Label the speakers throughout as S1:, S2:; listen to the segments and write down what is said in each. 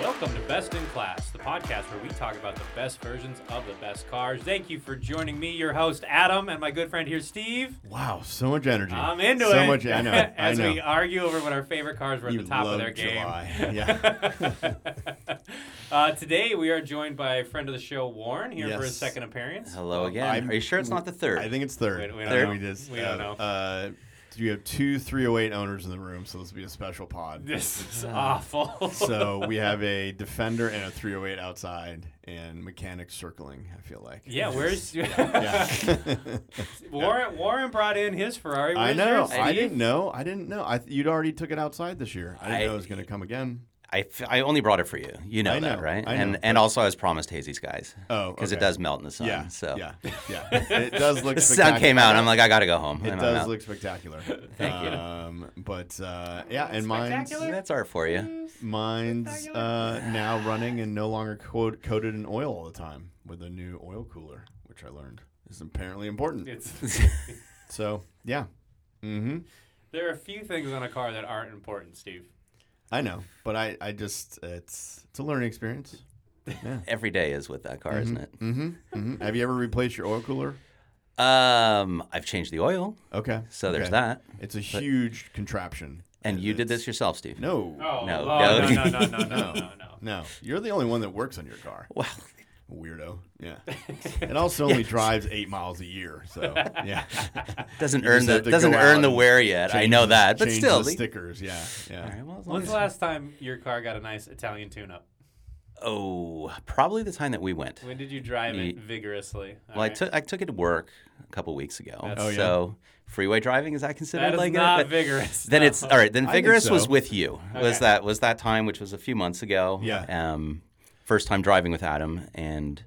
S1: Welcome to Best in Class, the podcast where we talk about the best versions of the best cars. Thank you for joining me, your host Adam, and my good friend here, Steve.
S2: Wow, so much energy.
S1: I'm into
S2: so
S1: it.
S2: much. I know. I
S1: As
S2: know.
S1: we argue over what our favorite cars were at
S2: you
S1: the top
S2: love
S1: of their game.
S2: July. Yeah.
S1: uh, today we are joined by a friend of the show, Warren, here for his
S2: Yes.
S1: second appearance.
S3: Hello again.
S2: Um, I'm-
S3: Are you sure it's not the third?
S2: I think it's third.
S1: We- we don't
S2: I think
S1: know.
S2: We, just,
S1: We don't
S2: uh,
S1: know.
S2: Uh, you have two 308 owners in the room, so this will be a special pod.
S1: This is awful.
S2: so we have a defender and a 308 outside, and mechanics circling. I feel like.
S1: yeah, where's
S2: Yeah.
S1: Warren? Warren brought in his Ferrari.
S2: I
S1: Where's
S2: know.
S1: yours,
S2: I
S1: Steve?
S2: didn't know. I didn't know. I th- you'd already took it outside this year. I didn't
S3: I-
S2: know it was going to come again.
S3: I, f- I only brought it for you. You know,
S2: I know,
S3: that, right?
S2: I
S3: and
S2: know,
S3: and also I was promised hazy skies.
S2: Oh,
S3: because
S2: okay.
S3: it does melt in the sun.
S2: Yeah.
S3: So
S2: Yeah. Yeah. It does look.
S3: the sun came
S2: spectacular.
S3: out. and I'm like, I gotta go home.
S2: It
S3: I'm
S2: does
S3: out.
S2: look spectacular.
S3: Thank you.
S2: Um, but uh, yeah, and mine's
S1: Spectacular?
S3: That's art for you.
S2: mine's uh, now running and no longer co- coated in oil all the time with a new oil cooler, which I learned is apparently important.
S1: It's,
S2: So yeah, mm-hmm.
S1: there are a few things on a car that aren't important, Steve.
S2: I know, but I, I just it's it's a learning experience.
S3: Every day is with that car, isn't
S2: Mm-hmm. hmm Have you ever replaced your oil cooler?
S3: it? Um, I've changed the oil,
S2: Okay,
S3: so there's
S2: okay.
S3: that.
S2: It's a huge contraption.
S3: And
S2: It-
S3: you did
S2: it's-
S3: this yourself, Steve.
S2: No,
S1: Oh,
S3: No,
S1: oh, no,
S3: no.
S1: no, no, no, no, no, no.
S2: no, you're the only one that works on your car.
S3: Well,
S2: Weirdo. Yeah. It also only drives eight miles a year. So yeah.
S3: doesn't
S2: You just
S3: earn the
S2: have to
S3: doesn't
S2: go out
S3: earn the
S2: and
S3: wear yet. I
S2: Change
S3: know
S2: the-
S3: that, but
S2: change
S3: still.
S2: the
S3: the-
S2: stickers. Yeah.
S3: All
S2: Yeah.
S3: right, well, as long
S1: When's
S3: as-
S1: the last time your car got a nice Italian tune-up?
S3: oh, probably the time that we went.
S1: When did you drive
S3: Ye-
S1: it vigorously? All
S3: Well, I
S1: right.
S3: took I took it to work a couple weeks ago.
S2: Oh, yeah?
S3: So freeway driving is that considered
S1: that is
S3: like
S1: not
S3: a, but-
S1: vigorous.
S3: Then
S1: no.
S3: it's all right. Then
S2: I think
S3: vigorous was
S2: so.
S3: with you.
S1: Okay.
S3: Was that was that time, which was a few months ago.
S2: Yeah.
S3: Um, first time driving with Adam, and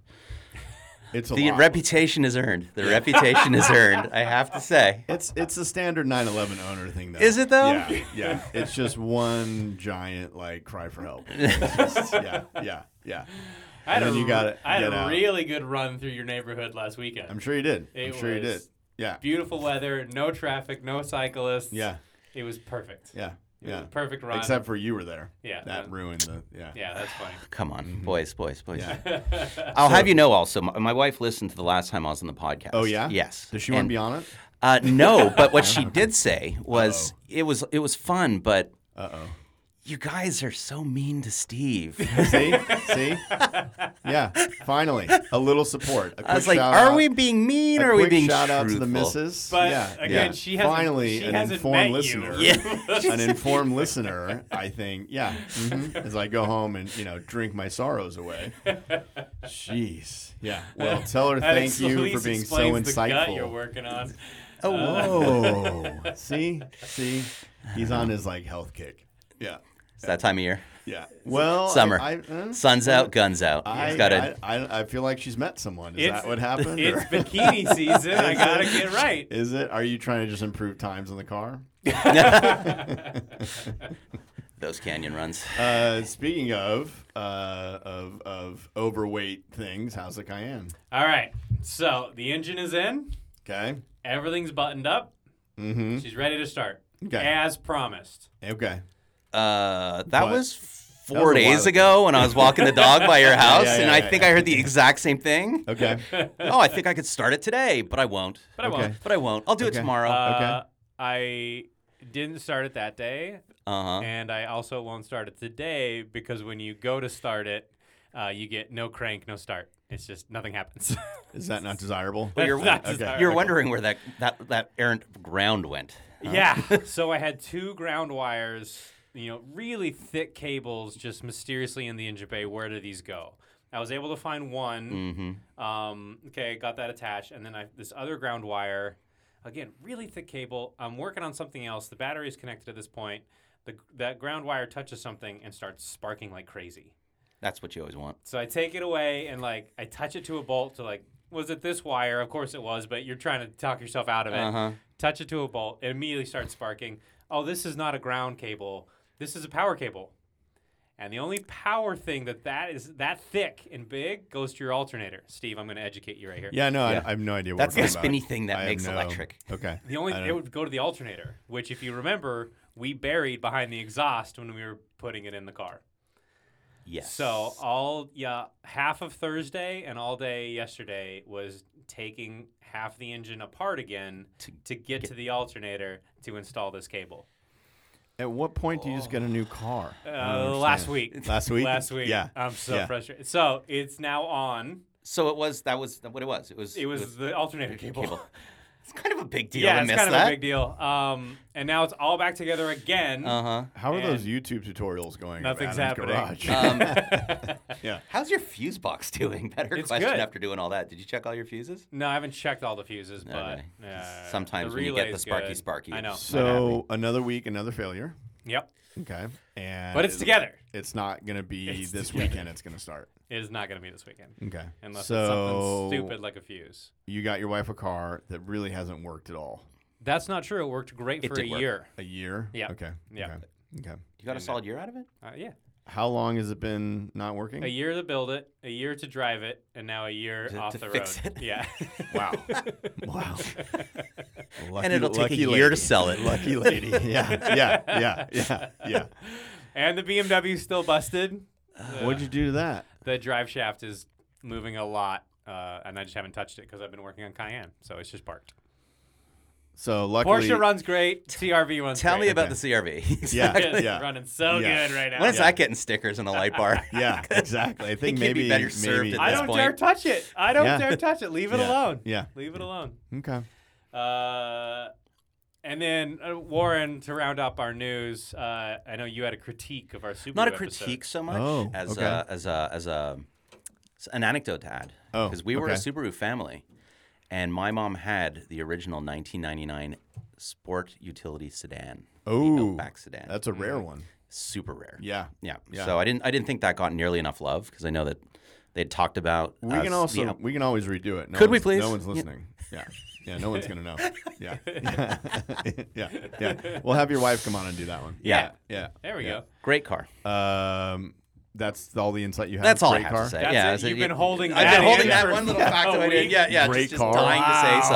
S2: It's a
S3: the
S2: lot.
S3: reputation is earned. The reputation is earned. I have to say.
S2: it's it's a standard 911 owner thing though.
S3: Is it, though?
S2: Yeah. Yeah. It's just one giant like cry for help. It's just- yeah. Yeah. Yeah.
S1: I had a,
S2: and then you gotta
S1: I had
S2: get
S1: a
S2: out.
S1: really good run through your neighborhood last weekend.
S2: I'm sure you did.
S1: It
S2: I'm sure you
S1: was-
S2: did. Yeah.
S1: Beautiful weather, no traffic, no cyclists.
S2: Yeah.
S1: it was perfect.
S2: Yeah.
S1: It was
S2: Yeah.
S1: a perfect run.
S2: Except for you were there.
S1: Yeah.
S2: That ruined the yeah.
S1: yeah, that's funny.
S3: Come on, boys, boys, boys.
S2: Mm-hmm. Yeah.
S3: I'll have you know. Also, my, my wife listened to the last time I was on the podcast.
S2: Oh yeah.
S3: Yes.
S2: Does she want to
S3: And-
S2: be on it?
S3: Uh, no, but what she did say was it was it was fun, but
S2: Uh oh.
S3: you guys are so mean to Steve.
S2: See, see, yeah. Finally, a little support. A
S3: I was
S2: quick
S3: like,
S2: shout
S3: are
S2: out-
S3: we being mean
S2: a
S3: or are we
S2: quick
S3: being
S2: shout out to the
S3: truthful?
S2: missus?
S1: But
S2: yeah,
S1: again,
S2: yeah.
S1: she hasn't-
S2: finally
S1: she
S2: an
S1: hasn't
S2: informed
S1: met you.
S2: listener.
S3: Yeah.
S2: an informed listener, I think. Yeah,
S3: Mm-hmm.
S2: mhm, as I go home and you know drink my sorrows away. Jeez. Yeah. Well, tell her
S1: That
S2: thank
S1: ex- at
S2: you for
S1: least
S2: being so
S1: explains the gut you're
S2: insightful.
S1: working on.
S2: Uh,
S3: Oh,
S2: Oh, see, see, he's on his like health kick. Yeah.
S3: It's that time of year.
S2: Yeah. Well, I-
S3: Summer.
S2: I- uh,
S3: Sun's out, guns out.
S2: I,
S3: He's got
S2: I,
S3: a
S2: I, I feel like she's met someone. Is
S1: It's-
S2: that what happened?
S1: It's
S2: or-
S1: bikini season. I gotta get right.
S2: Is it? Are you trying to just improve times in the car?
S3: those canyon runs.
S2: Uh, speaking of, uh, of of overweight things, how's the Cayenne?
S1: All right. So the engine is in.
S2: Okay.
S1: Everything's buttoned up.
S2: Mm-hmm.
S1: She's ready to start,
S2: Okay.
S1: as promised.
S2: Okay.
S3: Uh, that
S2: What?
S3: was
S2: That was
S3: four
S2: a while
S3: days
S2: ago.
S3: ago when I was walking the dog by your house,
S2: yeah,
S3: and I
S2: yeah,
S3: think
S2: yeah.
S3: I heard the exact same thing.
S2: Okay.
S3: Oh, I think I could start it today, but I won't.
S1: But I
S2: Okay. Oh,
S1: won't.
S3: But I won't. I'll do
S2: Okay.
S3: it tomorrow.
S1: Uh, I didn't start it that day,
S3: Uh huh.
S1: and I also won't start it today because when you go to start it, uh, you get no crank, no start. It's just nothing happens.
S2: Is that not desirable?
S3: Well, you're-
S1: That's
S2: okay.
S1: desirable.
S3: You're wondering where that, that that errant ground went.
S1: Yeah. so I had two ground wires, you know, really thick cables just mysteriously in the engine bay. Where do these go? I was able to find
S2: Mm.
S1: one.
S3: Mm-hmm.
S1: Um, okay, got that attached. And then I, this other ground wire, again, really thick cable. I'm working on something else. The battery is connected at this point. The, that ground wire touches something and starts sparking like crazy.
S3: That's what you always want.
S1: So I take it away and like I touch it to a bolt to like, was it this wire? Of course it was, but you're trying to talk yourself out of it.
S3: Uh huh.
S1: Touch it to a bolt. It immediately starts sparking. Oh, this is not a ground cable. This is a power cable. And the only power thing that that is that thick and big goes to your alternator. Steve, I'm going to educate you right here.
S2: Yeah. No,
S3: Yeah.
S2: I, I have no idea. What
S3: That's
S2: we're
S3: the
S2: talking
S3: spinny
S2: about.
S3: thing that
S2: I have
S3: makes
S2: no-
S3: electric.
S2: Okay.
S1: The only
S2: I
S1: it
S2: don't-
S1: would go to the alternator, which if you remember, we buried behind the exhaust when we were putting it in the car.
S3: Yes.
S1: So uh, all yeah, half of Thursday and all day yesterday was taking half the engine apart again to, get, to the alternator to install this cable.
S2: At what point do you just get a new car? I don't
S1: Uh, last
S2: understand.
S1: week.
S2: Last week.
S1: Last week.
S2: Yeah.
S1: I'm so
S2: Yeah.
S1: frustrated. So it's now on.
S3: So it was that was what it was. It was
S1: It was the alternator cable.
S3: cable. It's kind of a big deal.
S1: yeah,
S3: to
S1: it's
S3: miss
S1: kind
S3: that.
S1: of a big deal. Um, and now it's all back together again.
S2: Uh-huh.
S3: Uh huh.
S2: How are
S1: And
S2: those YouTube tutorials going? of
S1: nothing's
S2: Adam's
S1: happening.
S2: Garage?
S3: Uh,
S2: yeah.
S3: Um, How's your fuse box doing? Better
S1: It's
S3: question
S1: good.
S3: after doing all that. Did you check all your fuses?
S1: no, I haven't checked all the fuses, but
S3: Okay. 'Cause
S1: uh,
S3: sometimes
S1: the
S3: when you get the
S1: relay's
S3: sparky
S1: good.
S3: sparky,
S1: I know.
S3: it's-
S2: So another week, another failure.
S1: Yep,
S2: Okay. And
S1: but it's together.
S2: It's not going to be
S1: It's
S2: this
S1: together.
S2: weekend. It's going to start.
S1: It is not going to be this weekend.
S2: Okay.
S1: Unless
S2: so
S1: it's something stupid like a fuse.
S2: you got your wife a car that really hasn't worked at all.
S1: That's not true. It worked great
S3: It
S1: for a
S3: did work.
S1: year.
S2: A year.
S1: Yeah.
S2: Okay.
S1: Yeah.
S2: Okay. Okay.
S3: You got a
S1: And, uh,
S3: solid year out of it?
S1: Uh, yeah.
S2: How long has it been not working?
S1: A year to build it, a year to drive it, and now a year
S3: To-
S1: off
S3: to
S1: the
S3: fix
S1: road.
S3: it.
S1: Yeah.
S2: Wow. wow. Lucky,
S3: it'll take a
S2: lucky
S3: year
S2: lady.
S3: to sell it.
S2: Lucky lady. Yeah. Yeah. Yeah. Yeah. Yeah.
S1: and the BMW's still busted.
S2: What'd you do to that?
S1: The drive shaft is moving a lot, uh, and I just haven't touched it because I've been working on Cayenne, so it's just parked.
S2: So luckily,
S1: Porsche runs great. CRV runs.
S3: Tell me
S1: great.
S3: about the CRV.
S2: Yeah.
S3: Exactly.
S1: It's
S2: Yeah.
S1: running so
S2: Yeah.
S1: good right now.
S3: When is that getting stickers in a light bar?
S2: Yeah, exactly. I think
S3: It could be
S2: maybe
S3: better served
S2: maybe
S3: at
S1: I
S3: this
S1: don't
S3: point?
S1: dare touch it. I don't
S2: Yeah.
S1: dare touch it. Leave it
S2: Yeah.
S1: alone.
S2: Yeah.
S1: Leave it alone.
S2: Okay.
S1: Uh, and then uh, Warren, to round up our news, uh, I know you had a critique of our Subaru.
S3: Not a
S1: episode.
S3: critique so much
S2: Oh,
S3: as
S2: okay.
S3: a, as a as a s- an anecdote to add.
S2: Oh,
S3: because we were a
S2: okay.
S3: Subaru family, and my mom had the original 1999 sport utility sedan,
S2: Oh,
S3: back sedan.
S2: that's a
S1: Mm.
S2: rare one.
S3: super rare.
S2: Yeah.
S3: Yeah.
S2: Yeah.
S3: So I didn't I didn't think that got nearly enough love because I know that they had talked about.
S2: We
S3: us-
S2: can also
S3: yeah.
S2: we can always redo it. No
S3: Could we
S2: one's- No
S3: please?
S2: one's
S3: Yeah.
S2: listening. Yeah. Yeah. No one's gonna know. Yeah. yeah. Yeah. We'll have your wife come on and do that one.
S3: yeah.
S2: Yeah.
S1: There we go.
S3: Great car.
S2: Um, that's all the insight you have.
S3: That's all
S2: Great
S3: I have
S2: car.
S3: to say.
S1: That's
S3: yeah,
S1: it.
S3: it's a-
S1: You've been holding
S3: I've
S1: that
S3: been holding
S1: in
S3: that
S1: for
S3: one little
S1: a
S3: fact that I
S1: week.
S3: did. Yeah, yeah,
S2: Great
S3: just, just
S2: car.
S3: dying to say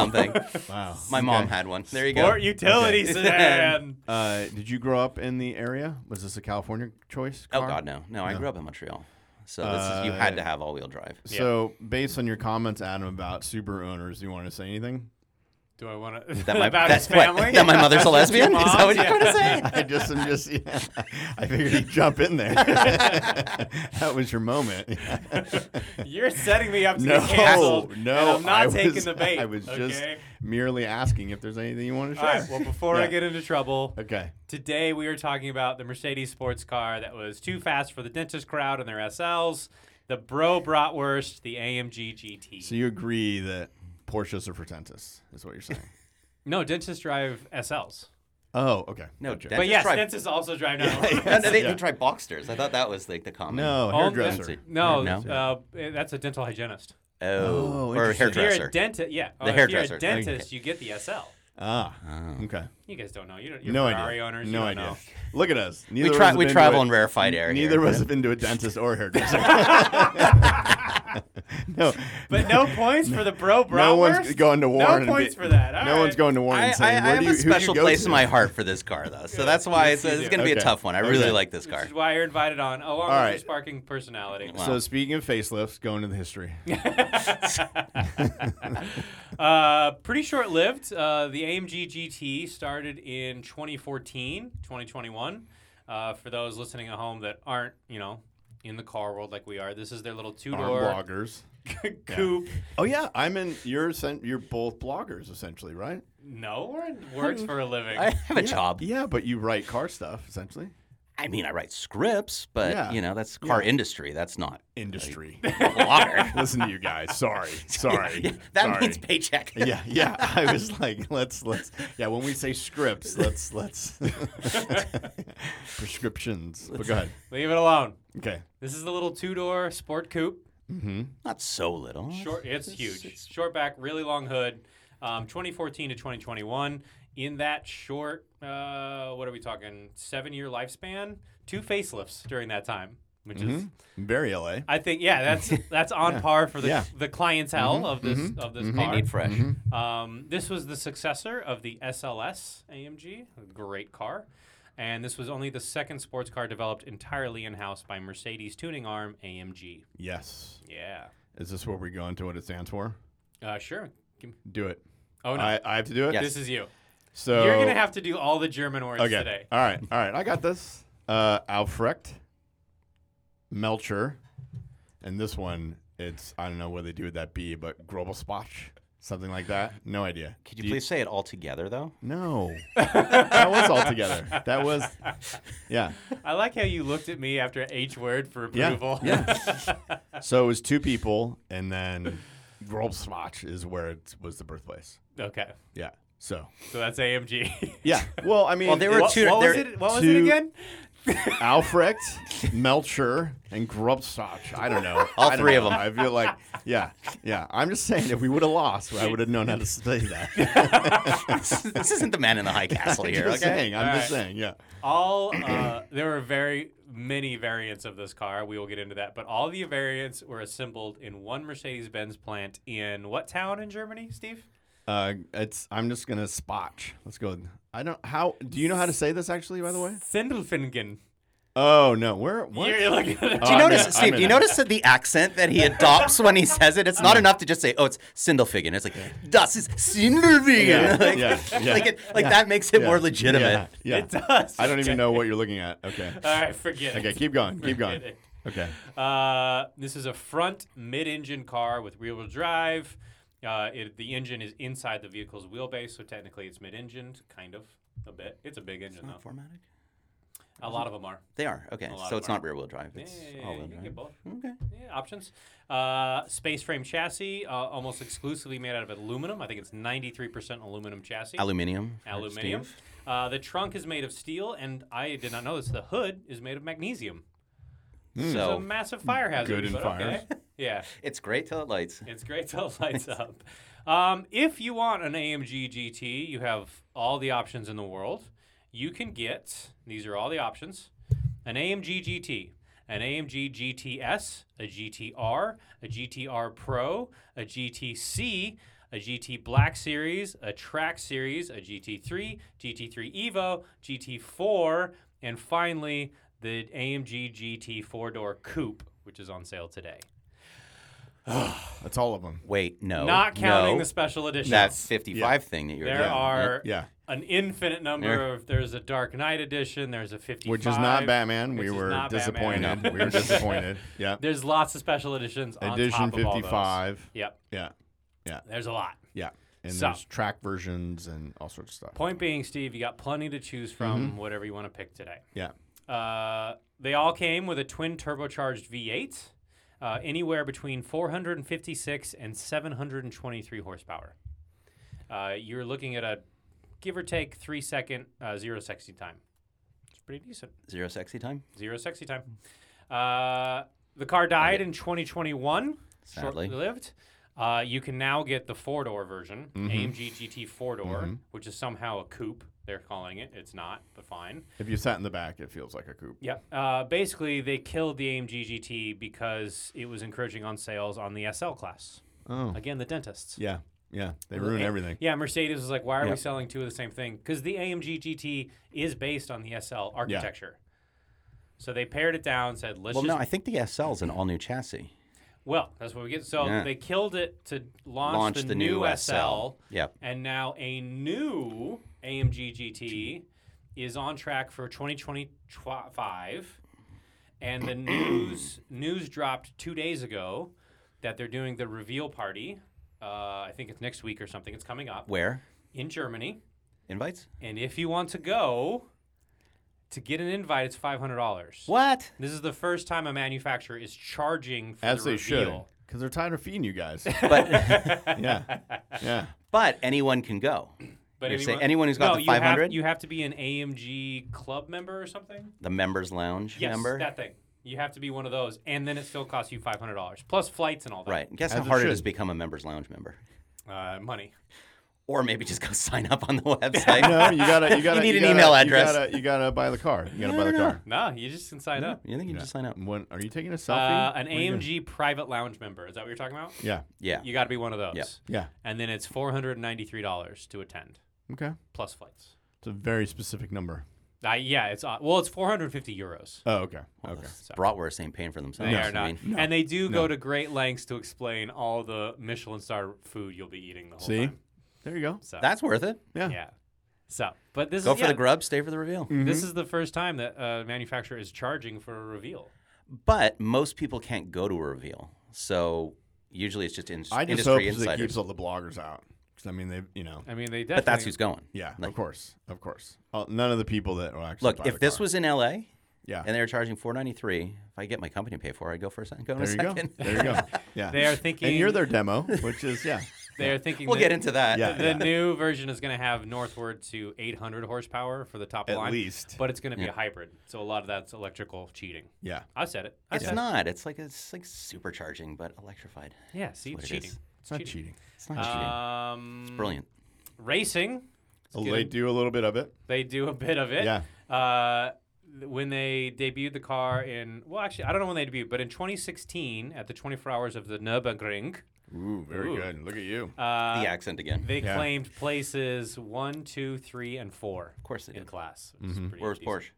S3: something.
S2: Wow.
S3: My mom had one. There you go.
S1: Or utility
S2: Okay.
S1: sedan.
S2: Uh, did you grow up in the area? Was this a California choice?
S3: Oh
S2: car? Uh,
S3: God, no, no. I grew up in Montreal, so this is, you had to have all-wheel drive.
S2: So, based on your comments, Adam, about Subaru owners, do you want to say anything?
S1: Do I want to
S3: That my
S1: about
S3: that's
S1: his family?
S3: What, that my mother's a lesbian. Is that what you're
S1: mom's?
S3: trying to say?
S2: I just, I'm just, yeah. I figured you'd jump in there. that was your moment.
S1: You're setting me up to
S2: No,
S1: get canceled. and
S2: no,
S1: I'm not
S2: I
S1: taking
S2: was-
S1: the bait.
S2: I was just
S1: okay?
S2: merely asking if there's anything you want to
S1: All
S2: share.
S1: right. Well, before I
S2: Yeah.
S1: get into trouble,
S2: okay.
S1: today we were talking about the Mercedes sports car that was too fast for the dentist crowd and their SLs. The bro bratwurst, the AMG GT.
S2: So you agree that Porsches are pretentious, is what you're saying?
S1: No, dentists drive SLs.
S2: oh, okay.
S3: No,
S1: But
S2: Gotcha.
S3: Jen- Dentists
S1: yes,
S3: drive-
S1: dentists also drive now.
S3: No, no, they, they
S2: Yeah.
S3: tried Boxsters. I thought that was like the common.
S2: No,
S1: All-
S2: hairdresser.
S1: No,
S3: No?
S1: Uh, that's a dental hygienist.
S3: Oh,
S2: Oh,
S3: or
S2: interesting.
S1: If you're
S3: hairdresser.
S1: a dentist, yeah. Oh,
S3: The
S1: if
S3: hairdresser.
S1: you're a dentist, you get the SL.
S2: Ah,
S3: Oh.
S2: okay.
S1: You guys don't know. You don't, you're
S2: no
S1: Ferrari
S2: idea.
S1: owners.
S2: no
S1: you
S2: idea.
S1: don't know.
S2: Look at us. Neither
S3: we
S2: of
S3: tra-
S2: us
S3: we
S2: have been
S3: travel
S2: to
S3: in
S2: a-
S3: rarefied air.
S2: Neither
S3: here.
S2: of us have been to a dentist or hairdresser. no,
S1: But no points for the bro bratwurst.
S2: no one's going to Warren. and
S1: No points
S2: be-
S1: for that. All
S2: no one's
S1: right.
S2: going to Warren
S3: I,
S2: and
S3: I, I
S2: saying, "Where
S3: have
S2: do you,
S3: a
S2: who do you
S3: special
S2: go
S3: place
S2: to?"
S3: in my heart for this car, though. So that's why it's,
S1: Yes, you
S3: it's
S1: do.
S3: going to be a
S2: Okay.
S3: tough one. I really
S2: Okay.
S3: like this
S1: Which
S3: car.
S1: is why you're invited on, along with
S2: right.
S1: your sparking personality.
S3: Wow.
S2: So speaking of facelifts, going to the history.
S1: Uh, pretty short lived. Uh, the AMG GT started in 2014, 2021. Uh, for those listening at home that aren't, you know, in the car world like we are, this is their little two
S2: Our
S1: door
S2: bloggers.
S1: coupe.
S2: Oh yeah, I'm in. You're sen- you're both bloggers essentially, right?
S1: No, we're in works for a living.
S3: I have a job.
S2: Yeah, but you write car stuff essentially.
S3: I mean, I write scripts, but
S2: Yeah.
S3: you know that's car industry. That's not
S2: Industry.
S3: blogger.
S2: Listen to you guys. Sorry, sorry.
S3: that
S2: sorry.
S3: means paycheck.
S2: Yeah, yeah. I was like, let's let's. Yeah, when we say scripts, let's let's prescriptions. But go ahead.
S1: Leave it alone.
S2: Okay.
S1: This is the little two door sport coupe.
S3: Not so little.
S1: Short, it's huge. Short back, really long hood. Um, 2014 to 2021. In that short, uh, what are we talking? Seven year lifespan. Two facelifts during that time, which is,
S2: Very LA.
S1: I think, yeah, that's that's on par for the
S2: Yeah. Mm-hmm.
S1: the clientele of this of this
S3: They
S1: car.
S3: need fresh.
S1: Um, this was the successor of the SLS AMG, a great car. and this was only the second sports car developed entirely in house by Mercedes tuning arm AMG.
S2: Yes.
S1: Yeah.
S2: Is this where we go into what it stands for?
S1: Uh, sure. Give me-
S2: Do it.
S1: Oh no,
S2: I, I have to do it.
S3: Yes.
S1: this is you.
S2: Uh, So
S1: You're gonna have to do all the German words
S2: okay.
S1: today.
S2: All right. All right. I got this. Uh, Alfrecht, Melcher, and this one. It's I don't know what they do with that B, but Grobelspach, something like that. No idea.
S3: Could you
S2: Do
S3: please say it all together, though?
S2: No. that was all together. That was. Yeah.
S1: I like how you looked at me after each word for
S2: Yeah,
S1: approval.
S2: So it was two people, and then Grobelspach is where it was the birthplace.
S1: okay.
S2: Yeah. So.
S1: So that's AMG.
S2: Yeah. Well, I mean,
S3: Well, they were
S2: it-
S1: what,
S3: two-
S1: what was
S3: there-
S1: it? What was it
S2: two-
S1: again?
S2: Alfrecht, Melcher, and Grubstoch. I don't know.
S3: All
S2: I don't
S3: three of
S2: know.
S3: them.
S2: I feel like, yeah, yeah. I'm just saying, if we would have lost, I would have known how to say that.
S3: this isn't the man in the high castle here.
S2: just
S3: Okay.
S2: saying. I'm
S1: All
S2: just
S1: right.
S2: saying. Yeah.
S1: all uh, there were very many variants of this car. We will get into that, but all the variants were assembled in one Mercedes-Benz plant in what town in Germany, Steve?
S2: Uh, it's. I'm just gonna spotch. Let's go. I don't. How do you know how to say this? Actually, by the way.
S1: Sindelfingen.
S2: Oh no. Where? What? Oh.
S1: You're looking at
S3: Do you
S2: I'm in
S3: notice,
S2: it. I'm
S3: Steve? Do
S2: in
S3: you
S2: it.
S3: notice that the accent that he adopts when he says it? It's not enough to just say, "Oh, it's Sindelfingen." It's like, "Das ist Sindelfingen."
S2: Yeah,
S3: like
S2: yeah, yeah.
S3: like, it, like that makes it
S2: Yeah,
S3: more legitimate.
S2: Yeah.
S1: It
S2: yeah.
S1: does.
S2: I don't even know what you're looking at. Okay.
S1: All right, forget
S2: Okay.
S1: it.
S2: Keep going. Keep going.
S1: Forget it.
S2: Okay.
S1: Uh, this is a front mid-engine car with rear-wheel drive. Uh, it, the engine is inside the vehicle's wheelbase, so technically it's mid-engined, kind of a bit. It's a big engine though.
S3: Formatted?
S1: A lot of them are.
S3: They are okay.
S1: lot
S3: So
S1: of
S3: it's
S1: them
S3: not rear-wheel drive.
S1: Yeah,
S3: It's
S1: yeah, yeah,
S3: all-wheel
S1: you can get
S3: drive.
S1: both.
S3: Okay.
S1: Yeah, options. Uh, space frame chassis, uh, almost exclusively made out of aluminum. I think it's 93% aluminum chassis.
S3: Aluminium. for
S1: Aluminium.
S3: Steve.
S1: Uh, the trunk is made of steel, and I did not know this. The hood is made of magnesium. It's a
S3: So
S1: massive fire hazard.
S2: Good in
S1: but okay. Yeah,
S3: it's great till it lights.
S1: it's great till it lights up. Um, if you want an AMG GT, you have all the options in the world. You can get, these are all the options an AMG GT, an AMG GTS, a GTR, a GTR Pro, a GTC, a GT Black Series, a Track Series, a GT3, GT3 Evo, GT4, and finally the AMG GT four door coupe, which is on sale today.
S2: That's all of them.
S3: Wait, no.
S1: Not counting
S3: no.
S1: the special edition.
S3: that 55 thing that you're
S1: There
S3: doing.
S1: are
S2: Yeah.
S1: an infinite number
S3: There-
S1: of. There's a Dark Knight edition. There's a 55.
S2: Which is not Batman.
S1: which
S2: We
S1: is
S2: were
S1: not Batman.
S2: disappointed. we were disappointed. Yeah.
S1: There's lots of special editions. on
S2: Edition
S1: top of all those.
S2: 55.
S1: Yep.
S2: Yeah.
S1: There's a lot.
S2: Yeah. And
S1: So-
S2: there's track versions and all sorts of stuff.
S1: Point being, Steve, you got plenty to choose from.
S2: Mm-hmm.
S1: Whatever you want to pick today.
S2: Yeah.
S1: Uh, they all came with a twin turbocharged V8, uh, anywhere between 456 and 723 horsepower. Uh, you're looking at a give or take three second uh, zero sexy time. It's pretty decent.
S3: Zero sexy time,
S1: Zero sexy time. Uh, the car died in 2021, shortly
S3: Sadly.
S1: lived. Uh, you can now get the four door version,
S3: Mm-hmm.
S1: AMG GT four door, which is somehow a coupe. They're calling it. It's not, but fine.
S2: If you sat in the back, it feels like a coupe.
S1: Yep. Uh, basically, they killed the AMG GT because it was encouraging on sales on the SL class.
S2: Oh.
S1: Again, the dentists.
S2: Yeah. Yeah. They ruin
S1: A-
S2: everything.
S1: Yeah, Mercedes was like, why are
S3: Yeah.
S1: we selling two of the same thing? Because the AMG GT is based on the SL architecture. So they pared it down, said, let's
S3: Well,
S1: just
S3: no, I think the SL is an all new chassis.
S1: Well, that's what we get. So
S3: Yeah.
S1: they killed it to launch,
S3: Launch
S1: the,
S3: the
S1: new,
S3: new
S1: SL.
S3: SL. Yep.
S1: And now a new AMG GT is on track for 2025. And the news news dropped two days ago that they're doing the reveal party. Uh, I think it's next week or something. It's coming up
S3: Where?
S1: in Germany.
S3: Invites?
S1: And if you want to go, to get an invite, it's five hundred dollars.
S3: What?
S1: This is the first time a manufacturer is charging for
S2: As
S1: the
S2: they should.
S1: reveal.
S2: Because they're tired of feeding you guys.
S3: But
S2: yeah. Yeah.
S3: but anyone can go.
S1: But
S3: You're saying anyone who's got
S1: no,
S3: the
S1: you have-
S3: 500?
S1: you have to be an AMG club member or something.
S3: The members lounge
S1: Yes,
S3: member.
S1: that thing. You have to be one of those, and then it still costs you five hundred dollars plus flights and all that.
S3: right. Guess
S2: As
S3: how
S2: it
S3: hard it
S2: should.
S3: is to become a members lounge member.
S1: Uh, money.
S3: Or maybe just go sign up on the website.
S2: No, you gotta. You gotta.
S3: need an
S2: gotta-
S3: email
S2: you
S3: address.
S2: gotta- You gotta buy the car. You gotta buy the car.
S1: No, you just can sign up.
S3: You think you can just sign up?
S2: When, are you taking a
S1: Uh,
S2: selfie?
S1: an
S2: What are you doing?
S1: AMG private lounge member. Is that what you're talking about?
S2: Yeah.
S3: Yeah.
S1: You got to be one of those.
S3: Yep.
S2: Yeah.
S1: And then it's four hundred ninety-three dollars to attend
S2: Okay.
S1: plus flights.
S2: It's a very specific number.
S1: Uh, yeah, it's uh, well, it's 450 euros.
S2: Oh, okay. Okay.
S3: Those Bratwurst ain't paying for themselves.
S1: They
S2: No.
S1: are not,
S3: I mean,
S1: and they do go to great lengths to explain all the Michelin star food you'll be eating the whole
S2: See?
S1: time.
S2: There you go.
S1: So
S3: that's worth it.
S2: Yeah.
S1: yeah. So, but this
S3: Go
S1: is
S3: for the mm-hmm.
S1: yeah,
S3: grub, stay for the reveal.
S2: Mm.
S1: This is the first time that a manufacturer is charging for a reveal.
S3: But most people can't go to a reveal, so usually it's just in-
S2: I just hope
S3: industry
S2: it
S3: insiders.
S2: keeps all the bloggers out. 'Cause, I mean, they, you know,
S1: I mean, they definitely.
S3: but that's who's going.
S2: yeah,
S3: Like-
S2: of course, of course. Oh, none of the people that will actually
S3: Look,
S2: buy
S3: if
S2: the
S3: this
S2: car.
S3: was in L.A.
S2: yeah,
S3: and they were charging four ninety three, if I get my company to pay for, it, I'd go for a second. Go in
S2: there
S3: a
S2: you go,
S3: second.
S2: there you go. Yeah,
S1: They are thinking.
S2: and you're their demo, which is yeah,
S1: They are thinking.
S3: We'll
S1: that
S3: get into that.
S2: Yeah.
S1: The new version is going to have northward to 800 horsepower for the top
S2: At
S1: line,
S2: least.
S1: but it's going to be a hybrid. So a lot of that's electrical cheating.
S2: yeah.
S1: I said it. I
S3: It's
S1: said it.
S3: not. It's like it's like supercharging, but electrified.
S1: Yeah, see,
S3: what
S1: it's
S3: it is.
S1: cheating.
S2: It's not cheating.
S3: It's not cheating.
S1: Um, it's
S3: Brilliant.
S1: Racing.
S2: Oh,
S1: get
S2: they
S1: in-
S2: do a little bit of it.
S1: They do a bit of it.
S2: Yeah.
S1: Uh, th- when they debuted the car in, well, actually, I don't know when they debuted, but in 2016 at the 24 hours of the Nürburgring,
S2: Ooh, very
S1: Ooh.
S2: good. Look at you.
S1: uh,
S3: the accent again.
S1: they
S2: Yeah.
S1: claimed places one, two, three, and four
S3: of course they
S1: in
S3: did.
S1: class. which
S2: Mm-hmm.
S1: is pretty
S3: Where's
S1: decent.
S3: Porsche?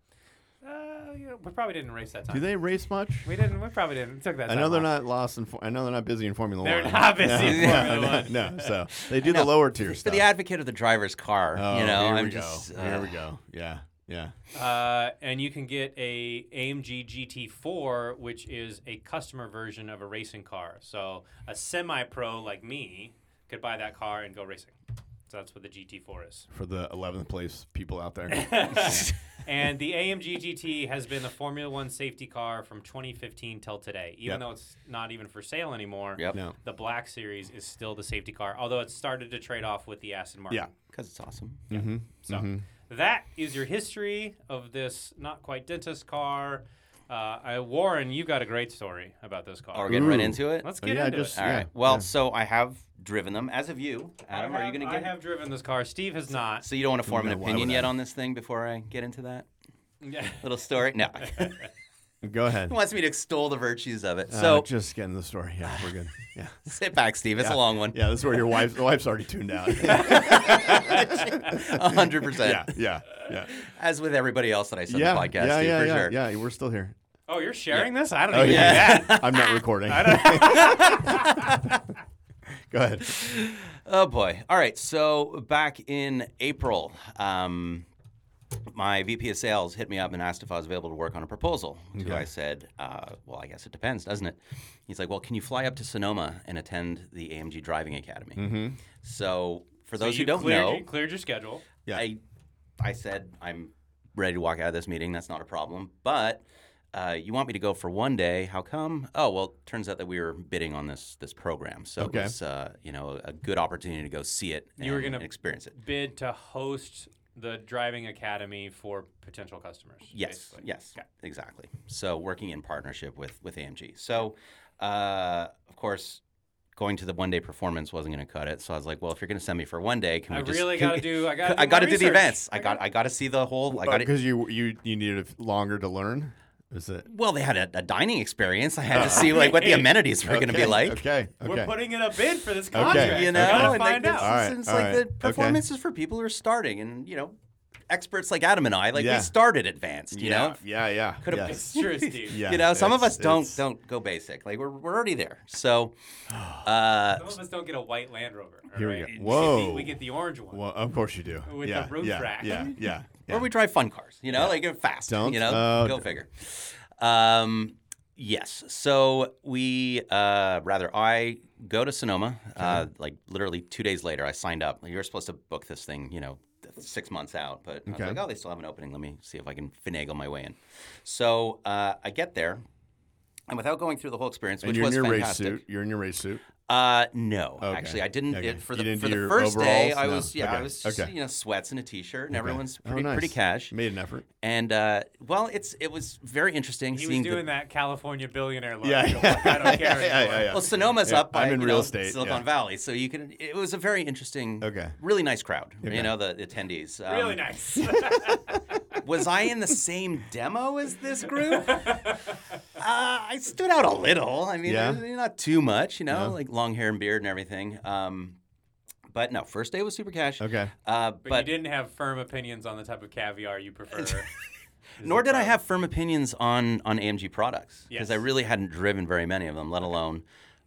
S1: Uh, yeah, we probably didn't race that time.
S2: Do they race much?
S1: We didn't. We probably didn't. It took that.
S2: I
S1: time
S2: know they're
S1: off.
S2: not lost in. For- I know they're not busy in Formula
S1: They're
S2: One.
S1: not busy in
S2: No,
S1: Formula
S2: no,
S1: One.
S2: No, so they do
S3: I
S2: the
S3: know.
S2: lower tier
S3: For
S2: stuff.
S3: the advocate of the driver's car,
S2: oh,
S3: you know,
S2: here
S3: I'm
S2: we
S3: just.
S2: go. here
S3: uh,
S2: we go. Yeah, yeah.
S1: Uh, and you can get a AMG GT4, which is a customer version of a racing car. So a semi-pro like me could buy that car and go racing. So that's what the GT4 is.
S2: For the 11th place people out there.
S1: and the AMG GT has been the Formula One safety car from 2015 till today. Even
S2: Yep.
S1: though it's not even for sale anymore,
S3: Yep.
S2: no.
S1: the Black Series is still the safety car, although it started to trade off with the Aston Martin.
S2: Yeah.
S3: Because it's awesome.
S2: Mm-hmm.
S1: So that is your history of this not quite dentist car. Uh, I, Warren, you've got a great story about this car.
S3: Oh, we're getting right
S2: Ooh.
S3: into it.
S1: Let's
S2: Oh,
S1: get
S2: yeah,
S1: into
S2: just
S1: it.
S3: All right.
S2: yeah,
S3: well,
S2: yeah.
S3: so I have driven them. As of you, Adam,
S1: I
S3: are
S1: have,
S3: you going to
S1: I
S3: get?
S1: have driven this car. Steve has not.
S3: So you don't want to form an
S2: know why
S3: opinion
S2: would
S3: yet
S2: I?
S3: on this thing before I get into that
S1: Yeah.
S3: little story? No. He
S2: Go ahead.
S3: wants me to extol the virtues of it.
S2: Uh,
S3: So
S2: just getting the story. Yeah, we're good. Yeah,
S3: sit back, Steve. It's a long one.
S2: yeah. That's where your wife's the wife's already tuned out.
S3: A hundred
S2: yeah,
S3: percent.
S2: yeah, yeah.
S3: As with everybody else that I said
S2: Yeah,
S3: on the podcast,
S2: yeah,
S3: Steve,
S2: yeah,
S3: for
S2: yeah,
S3: sure.
S2: yeah. We're still here.
S1: Oh, you're sharing this? I don't
S2: Oh
S1: even know
S2: yeah.
S1: that.
S2: I'm not recording. Go ahead.
S3: Oh boy! All right. So back in April, um, my VP of Sales hit me up and asked if I was available to work on a proposal. To who I said, uh, "Well, I guess it depends, doesn't it?" He's like, "Well, can you fly up to Sonoma and attend the AMG Driving Academy?" Mm-hmm. So for those
S1: you
S3: who don't
S1: cleared,
S3: know,
S1: you cleared your schedule.
S2: Yeah.
S3: I, I said I'm ready to walk out of this meeting. That's not a problem. But uh, you want me to go for one day? How come? Oh well, turns out that we were bidding on this this program, so
S2: Okay.
S3: it was uh, you know a good opportunity to go see it.
S1: You were
S3: and
S1: gonna-
S3: experience it.
S1: Bid to host the driving academy for potential customers.
S3: Yes,
S1: basically.
S3: yes, exactly. So working in partnership with with AMG. So uh, of course. Going to the one day performance wasn't going to cut it, so I was like, "Well, if you're going to send me for one day, can
S1: I
S3: we just
S1: really
S3: can
S1: got to
S3: we-
S1: do. I got.
S3: I got to
S1: my
S3: do the
S1: research.
S3: events. I got I got to see the whole. I got
S2: Because you you you needed longer to learn. Is it?
S3: Well, they had a, a dining experience. I had to see like what the amenities were going to be
S2: Oh, Okay,
S3: like.
S2: Okay. Okay.
S1: We're putting in a bid for this contract.
S2: Okay,
S3: You know,
S1: I gotta
S3: and
S1: find
S3: like,
S1: out.
S3: this
S2: All right,
S3: is- it's
S2: all
S3: like
S2: right,
S3: the
S2: okay.
S3: performances for people who are starting, and you know, experts like Adam and I, like
S2: Yeah.
S3: we started advanced. You
S2: yeah,
S3: know,
S2: yeah. Yeah.
S3: could have.
S2: yeah.
S1: It's true, Steve.
S2: Yeah,
S3: you know, some of
S2: it's-
S3: us don't
S2: it's-
S3: don't go basic. Like we're, we're already there. So, uh,
S1: Some of us don't get a white Land Rover. all
S2: Here we
S1: right?
S2: go.
S1: get
S2: Whoa.
S1: the- we get the orange one.
S2: Well, of course you do.
S1: With
S2: yeah,
S1: the roof
S2: yeah,
S1: rack.
S2: Yeah. Yeah.
S3: or
S2: yeah.
S3: we drive fun cars. You know, like they're fast.
S2: Don't,
S3: you know,
S2: uh,
S3: go figure. Um, yes. So we uh, rather I go to Sonoma. Uh, like literally two days later, I signed up. Like, You're supposed to book this thing. You know. th- Six months out, but I was
S2: Okay.
S3: like, oh, they still have an opening. Let me see if I can finagle my way in. So uh, I get there, and without going through the whole experience,
S2: And
S3: which
S2: you're in
S3: was
S2: your
S3: fantastic.
S2: race suit. You're in your race suit.
S3: Uh, no,
S2: Okay.
S3: actually, I didn't.
S2: Okay.
S3: It, for
S2: You
S3: the
S2: didn't
S3: for
S2: do
S3: the
S2: your
S3: first day,
S2: overalls?
S3: I
S2: No.
S3: was yeah, I
S2: Okay.
S3: was just
S2: Okay.
S3: you know sweats and a t-shirt, and everyone's
S2: Oh,
S3: pretty
S2: nice.
S3: pretty cash.
S2: Made an effort.
S3: And uh, well, it's it was very interesting
S1: He was
S3: seeing
S1: doing
S3: the,
S1: that California billionaire look.
S2: Yeah.
S1: He's like, I don't care.
S2: Yeah, yeah,
S1: anymore."
S2: yeah,
S3: well Sonoma's
S2: Yeah,
S3: up by
S2: I'm in
S3: you
S2: real
S3: know,
S2: estate,
S3: Silicon
S2: yeah.
S3: Valley, so you can. It was a very interesting,
S2: Okay.
S3: really nice crowd.
S2: Okay.
S3: You know the, the attendees. Um,
S1: Really nice.
S3: Was I in the same demo as this group? uh, I stood out a little. I mean,
S2: Yeah.
S3: uh, not too much, you know,
S2: Yeah.
S3: like long hair and beard and everything. Um, But no, first day was super cash.
S2: Okay.
S3: Uh,
S1: But,
S3: but
S1: you didn't have firm opinions on the type of caviar you prefer.
S3: nor did I have firm opinions on on AMG products because I
S1: Yes.
S3: really hadn't driven very many of them, let alone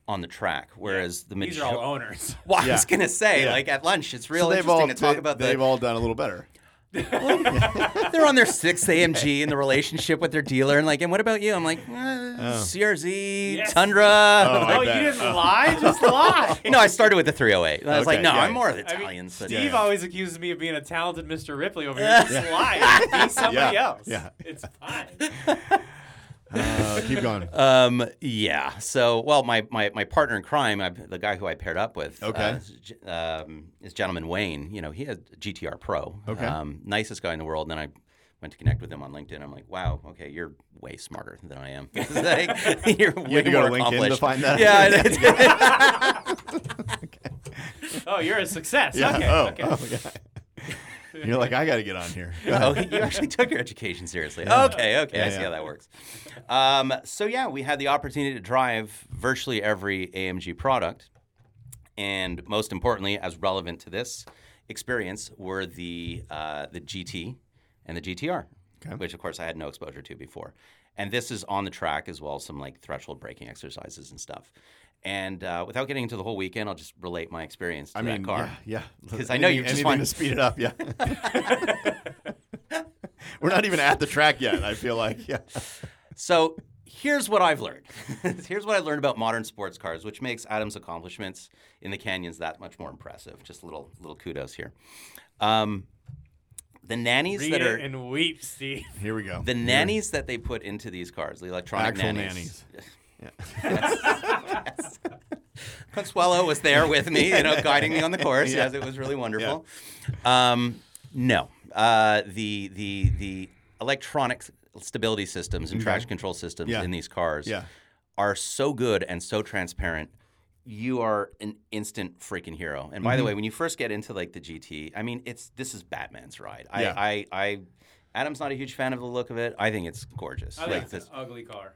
S3: on the track. Whereas the
S1: These are
S3: major-
S1: all owners.
S3: Well, I
S2: Yeah.
S3: was gonna say,
S2: Yeah.
S3: like at lunch, it's
S2: So
S3: real
S2: they've
S3: interesting
S2: all
S3: to talk
S2: they-
S3: about
S2: they've
S3: the.
S2: all done a little better.
S3: they're on their sixth AMG and the relationship with their dealer, and like, and what about you? I'm like, eh, CRZ
S1: Yes.
S3: Tundra.
S2: Oh, I
S1: oh, you
S2: bet.
S1: didn't lie? Just lie.
S3: no, I started with the 308. I was
S2: Okay,
S3: like, no,
S2: yeah.
S3: I'm more of the
S1: I mean,
S3: Italian. so-
S1: Steve
S2: Yeah.
S1: always accuses me of being a talented Mr. Ripley over here. Just lie. Be somebody
S2: Yeah.
S1: else.
S2: Yeah.
S1: It's fine.
S2: Uh, keep going.
S3: Um, yeah. So, well, my, my, my partner in crime, I, the guy who I paired up with,
S2: Okay.
S3: uh, is, J- um, is gentleman Wayne. You know, he had a GTR Pro.
S2: Okay.
S3: Um, nicest guy in the world. And then I went to connect with him on LinkedIn. I'm like, wow, okay, you're way smarter than I am. It's like, you're way
S2: You had to go
S3: more
S2: to LinkedIn to
S3: accomplished.
S2: find that.
S3: yeah, I did.
S1: Oh, you're a success.
S2: Yeah.
S1: Okay.
S2: oh,
S1: okay.
S2: oh, yeah. You're like, I got to get on here. Go ahead.
S3: oh, you actually took your education seriously. Okay, okay, I
S2: Yeah,
S3: see
S2: yeah.
S3: how that works. Um, so yeah, we had the opportunity to drive virtually every AMG product, and most importantly, as relevant to this experience, were the uh, the GT and the GTR,
S2: Okay.
S3: which of course I had no exposure to before. And this is on the track as well as some like threshold braking exercises and stuff. And uh, without getting into the whole weekend, I'll just relate my experience to
S2: I
S3: that
S2: mean,
S3: car.
S2: yeah, yeah.
S3: 'Cause I know you
S2: Anything-
S3: just
S2: anything
S3: want-
S2: to speed it up. Yeah. We're not even at the track yet. I feel like, yeah.
S3: So here's what I've learned. here's what I learned about modern sports cars, which makes Adam's accomplishments in the canyons that much more impressive. Just a little little kudos here. Um, the nannies
S1: Read
S3: that are
S1: it and weep, Steve.
S2: Here we go.
S3: the nannies that they put into these cars, the electronic
S2: Actual nannies.
S3: nannies. Consuelo was there with me, you know, guiding me on the course. Yes, it was really wonderful. Um, no, uh, the the the electronic stability systems and traction control systems
S2: Mm-hmm. Yeah.
S3: in these cars
S2: Yeah.
S3: are so good and so transparent. You are an instant freaking hero. And by
S2: Mm-hmm.
S3: the way, when you first get into like the GT, I mean, it's this is Batman's ride. I,
S2: Yeah.
S3: I, I, Adam's not a huge fan of the look of it. I think it's gorgeous.
S1: I
S3: Like
S1: think it's an
S3: this-
S1: ugly car.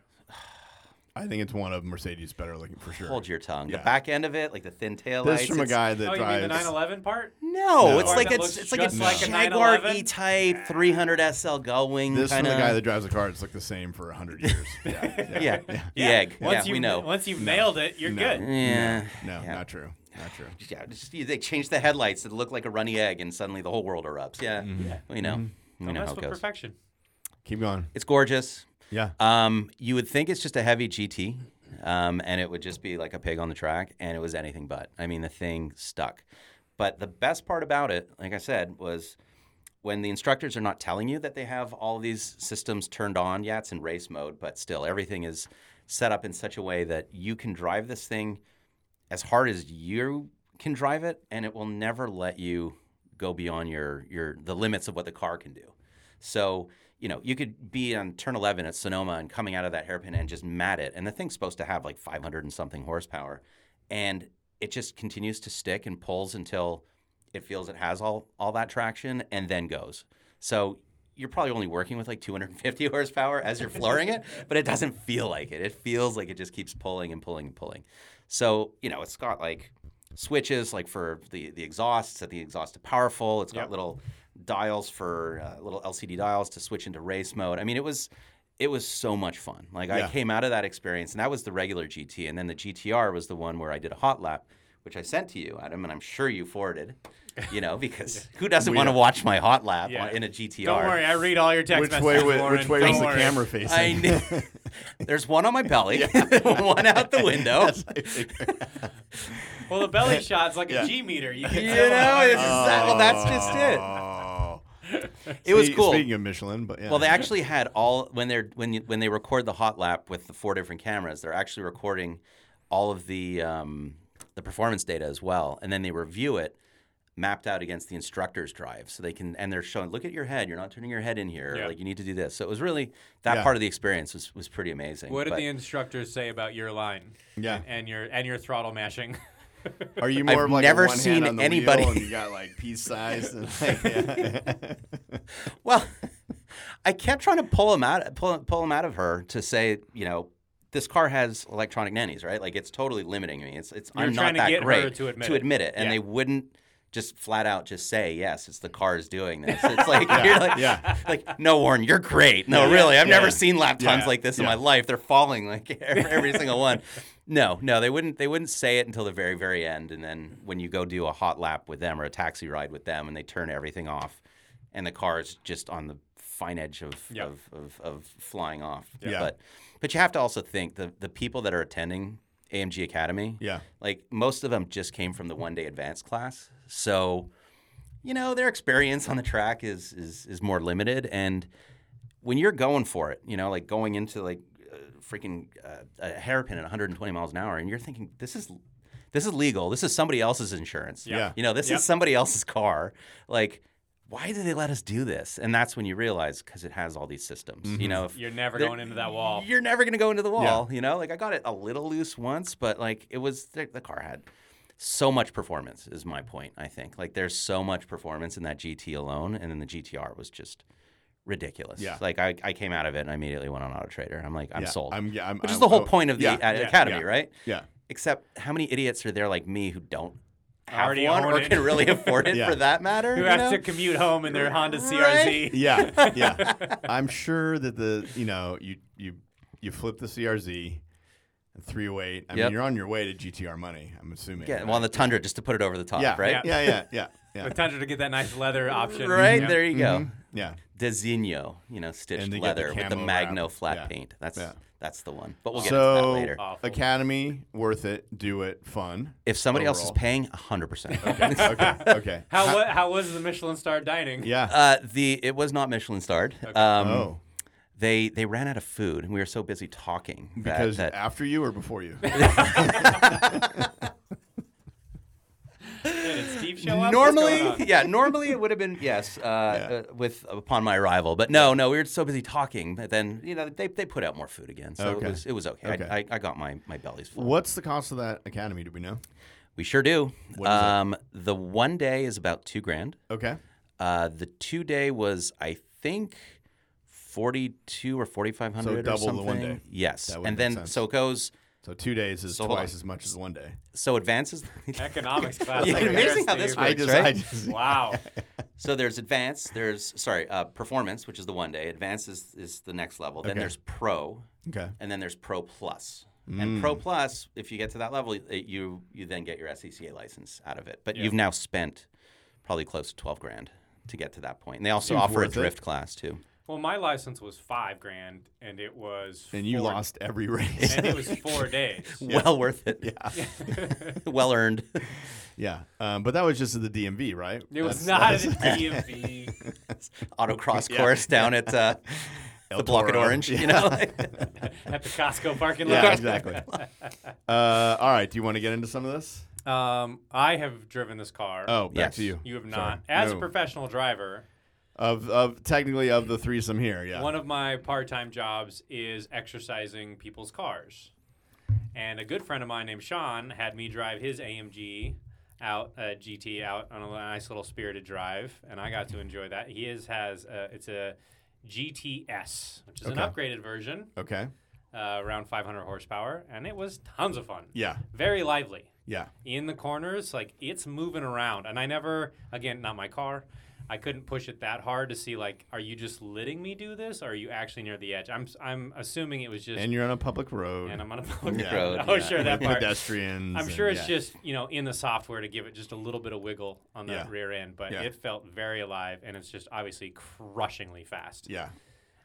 S2: I think it's one of Mercedes' better looking for sure.
S3: hold your tongue.
S2: Yeah.
S3: The back end of it, like the thin tail
S2: This
S3: lights,
S2: from a
S3: it's-
S2: guy that
S1: oh, you mean
S2: drives.
S1: the 911 part?
S3: No,
S2: No.
S3: it's
S2: Car
S3: like
S1: that
S3: it's
S1: looks
S3: it's like a
S1: just like a
S3: Jaguar
S1: 911?
S3: E-Type 300 SL going
S2: this
S3: kind
S2: from the guy that drives a car that's looked the same for hundred years. Yeah.
S3: Mm, yeah, yeah. the egg.
S1: Once
S3: yeah,
S1: you
S3: we know. Mm,
S1: Once you've nailed it, you're good.
S3: yeah.
S2: No,
S3: Yeah.
S2: not true. Not true.
S3: Yeah, just, they changed the headlights that look like a runny egg, and suddenly the whole world erupts. Yeah,
S2: Mm-hmm.
S3: we know. We
S1: Mm-hmm. Don't
S3: know
S1: mess
S3: how it
S1: with
S3: goes.
S1: perfection.
S2: Keep going.
S3: It's gorgeous.
S2: Yeah.
S3: Um, you would think it's just a heavy GT, um, and it would just be like a pig on the track, and it was anything but. I mean, the thing stuck. But the best part about it, like I said, was when the instructors are not telling you that they have all these systems turned on. Yeah, it's in race mode, but still, everything is set up in such a way that you can drive this thing as hard as you can drive it, and it will never let you go beyond your your the limits of what the car can do. So you know you could be on turn 11 at Sonoma and coming out of that hairpin and just mat it, and the thing's supposed to have like 500 and something horsepower, and it just continues to stick and pulls until it feels it has all all that traction and then goes. So you're probably only working with like 250 horsepower as you're flooring it, but it doesn't feel like it. It feels like it just keeps pulling and pulling and pulling. So, you know, it's got like switches like for the the exhausts at the exhaust to powerful. It's got
S1: Yep.
S3: little dials for uh, little LCD dials to switch into race mode. I mean, it was it was so much fun. Like I
S2: Yeah.
S3: came out of that experience and that was the regular GT and then the GTR was the one where I did a hot lap, which I sent to you, Adam, and I'm sure you forwarded. You know, because who doesn't want to watch my hot lap
S1: Yeah.
S3: on- in a GTR?
S1: Don't worry, I read all your text
S2: Which way,
S1: messages.
S2: wa-
S1: Lauren.
S2: which way
S1: Don't
S2: was the
S1: worry.
S2: camera facing?
S3: I knew. There's one on my belly, one out the window.
S1: Well, the belly shot's like
S2: Yeah. Uh,
S1: a G meter. You, can
S3: You
S1: tell
S3: know,
S1: how-
S3: it's exact- well, that's just it.
S2: Oh.
S3: It was
S2: Spe-
S3: cool.
S2: Speaking of Michelin, but yeah.
S3: Well, they actually had all when they're when you, when they record the hot lap with the four different cameras, they're actually recording all of the um, the performance data as well, and then they review it mapped out against the instructor's drive, so they can and they're showing, look at your head, you're not turning your head in here,
S1: Yeah.
S3: like you need to do this. So it was really that
S2: Yeah.
S3: part of the experience was was pretty amazing.
S1: What did
S3: But
S1: the instructors say about your line?
S2: Yeah.
S1: And your and your throttle mashing.
S2: Are you more
S3: I've
S2: of like
S3: never
S2: a one
S3: seen
S2: hand on the
S3: anybody-
S2: wheel and you got like peace signs and like, yeah.
S3: Well, I kept trying to pull him out, pull, pull him out of her to say, you know, this car has electronic nannies, right? Like it's totally limiting me. It's it's
S1: You're
S3: I'm
S1: trying
S3: not
S1: to
S3: that
S1: get her
S3: great
S1: to admit
S3: to
S1: it.
S3: admit it, and
S1: Yeah.
S3: they wouldn't just flat out just say yes. It's the car's doing this. It's like you're like,
S2: yeah.
S3: like no, Warren, you're great. No,
S2: Yeah,
S3: really, I've
S2: yeah.
S3: never seen laptops
S2: Yeah,
S3: like this in
S2: yeah.
S3: my life. They're falling like every single one. No, no, they wouldn't. They wouldn't say it until the very, very end, and then when you go do a hot lap with them or a taxi ride with them, and they turn everything off, and the car is just on the fine edge of
S1: Yeah.
S3: of, of, of flying off.
S2: Yeah.
S3: But but you have to also think the the people that are attending AMG Academy,
S2: Yeah.
S3: like most of them just came from the one day advanced class, so you know their experience on the track is is is more limited and when you're going for it you know like going into like uh, freaking uh, a hairpin at 120 miles an hour and you're thinking this is this is legal this is somebody else's insurance
S2: Yeah.
S3: you know this
S1: Yep.
S3: is somebody else's car like why do they let us do this and that's when you realize because it has all these systems
S2: Mm-hmm.
S3: you know if
S1: You're never
S3: they're-
S1: going into that wall.
S3: You're never gonna go into the wall. You know, like I got it a little loose once, but like it was the, the car had so much performance. Is my point. I think like there's so much performance in that GT alone, and then the GTR was just ridiculous.
S2: Yeah.
S3: Like I, I came out of it and I immediately went on Auto Trader. I'm like, I'm
S2: Yeah,
S3: sold.
S2: I'm, yeah, I'm,
S3: Which is
S2: I'm-
S3: the whole
S2: oh,
S3: point of the
S2: yeah,
S3: uh,
S2: yeah,
S3: academy,
S2: yeah.
S3: right?
S2: Yeah.
S3: Except how many idiots are there like me who don't have
S1: Already
S3: one
S1: own
S3: or
S1: it.
S3: can really afford it
S2: Yeah.
S3: for that matter?
S1: Who
S3: you
S1: has
S3: know?
S1: to commute home in their Honda CRZ?
S2: Yeah, yeah. I'm sure that the you know you you you flip the CRZ, three oh eight. I
S3: Yep.
S2: mean, you're on your way to GTR money. I'm assuming.
S3: Yeah, well, on the Tundra just to put it over the top,
S2: yeah,
S3: right?
S2: yeah, yeah, yeah, yeah, yeah.
S1: With Tundra to get that nice leather option.
S3: Right
S1: Yeah.
S3: there you go.
S2: Mhm. yeah.
S3: Designo, you know, stitched
S2: And they get the
S3: leather with the
S2: camo
S3: Magno
S2: wrap.
S3: flat
S2: Yeah.
S3: paint. That's
S2: Yeah.
S3: that's the one. But we'll get into that
S2: So uh,
S3: later.
S1: Awful.
S2: academy worth it. Do it. Fun.
S3: If somebody else is
S2: overall.
S3: paying, hundred percent.
S2: okay. Okay.
S1: How, wa- how was the Michelin star dining?
S2: Yeah.
S3: Uh, the it was not Michelin starred. Um,
S2: oh,
S3: They they ran out of food, and we were so busy talking that,
S2: because
S3: that
S2: after you or before you?
S1: Did Steve show up? What's going
S3: normally,
S1: on?
S3: yeah, normally it would have been yes, uh, uh, with upon my arrival. But no, no, we were so busy talking. But then you know they, they put out more food again, so
S2: Okay.
S3: it was it was okay.
S2: Okay.
S3: I, I, I got my my belly's full.
S2: What's the cost of that academy? Do we know?
S3: We sure do.
S2: is it?
S3: um, the one day is about two grand.
S2: Okay.
S3: Uh, the two day was, I think, forty two or forty five hundred.
S2: So double
S3: or
S2: the one
S3: something.
S2: day.
S3: Yes,
S2: That would
S3: and
S2: make
S3: then
S2: sense.
S3: so it goes
S2: So two days is
S3: So hold
S2: twice
S3: on.
S2: as much as one day.
S3: so advances.
S1: Economics class.
S3: Yeah,
S1: over there,
S3: amazing how this
S1: Steve.
S3: works.
S2: I just,
S3: right?
S2: I just,
S1: Wow.
S3: so there's advance. There's sorry, uh, performance, which is the one day. Advance is, is the next level. Then
S2: Okay.
S3: there's pro,
S2: okay.
S3: and then there's pro plus. And
S2: Mm.
S3: pro plus, if you get to that level, it, you you then get your SCCA license out of it. But you've now spent probably close to twelve grand to get to that point. And they also
S2: Seems
S3: offer a
S2: worth it.
S3: drift class too.
S1: Well, my license was five grand, and it was.
S2: And you
S1: four-
S2: lost every race.
S1: And it was four days.
S3: Well worth it. well earned.
S2: yeah. Um, but that was just at the DMV, right?
S1: It was
S2: That's-
S1: not at a DMV.
S3: autocross course down at uh,
S2: El
S3: the block at
S2: Toro.
S3: Orange.
S2: Yeah.
S3: You know,
S1: at the Costco parking lot.
S2: Yeah, exactly. uh, all right. Do you want to get into some of this?
S1: Um, I have driven this car.
S2: Oh, back
S3: Yes.
S2: to you.
S1: you have
S2: Sorry.
S1: not. As a
S2: No.
S1: professional driver,
S2: of of technically of the threesome here. Yeah.
S1: one of my part-time jobs is exercising people's cars. And a good friend of mine named Sean had me drive his AMG out uh, GT out on a nice little spirited drive, and I got to enjoy that. He is has uh, it's a GTS, which is an
S2: Okay.
S1: upgraded version,
S2: okay.
S1: uh, around 500 horsepower, and it was tons of fun.
S2: Yeah.
S1: Very lively.
S2: Yeah.
S1: in the corners like it's moving around and i never again not my car i couldn't push it that hard to see like are you just letting me do this or are you actually near the edge i'm i'm assuming it was just
S2: And you're on a public road.
S1: and i'm on a public
S2: Yeah.
S1: road
S3: Road,
S1: oh
S3: yeah.
S1: sure that
S2: with
S1: part
S2: pedestrians.
S1: i'm
S2: and-
S1: sure it's
S2: yeah.
S1: just you know in the software to give it just a little bit of wiggle on that
S2: Yeah.
S1: rear end but
S2: Yeah.
S1: it felt very alive and it's just obviously crushingly fast
S2: Yeah.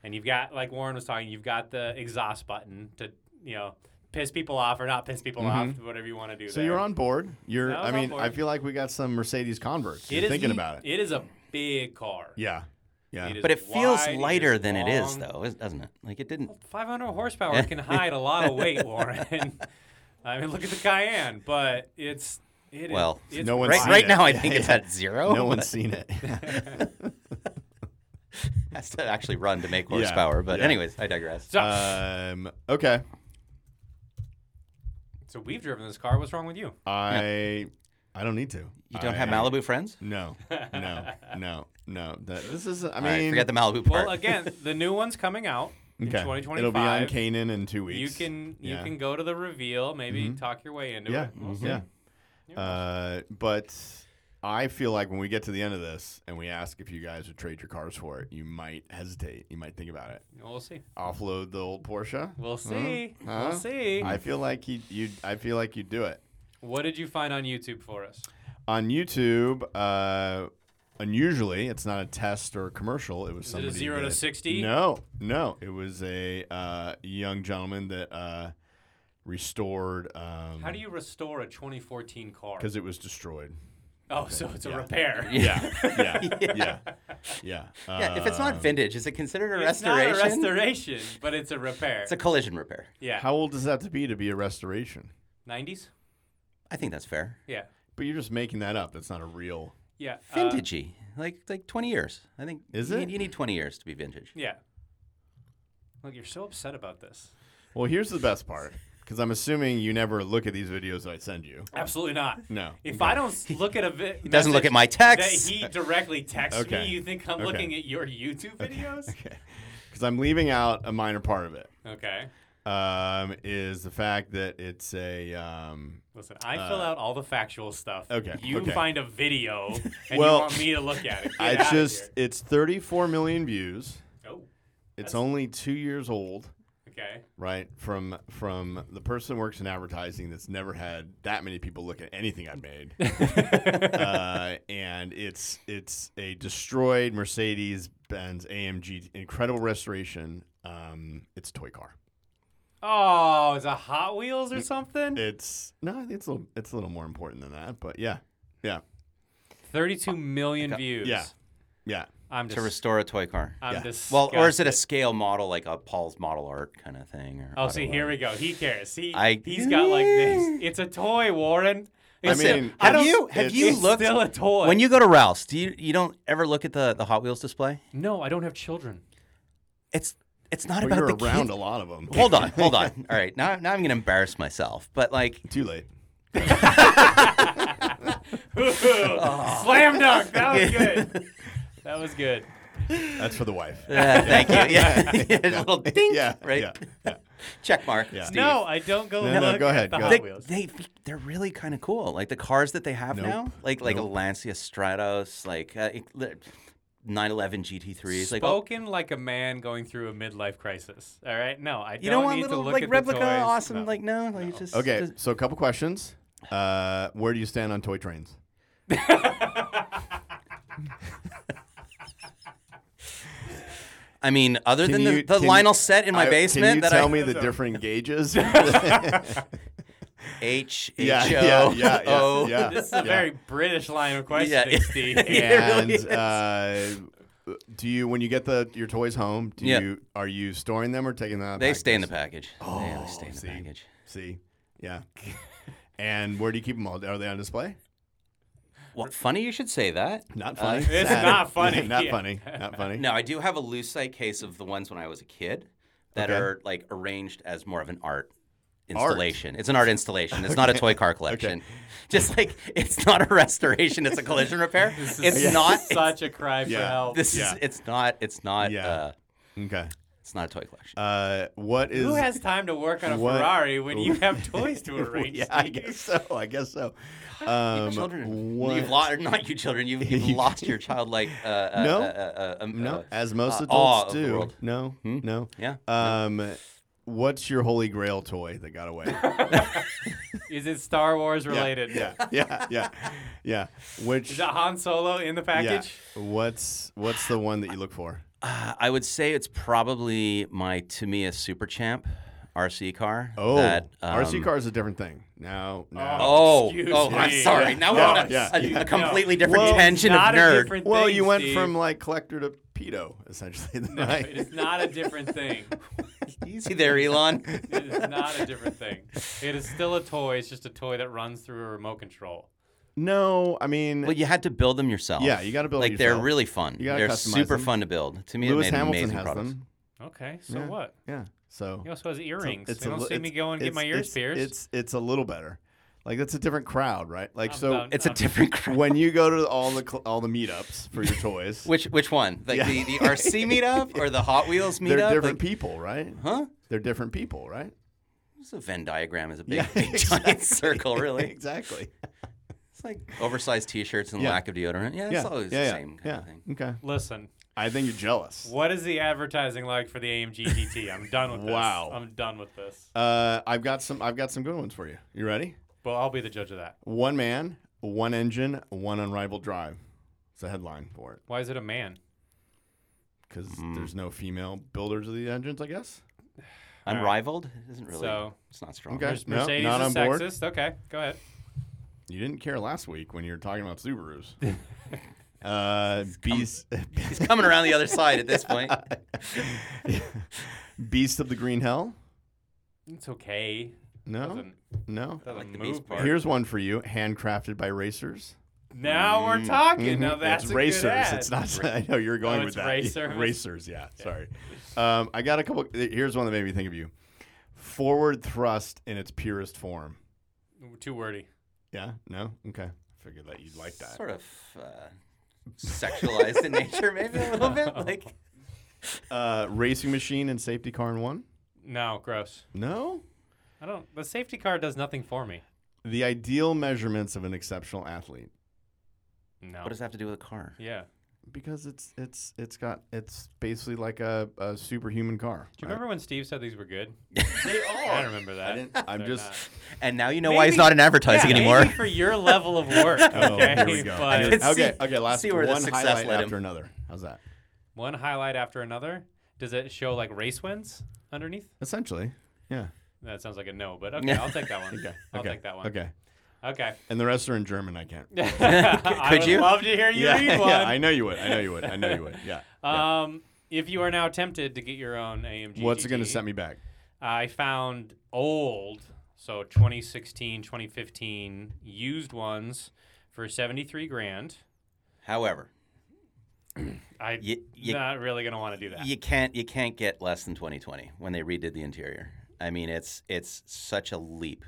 S1: and you've got like warren was talking you've got the exhaust button to you know piss people off or not piss people off whatever you want to do
S2: Mm-hmm. So
S1: there.
S2: you're on board. You're.
S1: I was
S2: I mean,
S1: on board.
S2: I feel like we got some Mercedes converts.
S1: It
S2: You're
S1: is
S2: thinking
S1: the-
S2: about it.
S1: It is a big car.
S2: Yeah. Yeah.
S1: It is
S3: but it feels
S1: wide,
S3: lighter
S1: is
S3: than it is,
S1: long.
S3: though, is- doesn't it? Like it didn't.
S1: 500 horsepower can hide a lot of weight, Warren. I mean, look at the Cayenne, but it's it is-
S3: Well,
S1: it's
S2: No one's
S1: wide.
S3: Right,
S2: seen
S3: right
S2: it.
S3: now, I
S2: Yeah,
S3: think it's
S2: yeah.
S3: at zero.
S2: no one's seen it.
S3: has to actually run to make horsepower. but
S2: yeah.
S3: anyways, I digress.
S1: So,
S2: um. Okay.
S1: so we've driven this car. What's wrong with you?
S2: I. I don't need to.
S3: you don't
S2: I-
S3: have Malibu friends?
S2: No. No. No. No. That, this is. I
S3: All right,
S2: mean.
S3: forget the Malibu part.
S1: Well, again, the new one's coming out. in 2025.
S2: It'll be on Kanan in two
S1: You
S2: weeks.
S1: can you
S2: Yeah. Mm-hmm.
S1: can go to the reveal. Maybe talk your way into
S2: Yeah. mm-hmm.
S1: it. We'll see.
S2: Yeah.
S1: Yeah.
S2: Uh, but I feel like when we get to the end of this and we ask if you guys would trade your cars for it, you might hesitate. You might think about it.
S1: We'll see.
S2: Offload the old Porsche.
S1: We'll see.
S2: Huh?
S1: We'll see.
S2: uh-huh. I feel like you. You. I feel like you'd do it.
S1: What did you find on YouTube for us?
S2: on YouTube. Uh, unusually, it's not a test or a commercial. It was
S1: it a
S2: somebody
S1: zero to
S2: that-
S1: 60?
S2: No, no. It was a uh, young gentleman that uh, restored. Um,
S1: How do you restore a 2014 car?
S2: Because it was destroyed.
S1: Oh, so it's a
S2: Yeah.
S1: repair.
S2: Yeah, yeah, yeah, yeah.
S3: Yeah, if it's not
S2: Um,
S3: vintage, is it considered a
S1: It's
S3: restoration?
S1: not a restoration, but it's a repair.
S3: It's a collision repair.
S1: yeah.
S2: how old does that have to be to be a restoration?
S1: 90s?
S3: I think that's fair.
S1: Yeah.
S2: But you're just making that up. That's not a real.
S1: Yeah. uh,
S3: Vintagey, like like twenty years. I think
S2: Is
S3: you,
S2: it?
S3: Need, you need twenty years to be vintage.
S1: yeah. Look, you're so upset about this.
S2: Well, here's the best part. Because I'm assuming you never look at these videos that I send you.
S1: Absolutely not.
S2: No.
S1: If
S2: Okay.
S1: I don't s- look at a vi- he
S3: doesn't look at my texts.
S1: That he directly texts
S2: Okay.
S1: me. You think I'm
S2: Okay.
S1: looking at your YouTube videos?
S2: Okay. Because I'm leaving out a minor part of it.
S1: Okay.
S2: um, is the fact that it's a um,
S1: Listen, I fill out all the factual stuff.
S2: okay,
S1: You
S2: okay.
S1: find a video and
S2: Well,
S1: you want me to look at it. Get
S2: I
S1: out of
S2: just
S1: here.
S2: it's 34 million views.
S1: Oh,
S2: It's
S1: That's-
S2: only two years old,
S1: okay.
S2: right? From from the person who works in advertising that's never had that many people look at anything I've made, uh, and it's it's a destroyed Mercedes Benz AMG, incredible restoration. Um, it's a toy car.
S1: Oh, is it Hot Wheels or something?
S2: It's no, I think it's a little, it's a little more important than that, but yeah, yeah,
S1: 32 million views.
S2: yeah, yeah.
S1: I'm
S3: To
S1: just.
S3: restore a toy car.
S1: I'm
S2: yeah.
S3: Well, or is it a
S1: disgusted.
S3: scale model like a Paul's model art kind of thing? Or
S1: Oh, see,
S3: Ottawa?
S1: here we go. He cares. He,
S3: I-
S1: he's got like this. It's a toy, Warren. It's
S2: mean,
S1: a,
S2: have
S1: don't-
S2: you- have
S1: it's-
S2: you
S1: it's
S3: looked-
S1: still a toy?
S3: When you go to Ralph's, do you you don't ever look at the the Hot Wheels display?
S1: no, I don't have children.
S3: It's it's not
S2: Well,
S3: about
S2: you're
S3: the
S2: around
S3: kids.
S2: a lot of them.
S3: Hold on, hold on. All right, now now I'm gonna embarrass myself, but like
S2: Too late.
S3: Oh.
S1: Slam dunk. That was good. that was good.
S2: That's for the wife.
S3: Uh, thank you. Yeah, a little ding.
S2: Yeah,
S3: right.
S2: yeah,
S3: Check mark. Steve.
S1: No, I don't go.
S2: No, no,
S1: look
S2: go
S1: at
S2: ahead,
S1: The
S2: go
S1: Hot
S2: ahead.
S3: they,
S1: Wheels.
S3: they they're really kind of cool. Like the cars that they have
S2: Nope.
S3: now, like like
S2: Nope.
S3: a Lancia Stratos, like uh, it- li- 911 GT3s, like oh,
S1: Spoken like a man going through a midlife crisis. All right. No, I don't
S3: you don't want
S1: need
S3: little
S1: to look
S3: like
S1: at
S3: replica
S1: the toys.
S3: awesome
S1: No.
S3: like no, like just
S2: Okay,
S3: just-
S2: so a couple questions. Uh, where do you stand on toy trains?
S3: I mean, other
S2: Can
S3: than
S2: you-
S3: the, the
S2: can-
S3: Lionel set in my
S2: I-
S3: basement
S2: Can you
S3: that
S2: tell
S3: I
S2: me the different gauges? yeah,
S3: H H
S2: yeah,
S3: O
S2: yeah, yeah,
S3: O.
S2: yeah.
S1: This is a
S2: yeah.
S1: very British line of questioning,
S3: Yeah.
S1: Steve.
S2: And
S3: really is.
S2: uh, do you when you get the your toys home? Do
S3: Yeah.
S2: you are you storing them or taking them? Out of
S3: They stay in the
S2: packages?
S3: package. Oh, they stay in the
S2: see.
S3: package.
S2: See, yeah. And where do you keep them all? Are they on display?
S3: Well, funny you should say that.
S2: Not
S3: Uh,
S2: funny.
S1: It's
S2: Sad.
S1: not funny.
S2: not
S1: Yeah.
S2: funny. Not funny.
S3: No, I do have a lucite case of the ones when I was a kid that
S2: Okay.
S3: are like arranged as more of an art installation. It's an art installation. It's not a toy car collection. Just like it's not a restoration, it's a collision repair.
S1: This is
S3: it's not
S1: such a cry for
S2: Yeah.
S1: help.
S3: this
S2: Yeah.
S3: is it's not it's not
S2: Yeah.
S3: uh,
S2: Okay.
S3: it's not a toy collection.
S2: Uh, what is
S1: Who has time to work on a
S2: What-
S1: Ferrari when you have toys to arrange?
S2: yeah, I
S1: Steve?
S2: guess so. I guess so.
S3: You
S2: Um,
S3: children,
S2: what-
S3: you've lost not you children. You've, you've lost your childlike. Uh, uh,
S2: No.
S3: uh, uh, uh, um,
S2: no,
S3: uh,
S2: as most
S3: uh, awe
S2: adults
S3: of the
S2: do.
S3: world. Hmm?
S2: No, no.
S3: Yeah.
S2: Um, what's your holy grail toy that got away?
S1: Is it Star Wars related?
S2: yeah, yeah, yeah, yeah. Which
S1: Is it Han Solo in the
S2: yeah.
S1: package?
S2: What's what's the one that you look for?
S3: Uh, I would say it's probably my Tamiya Super Champ RC car.
S2: Oh,
S3: that,
S2: RC
S3: um,
S2: car is a different thing. Now, now.
S3: Oh,
S1: Excuse
S3: oh, I'm
S1: me.
S3: sorry.
S1: Yeah.
S3: Now we're
S1: No,
S3: on a,
S2: yeah,
S3: a,
S2: yeah.
S3: a completely different
S2: Well,
S3: tangent of
S1: Not a
S3: nerd.
S1: different
S2: well,
S1: thing,
S2: you went
S1: Steve.
S2: from like collector to pedo, essentially.
S1: No,
S2: right?
S1: it is not a different thing.
S3: Easy there, Elon.
S1: It is not a different thing. It is still a toy. It's just a toy that runs through a remote control.
S2: No, I mean,
S3: well, you had to build them yourself.
S2: Yeah, you gotta build
S3: Like
S2: it
S3: they're
S2: yourself.
S3: really fun.
S2: You gotta
S3: They're
S2: customize
S3: super
S2: them.
S3: fun to build. To me,
S2: Lewis
S3: they made
S2: Hamilton
S3: amazing
S2: has
S3: products.
S2: them.
S1: Okay, so
S2: Yeah.
S1: what?
S2: Yeah, so
S1: He also has earrings.
S2: It's
S1: they
S2: a
S1: don't
S2: li-
S1: see me
S2: it's-
S1: go and get
S2: it's-
S1: my ears
S2: it's-
S1: pierced.
S2: It's it's a little better. Like that's a different crowd, right? Like so
S1: about-
S3: It's a different crowd.
S2: when you go to all the cl- all the meetups for your toys,
S3: Which which one? Like
S2: Yeah.
S3: the, the RC meetup or the Hot Wheels meetup?
S2: they're different
S3: Like,
S2: people, right?
S3: huh?
S2: They're different people, right?
S3: It's a Venn diagram is a big,
S2: Yeah,
S3: big giant circle, really.
S2: exactly.
S3: It's like oversized T-shirts and
S2: Yeah.
S3: lack of deodorant. Yeah, it's always the same kind
S2: yeah.
S3: of thing.
S2: Okay.
S1: Listen,
S2: I think you're jealous.
S1: what is the advertising like for the AMG GT? I'm done with this.
S2: Wow.
S1: I'm done with this.
S2: Uh, I've got some. I've got some good ones for you. You ready?
S1: Well, I'll be the judge of that.
S2: One man, one engine, one unrivaled drive. It's the headline for it
S1: Why is it a man?
S2: because
S3: Mm-hmm.
S2: there's no female builders of the engines, I guess.
S3: Unrivaled isn't really.
S1: So-
S3: it's not strong.
S2: Okay.
S1: There's
S2: No,
S1: Mercedes
S2: not
S1: is
S2: on board.
S1: sexist. Okay, go ahead.
S2: You didn't care last week when you were talking about Subarus. uh, beast,
S3: He's coming around the other side at this point.
S2: beast of the green hell.
S1: It's okay.
S2: No,
S1: Doesn't,
S2: no.
S1: doesn't
S3: like the beast
S1: move.
S3: part.
S1: me.
S2: Here's one for you, handcrafted by racers.
S1: Now we're talking. Now
S2: Mhm.
S1: that's
S2: it's
S1: a
S2: racers.
S1: Good ad.
S2: It's not. I know you're going
S1: Oh,
S2: with
S1: it's
S2: that.
S1: racers?
S2: Racers. Yeah. Sorry. Um, I got a couple. Here's one that made me think of you. Forward thrust in its purest form.
S1: too wordy.
S2: Yeah. No. Okay. Figured that you'd like that.
S3: Sort of uh, sexualized in nature, maybe a little bit. Like
S2: Uh, racing machine and safety car in one.
S1: No, gross.
S2: No.
S1: I don't. The safety car does nothing for me.
S2: The ideal measurements of an exceptional athlete
S1: No.
S3: what does that have to do with a car?
S1: Yeah.
S2: because it's it's it's got it's basically like a, a superhuman car.
S1: Do you
S2: right?
S1: remember when Steve said these were good? they are. I remember that.
S2: I didn't, I'm
S1: They're
S2: just.
S1: not.
S3: And now you know why he's
S1: Maybe-
S3: not in advertising
S1: Yeah,
S3: anymore.
S1: maybe for your level of work.
S2: Oh,
S1: Okay.
S2: here we go.
S1: But
S3: could
S2: okay,
S3: see-
S2: okay. Last
S3: see where the
S2: one
S3: success
S2: highlight
S3: led him.
S2: after another. How's that?
S1: one highlight after another. Does it show like race wins underneath?
S2: Essentially, yeah.
S1: That sounds like a no, but okay,
S3: Yeah.
S1: I'll take that one. I'll take that one.
S2: Okay.
S1: Okay.
S2: And the rest are in German. I can't.
S1: I
S3: could
S1: would
S3: you?
S1: love to hear you
S2: yeah,
S1: read one.
S2: yeah. I know you would. I know you would. I know you would. Yeah. yeah.
S1: Um, if you are now tempted to get your own AMG,
S2: What's it going to
S1: GT,
S2: set me back?
S1: I found old, so 2016, 2015 used ones for 73 grand.
S3: However,
S1: I'm
S3: You- you-
S1: not really gonna want to do that.
S3: you can't you can't get less than 2020 when they redid the interior. I mean, it's it's such a leap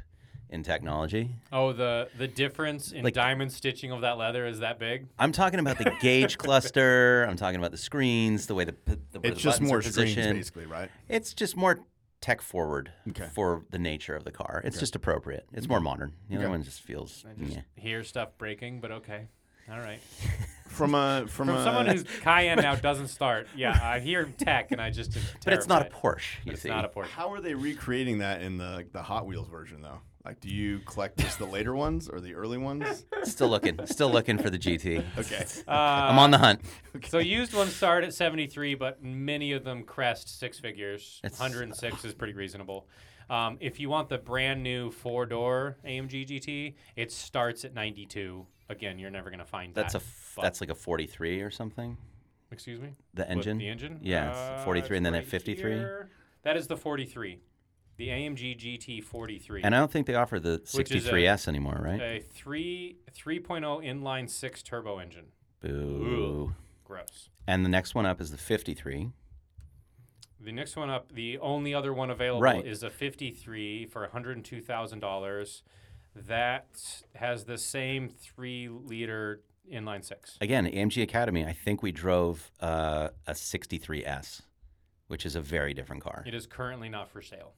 S3: in technology.
S1: oh, the the difference in
S3: Like-
S1: diamond stitching of that leather is that big.
S3: I'm talking about the gauge cluster. I'm talking about the screens, the way the, p- the where
S2: It's
S3: the
S2: just
S3: buttons
S2: more
S3: are
S2: screens,
S3: positioned.
S2: basically, right?
S3: It's just more tech forward
S2: Okay.
S3: for the nature of the car. It's just appropriate. It's
S1: Mm-hmm.
S3: more modern. The other
S2: Okay.
S3: one just feels. yeah.
S1: Hear stuff breaking, but okay. All right.
S2: From a from,
S1: From
S2: a,
S1: someone whose Cayenne now doesn't start, yeah, I hear tech and I just. am
S3: But it's not a
S1: terrified.
S3: Porsche. You
S1: But it's
S3: see,
S1: not a Porsche.
S2: How are they recreating that in the the Hot Wheels version though? Like, do you collect just the later ones or the early ones?
S3: still looking, still looking for the GT.
S2: Okay.
S1: Uh,
S3: I'm on the hunt.
S1: So used ones start at 73, but many of them crest six figures.
S3: It's-
S1: 106 is pretty reasonable. Um, if you want the brand new four door AMG GT, it starts at 92. Again, you're never gonna find
S3: That's a
S1: that.
S3: f- that's like a 43 or something.
S1: excuse me.
S3: The
S1: What,
S3: engine.
S1: the engine.
S3: Yeah, it's
S1: Uh,
S3: 43 and then
S1: right
S3: at 53.
S1: here. That is the 43. The AMG GT 43.
S3: And I don't think they offer the
S1: Which is a-
S3: 63s anymore, right?
S1: a three 3.0 inline six turbo engine.
S3: Boo.
S1: Gross.
S3: And the next one up is the 53.
S1: The next one up, the only other one available
S3: Right.
S1: is a 53 for $102,000. That has the same three liter inline six.
S3: Again, AMG Academy, I think we drove uh, a 63S, which is a very different car.
S1: It is currently not for sale.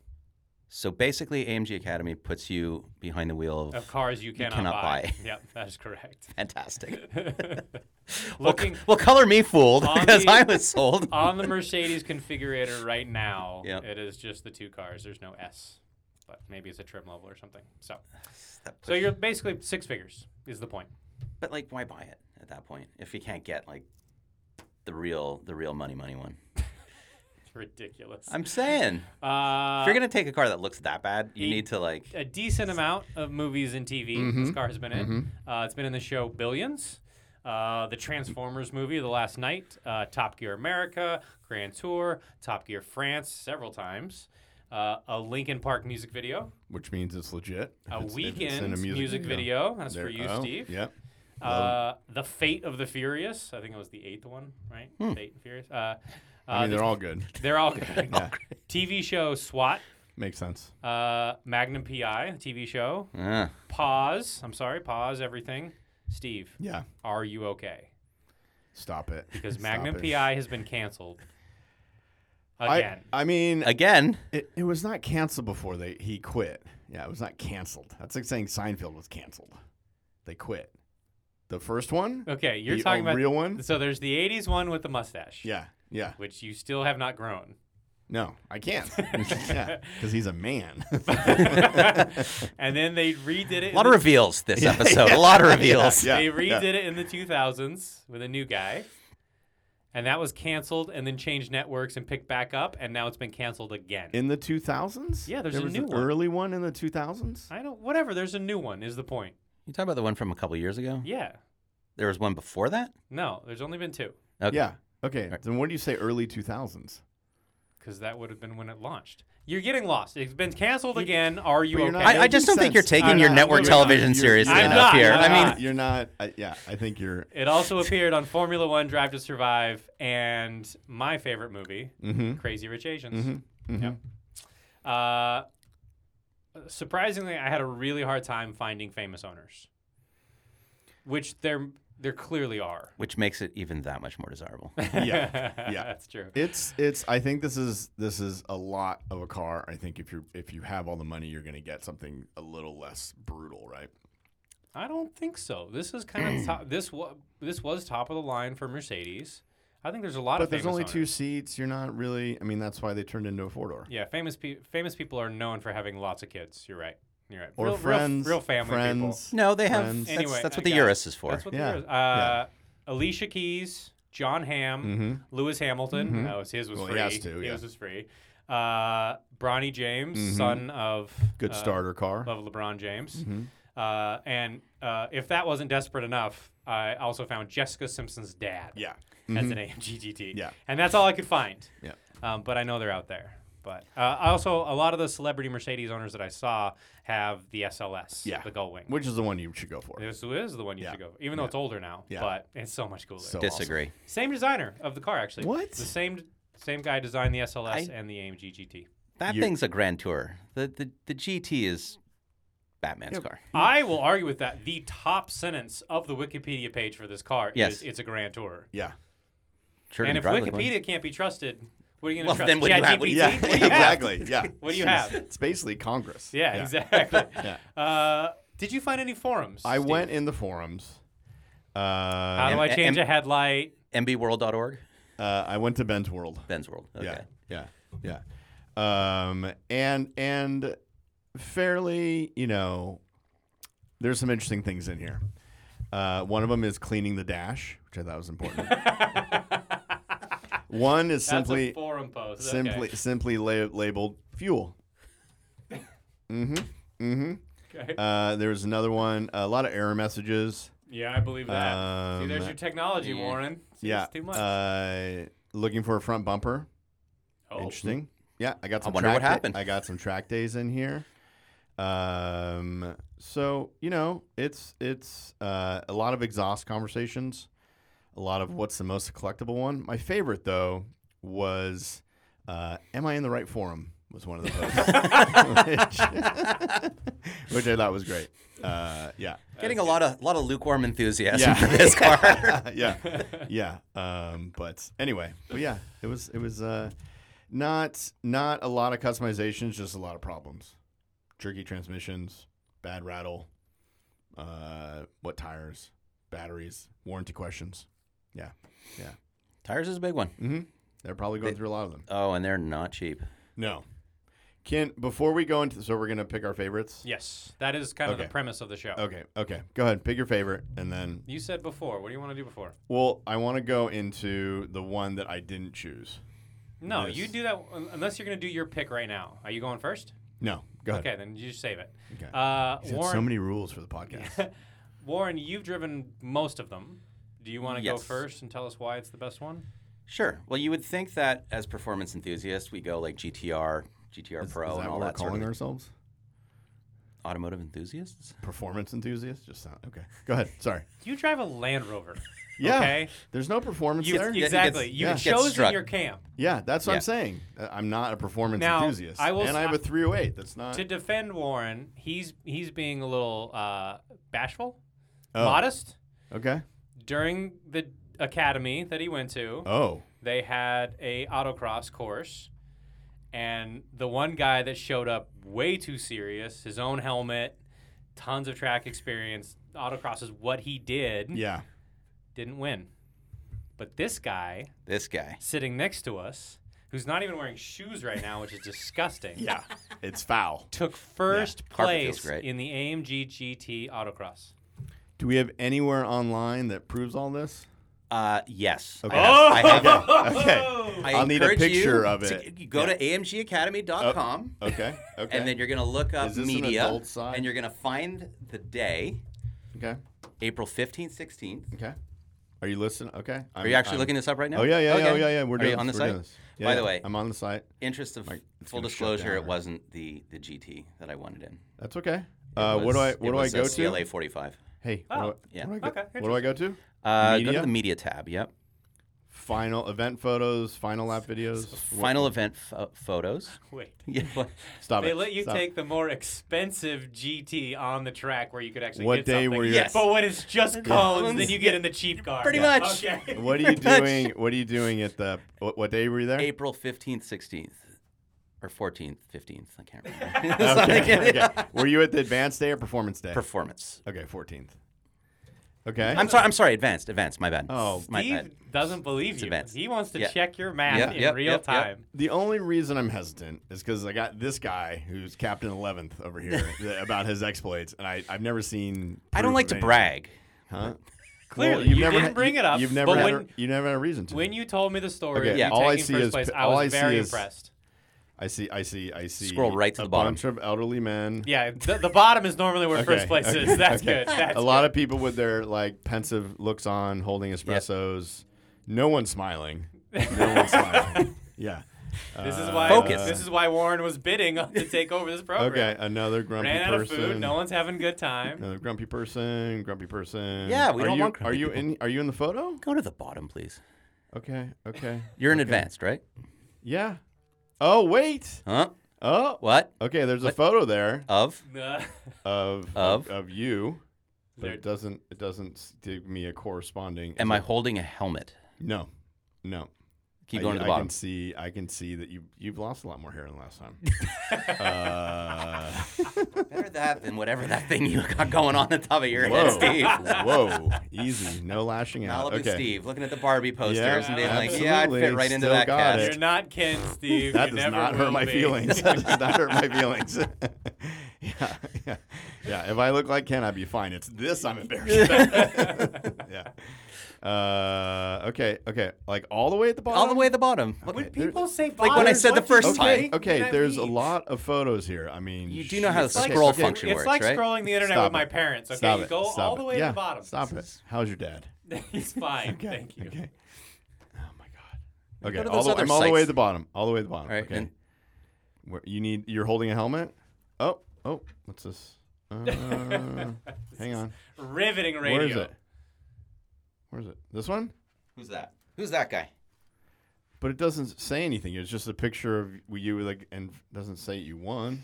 S3: So basically, AMG Academy puts you behind the wheel of.
S1: Of cars you cannot,
S3: cannot buy.
S1: Yep, that is correct.
S3: Fantastic. well, c-
S1: Looking
S3: well, color me fooled
S1: On
S3: because
S1: the-
S3: I was sold.
S1: on the Mercedes configurator right now,
S3: Yeah.
S1: it is just the two cars. There's no S, but maybe it's a trim level or something. So,
S3: That
S1: so
S3: push-
S1: you're basically six figures is the point.
S3: but like, why buy it at that point if you can't get like the real, the real money, money one?
S1: It's ridiculous.
S3: I'm saying,
S1: Uh,
S3: if you're gonna take a car that looks that bad, you
S1: he-
S3: need to like.
S1: a decent amount of movies and TV.
S2: Mm-hmm.
S1: This car has been in. Uh, it's been in the show Billions, uh, the Transformers movie, The Last Night, uh, Top Gear America, Grand Tour, Top Gear France several times, uh, a Linkin Park music video,
S2: Which means it's legit. If
S1: a
S2: it's- if it's in
S1: Weekend Uh, music, video. That's
S2: There-
S1: for you,
S2: oh,
S1: Steve.
S2: Yep.
S1: Uh, the Fate of the Furious. I think it was the eighth one, right? Fate and Furious. Uh,
S2: Hmm. I
S1: uh,
S2: mean,
S1: the-
S2: they're all good.
S1: they're all good. TV show SWAT,
S2: Makes sense.
S1: Uh, Magnum PI, TV show.
S3: Ah,
S1: Pause. I'm sorry. Pause everything. Steve,
S2: Yeah.
S1: are you okay?
S2: Stop it.
S1: Because
S2: Stop
S1: Magnum
S2: it.
S1: PI has been canceled
S2: I,
S1: again.
S2: I mean,
S3: again,
S2: it, it was not canceled before they he quit. Yeah, it was not canceled. That's like saying Seinfeld was canceled. They quit. The first one?
S1: okay, you're
S2: the
S1: talking
S2: a
S1: about
S2: real one?
S1: So there's the '80s one with the mustache.
S2: Yeah. Yeah.
S1: Which you still have not grown.
S2: No, I can't. yeah, because he's a man.
S1: and then they redid it.
S3: a
S1: in
S3: lot of
S1: the-
S3: reveals this episode. A lot of reveals.
S2: Yeah,
S1: they redid
S2: yeah.
S1: it in the 2000s with a new guy, and that was canceled, and then changed networks and picked back up, and now it's been canceled again.
S2: in the 2000s?
S1: Yeah, there's
S2: there
S1: a
S2: was
S1: new
S2: an
S1: one.
S2: early one in the 2000s?
S1: I don't. Whatever. There's a new one. Is the point?
S3: You talking about the one from a couple years ago?
S1: Yeah.
S3: There was one before that.
S1: No. There's only been two,
S3: Okay.
S2: Yeah. Okay. Then what do you say early 2000s?
S1: because that would have been when it launched. You're getting lost. It's been canceled again. Are you
S2: But you're
S1: okay?
S2: not
S3: I, I just don't
S2: Making
S3: think you're
S2: sense.
S3: taking
S1: I'm
S3: your
S1: not-
S3: network
S1: you're
S3: television
S2: not-
S3: seriously
S1: I'm
S3: enough
S1: not,
S3: here.
S1: I'm
S3: I mean,
S1: not.
S2: you're not. I, yeah, I think you're.
S1: it also appeared on Formula One Drive to Survive and my favorite movie,
S2: Mm-hmm.
S1: Crazy Rich Asians.
S2: Mm-hmm.
S1: Yep. Uh, surprisingly, I had a really hard time finding famous owners, which there there clearly are.
S3: which makes it even that much more desirable.
S2: Yeah, yeah.
S1: that's true.
S2: It's it's. I think this is this is a lot of a car. I think if you if you have all the money, you're going to get something a little less brutal, right?
S1: I don't think so. This is kind of top, this was this was top of the line for Mercedes. I think there's a lot
S2: But
S1: of
S2: there's
S1: famous
S2: only two
S1: owners.
S2: seats. You're not really. I mean, that's why they turned into a four door.
S1: Yeah, famous pe- famous people are known for having lots of kids. You're right. You're right.
S2: Or
S1: real,
S2: friends,
S1: real, real family people.
S2: friends.
S3: no, they have.
S2: Friends.
S3: That's,
S1: Anyway,
S3: that's what
S1: I
S3: the
S1: got it.
S3: Urus is for.
S1: That's what
S2: Yeah.
S1: there is. Uh, Alicia Keys, John Hamm,
S2: Mhm.
S1: Lewis Hamilton. That was his was
S2: Well, he
S1: free.
S2: has to, yeah. Mm-hmm.
S1: His was free. Uh, Bronny James, son of
S2: Good Mm-hmm.
S1: uh,
S2: starter car.
S1: of LeBron James. Uh, and uh, if that wasn't desperate enough, I also found Jessica Simpson's dad.
S2: Yeah.
S1: As an AMGGT.
S2: Mm-hmm. Yeah.
S1: And that's all I could find.
S2: Yeah.
S1: Um, but I know they're out there. But uh, I also, a lot of the celebrity Mercedes owners that I saw have the SLS,
S2: Yeah.
S1: the gull wing.
S2: Which is the one you should go for?
S1: This is the one you
S2: Yeah.
S1: should go, even though it's older now.
S2: Yeah.
S1: But it's so much cooler.
S2: So-
S3: Disagree.
S1: same designer of the car, actually.
S2: What?
S1: The same same guy designed the SLS
S3: I-
S1: and the AMG GT.
S3: That
S2: You-
S3: thing's a grand tour. The the, the GT is Batman's car.
S2: Hmm.
S1: I will argue with that. The top sentence of the Wikipedia page for this car
S3: Yes.
S1: is "It's a Grand Tour."
S2: Yeah.
S3: Sure,
S1: and
S3: you
S1: if
S3: drive with one.
S1: Wikipedia can't be trusted, what are you going to
S3: Well,
S1: trust?
S3: then what do you have? What do you-
S1: ChatGPT? What
S2: Yeah.
S1: do you have?
S2: exactly. Yeah.
S1: What do you
S2: Jeez.
S1: have?
S2: It's basically Congress.
S1: Yeah, exactly. Uh, did you find any forums?
S2: I
S1: Steve?
S2: went in the forums. Uh,
S1: How do
S3: And-
S1: I change
S3: and-
S1: a headlight?
S3: mbworld.org,
S2: uh, I went to Ben's World.
S3: Ben's World. Okay.
S2: Yeah, yeah, yeah. Um, and and fairly, you know, there's some interesting things in here. Uh, one of them is cleaning the dash, which I thought was important. one is
S1: That's
S2: simply
S1: a forum post. Okay.
S2: simply simply la- labeled fuel.
S1: Okay.
S2: Uh, there was another one, a lot of error messages.
S1: yeah, I believe that. See, there's
S2: um,
S1: your technology,
S3: yeah.
S1: Warren. See,
S2: yeah,
S1: it's too much.
S2: Uh, looking for a front bumper.
S1: oh.
S2: Interesting. Yeah, I got some.
S3: wonder
S2: track
S3: what
S2: da-
S3: happened.
S2: I got some track days in here. Um, so you know, it's it's uh, a lot of exhaust conversations, a lot of what's the most collectible one. My favorite though was, uh, "Am I in the right forum?" was one of the posts, which, which I thought was great. Uh, yeah,
S3: Getting a lot of lot of lukewarm enthusiasm
S2: Yeah.
S3: for this car.
S2: yeah, yeah. Um, but anyway, but yeah, it was it was uh, not not a lot of customizations, just a lot of problems. Jerky transmissions, bad rattle, uh, what tires, batteries, warranty questions. Yeah,
S3: Tires is a big one.
S2: mm-hmm. they're probably going through a lot of them.
S3: Oh, and they're not cheap.
S2: No, Ken. Before we go into, so we're gonna pick our favorites.
S1: Yes, that is kind of the
S2: Okay. Oh.
S1: premise of the show.
S2: Okay, okay. Go ahead, pick your favorite, and then
S1: You said before. What do you want to do before?
S2: well, I want to go into the one that I didn't choose.
S1: No,
S2: Yes.
S1: you do that un- unless you're going to do your pick right now. Are you going first?
S2: No, go ahead.
S1: Okay, then you just save it.
S2: Okay.
S1: Uh,
S2: He's got
S1: Warren,
S2: so many rules for the podcast.
S1: Warren, you've driven most of them. Do you want to go
S3: Yes.
S1: first and tell us why it's the best one?
S3: Sure. Well, you would think that as performance enthusiasts, we go like GTR, GTR Pro,
S2: Is that what
S3: and all
S2: we're
S3: that sort
S2: calling
S3: of.
S2: ourselves?
S3: automotive enthusiasts?
S2: Performance enthusiast? Just sound okay. Go ahead. Sorry.
S1: You drive a Land Rover.
S2: Yeah.
S1: Okay.
S2: There's no performance
S1: You,
S2: there.
S3: yeah,
S1: exactly.
S3: gets-
S1: You've
S3: yeah. Gets
S1: chosen
S3: struck.
S1: your camp.
S2: Yeah, that's what
S3: Yeah.
S2: I'm saying. Uh, I'm not a performance
S1: Now,
S2: enthusiast.
S1: I will
S2: and I
S1: s-
S2: have a 308. That's not.
S1: To defend Warren, he's he's being a little uh, bashful,
S2: Oh.
S1: modest.
S2: Okay.
S1: During the academy that he went to,
S2: Oh.
S1: they had a autocross course, and the one guy that showed up way too serious, his own helmet, tons of track experience, autocross is what he did,
S2: Yeah.
S1: didn't win. But this guy
S3: This guy.
S1: sitting next to us, who's not even wearing shoes right now, which is disgusting.
S2: Yeah. it's foul.
S1: took first
S3: carpet feels
S1: place
S3: great.
S1: in the AMG GT Autocross.
S2: Do we have anywhere online that proves all this?
S3: Uh, yes.
S2: Okay. Oh!
S3: I have, I have a-
S2: Okay.
S3: I
S2: I'll need a
S3: encourage you
S2: picture of
S3: to
S2: it.
S3: g- go to amgacademy.com
S2: Okay. Okay.
S3: and then you're going to look up
S2: Is this an
S3: media
S2: adult side?
S3: and you're going to find the day,
S2: okay.
S3: April 15th, 16th.
S2: Okay. Are you listening? Okay.
S3: Are you actually looking this up right now?
S2: Oh yeah, yeah, yeah,
S3: Okay.
S2: yeah, yeah. We're
S3: Are
S2: doing
S3: you on the
S2: this. We're doing
S3: site.
S2: this. Yeah,
S3: By
S2: yeah.
S3: the way,
S2: I'm on the site.
S3: interest of
S2: Like, it's
S3: full
S2: gonna shut down,
S3: disclosure, it
S2: right?
S3: wasn't the the GT that I wanted in.
S2: That's okay. Uh, what do I
S3: was-
S2: what
S3: it
S2: do I
S3: was a
S2: go
S3: CLA
S2: to?
S3: 45.
S2: Hey,
S1: Oh,
S2: what, do I,
S3: yeah.
S2: what, do I go,
S1: Okay,
S2: what do I go to?
S3: Uh, go to
S2: Media?
S3: the media tab. Yep.
S2: Final event photos, final lap videos. What-
S3: Final event pho- photos.
S1: Wait.
S3: Yeah. what-
S2: Stop it.
S1: They let you
S2: Stop.
S1: take the more expensive GT on the track where you could actually
S2: What
S1: get
S2: day
S1: something.
S2: were you-
S3: Yes.
S1: But when it's just cones, then you get in the cheap car.
S3: Pretty
S1: Yeah.
S3: much.
S1: Okay.
S2: What are you
S3: Pretty much.
S2: doing? What are you doing at the? What, what day were you there?
S3: April 15th, 16th, or 14th, 15th. I can't remember. It's like-
S2: Okay. okay. Were you at the advanced day or performance day?
S3: Performance.
S2: okay, fourteenth. Okay.
S3: I'm sorry. I'm sorry. Advanced. Advanced. My bad.
S2: Oh,
S3: my
S1: Steve
S3: bad.
S1: doesn't believe you.
S3: advanced.
S1: He wants to
S3: Yeah.
S1: check your math
S3: Yep,
S1: in
S3: yep,
S1: real
S3: yep, yep.
S1: time.
S2: the only reason I'm hesitant is because I got this guy who's Captain Eleventh over here th- about his exploits, and I, I've never seen.
S3: I don't
S2: proof
S3: like
S2: of
S3: to
S2: any-
S3: brag.
S2: Huh?
S1: Clearly,
S2: Well,
S1: you
S2: never
S1: didn't
S2: ha-
S1: bring it up,
S2: You've never
S1: but
S2: had
S1: when-
S2: a, you never had a reason to.
S1: When you told me the story
S2: Okay,
S1: of
S2: yeah.
S1: you
S2: All I
S1: taking
S2: see
S1: first
S2: is
S1: place,
S2: pi-
S1: I
S2: all
S1: was
S2: I see
S1: very
S2: is-
S1: impressed.
S2: I see, I see, I see.
S3: Scroll right to
S2: a
S3: the bottom.
S2: bunch of elderly men.
S1: Yeah, the, the bottom is normally where
S2: Okay,
S1: first place
S2: okay,
S1: is. That's
S2: okay.
S1: good. That's
S2: a lot of people with their like pensive looks on, holding espressos. No one smiling. No one smiling. Yeah. Uh,
S1: This is why
S3: Focus.
S1: this is why Warren was bidding to take over this program.
S2: Okay, another grumpy
S1: Ran out of
S2: person.
S1: food. No one's having a good time.
S2: Another grumpy person. Grumpy person.
S3: Yeah, we
S2: are
S3: don't
S2: you,
S3: want grumpy
S2: Are you
S3: people.
S2: in? Are you in the photo?
S3: Go to the bottom, please.
S2: Okay. Okay.
S3: You're in advanced, right?
S2: Yeah. Oh wait.
S3: Huh?
S2: Oh.
S3: What?
S2: Okay. There's a photo there
S3: Of?
S1: Uh,
S2: of
S3: Of?
S2: you. But
S1: There-
S2: it doesn't. It doesn't s- give me a corresponding.
S3: Am I holding a helmet?
S2: No. No.
S3: Keep
S2: I-
S3: going to the
S2: I
S3: bottom.
S2: can see. I can see that you you've lost a lot more hair than last time. uh,
S3: Better that than whatever that thing you got going on the top of your
S2: whoa.
S3: head, Steve.
S2: Whoa. Easy. No lashing out.
S3: Malibu
S2: okay.
S3: Steve looking at the Barbie posters
S2: Yeah,
S3: and being like, "Yeah, I'd fit
S2: absolutely.
S3: right into
S2: Still
S3: that
S2: got
S3: cast."
S1: you're not Ken, Steve.
S2: That
S1: you
S2: does
S1: never
S2: not
S1: will
S2: hurt my
S1: be.
S2: feelings. that does not hurt my feelings. yeah, yeah, yeah. If I look like Ken, I'd be fine. It's this I'm embarrassed. about. yeah. Uh, okay. Okay. Like all the way at the bottom.
S3: All the way at the bottom. Look,
S1: When people say
S3: Like when I said the first time.
S2: Okay. Okay. There's a lot of photos here. I mean,
S3: You do know how
S2: shit.
S3: the
S1: like-
S3: scroll
S2: okay.
S3: function
S1: It's
S3: works,
S1: like
S3: right?
S1: scrolling the internet
S2: Stop
S1: with my
S2: it.
S1: parents. Okay,
S2: Stop
S1: you
S2: it.
S1: go
S2: Stop
S1: all
S2: it.
S1: the way
S2: yeah.
S1: to the bottom.
S2: Stop it. How's your dad?
S1: He's fine.
S2: Okay,
S1: Thank you.
S2: Okay. Oh my god. Okay.
S3: to
S2: All
S3: those
S2: the,
S3: other
S2: I'm all the way
S3: sites.
S2: at the bottom. All the way at the bottom.
S3: All right,
S2: okay.
S3: and-
S2: Where, you need. You're holding a helmet. Oh. Oh. What's this? Uh, hang on.
S1: Riveting radio.
S2: Where is it? Where is it? This one?
S3: Who's that? Who's that guy?
S2: But it doesn't say anything. It's just a picture of you, like, and doesn't say you won.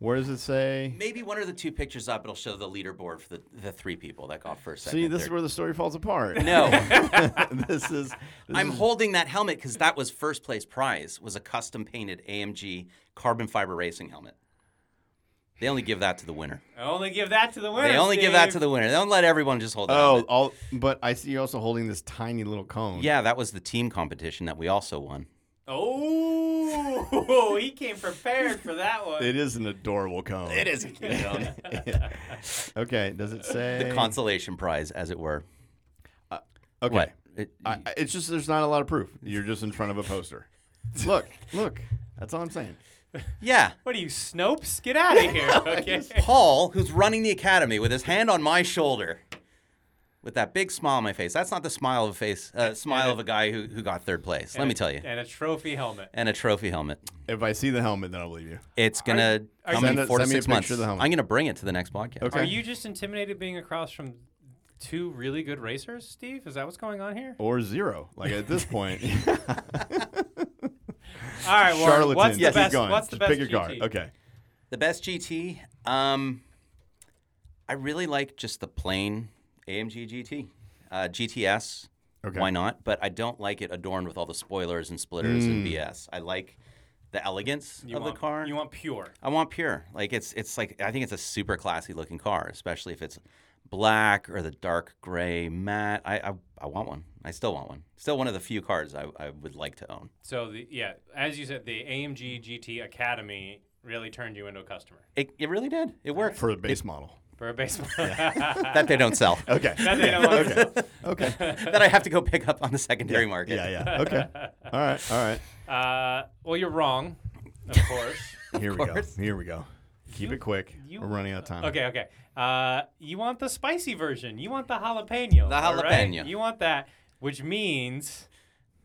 S2: Where does it say?
S3: Maybe one of the two pictures up, it'll show the leaderboard for the, the three people that got first.
S2: See,
S3: second,
S2: this is
S3: third.
S2: where the story falls apart.
S3: no.
S2: this is. This
S3: I'm
S2: is-
S3: holding that helmet because that was first place prize. Was a custom painted AMG carbon fiber racing helmet. They only give that to the winner.
S1: I only give that to the winner.
S3: They only give that to
S1: Steve.
S3: the winner. They don't let everyone just hold. the
S2: Oh,
S3: helmet.
S2: all, but I see you also holding this tiny little cone.
S3: yeah, that was the team competition that we also won.
S1: Oh, he came prepared for that one.
S2: It is an adorable cone. It
S3: is
S2: okay. Does it say
S3: the consolation prize, as it were.
S2: Okay. Uh,
S3: What? It-
S2: I, I- it's just there's not a lot of proof. You're just in front of a poster. look, look. That's all I'm saying.
S3: yeah.
S1: What are you, Snopes? Get out of here. Okay.
S3: Paul, who's running the academy with his hand on my shoulder, with that big smile on my face. That's not the smile of a face, uh, smile of a guy who, who got third place. Let me tell you.
S1: And a trophy helmet.
S3: And a trophy helmet.
S2: If I see the helmet, then I'll believe you.
S3: It's gonna
S1: are
S3: come
S1: you-
S3: in
S2: Send a-
S3: four to
S2: send me a
S3: six months.
S2: picture of the helmet.
S3: I'm gonna bring it to the next podcast.
S2: Okay.
S1: Are you just intimidated being across from two really good racers, Steve? Is that what's going on here?
S2: Or zero. Like at this point,
S1: All right, Warren,
S2: charlatan.
S1: what's the
S2: Keep
S1: best?
S2: going.
S1: What's the
S2: Just
S1: best?
S2: pick your guard.
S1: GT?
S2: Okay.
S3: The best GT. Um, I really like just the plain AMG GT, uh, GTS.
S2: Okay.
S3: Why not? But I don't like it adorned with all the spoilers and splitters
S2: Hmm.
S3: and BS. I like the elegance
S1: You
S3: of
S1: want,
S3: the car.
S1: You want pure.
S3: I want pure. Like it's it's like I think it's a super classy looking car, especially if it's black or the dark gray matte. I I, I want one. I still want one. Still one of the few cars I, I would like to own.
S1: So the, yeah, as you said, the AMG GT Academy really turned you into a customer
S3: It, it really did. It worked.
S2: For the base model.
S1: for a baseball.
S3: That they don't sell.
S2: Okay.
S1: That they don't want to sell.
S2: okay.
S3: that I have to go pick up on the secondary market.
S2: Yeah, yeah. Okay. All right. All right.
S1: Uh, well, you're wrong, of course.
S2: Here we go.
S3: course.
S2: Here we go. Keep it quick.
S1: you-
S2: We're running out of time.
S1: Okay, okay. Uh, you want the spicy version. You want the jalapeno.
S3: The
S1: all right?
S3: jalapeno.
S1: You want that, which means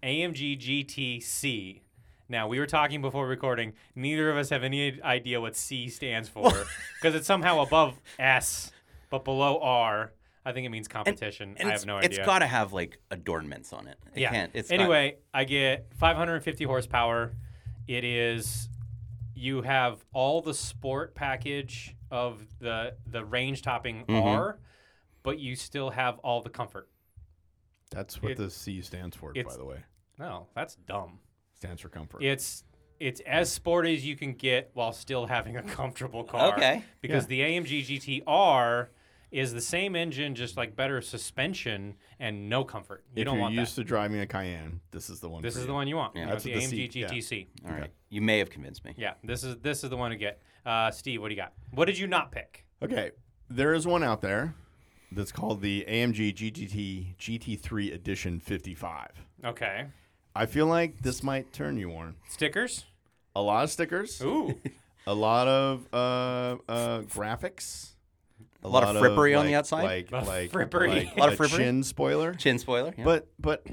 S1: AMG GTC. Now, we were talking before recording. Neither of us have any idea what C stands for because it's somehow above S but below R. I think it means competition.
S3: And
S1: I
S3: it's-
S1: have no idea.
S3: It's got to have like adornments on it. It
S1: yeah.
S3: can't. It's got-
S1: anyway, I get 550 horsepower. It is you have all the sport package of the the range topping R, but you still have all the comfort.
S2: That's what
S1: It-
S2: the C stands for, by
S1: it's-
S2: the way.
S1: No, that's dumb.
S2: Stands for comfort.
S1: It's it's as sporty as you can get while still having a comfortable car.
S3: Okay.
S1: Because the AMG GTR is the same engine, just like better suspension and no comfort. You
S2: if
S1: don't
S2: you're
S1: want
S2: used
S1: that.
S2: to driving a Cayenne, this is the one.
S1: This
S2: for
S1: is
S2: you.
S1: the one you want. You
S2: That's
S1: want
S2: what the
S1: the AMG
S2: seat- yeah.
S1: GTC.
S3: all right. You may have convinced me.
S1: Yeah, this is this is the one to get. Uh, Steve, what do you got? What did you not pick?
S2: Okay, there is one out there that's called the AMG GTT GT3 Edition 55.
S1: Okay,
S2: I feel like this might turn you on.
S1: stickers.
S2: A lot of stickers,
S1: Ooh,
S2: a lot of uh, uh, graphics, a,
S3: lot of frippery on the outside?
S2: like
S1: A lot of
S2: like
S1: frippery.
S2: like
S3: A lot of frippery?
S2: chin spoiler.
S3: Chin spoiler. yeah.
S2: But but,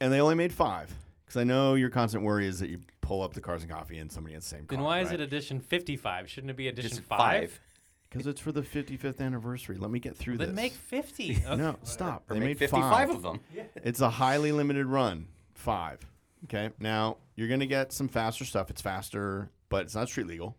S2: and they only made five because I know your constant worry is that you pull up the cars and coffee and somebody has the same.
S1: then
S2: car,
S1: why is it
S2: right?
S1: edition fifty-five? Shouldn't it be edition
S3: Just
S1: five?
S2: Because it's for the 55th anniversary. Let me get through
S1: Then
S2: this.
S1: make fifty. Okay.
S2: no, stop.
S3: Or
S2: they
S3: make
S2: made
S3: 55
S2: five
S3: of them.
S2: It's a highly limited run, five. Okay. Now you're gonna get some faster stuff. It's faster, but it's not street legal.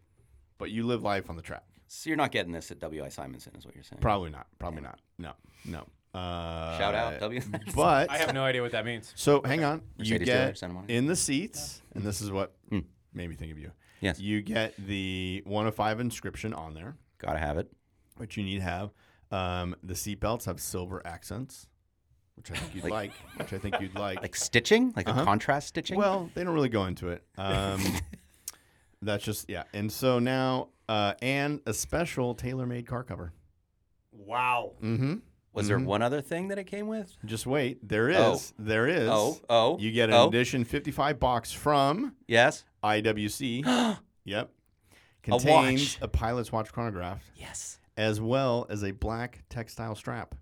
S2: But you live life on the track.
S3: So you're not getting this at W.I. Simonson, is what you're saying.
S2: Probably not. Probably not. No. No. Uh,
S3: Shout out W.
S2: But
S1: I have no idea what that means.
S2: so hang on. You
S3: Mercedes
S2: get
S3: 200% money.
S2: in the seats, and this is what made me think of you.
S3: Hmm. Yes.
S2: You get the one of five inscription on there,
S3: Gotta have it.
S2: which you need to have. Um, the seatbelts have silver accents, which I think you'd like. Which I think you'd like.
S3: Like stitching, like a contrast stitching.
S2: Uh-huh. Well, they don't really go into it. Um, that's just yeah. And so now, uh, and a special tailor-made car cover.
S1: Wow.
S2: Mm-hmm.
S3: was there one other thing that it came with?
S2: Just wait, there is,
S3: Oh.
S2: there is.
S3: Oh, oh,
S2: you get an
S3: oh.
S2: edition 55 box from
S3: Yes.
S2: IWC. yep,
S3: watch.
S2: contains a, pilot's watch chronograph
S3: Yes.
S2: as well as a black textile strap.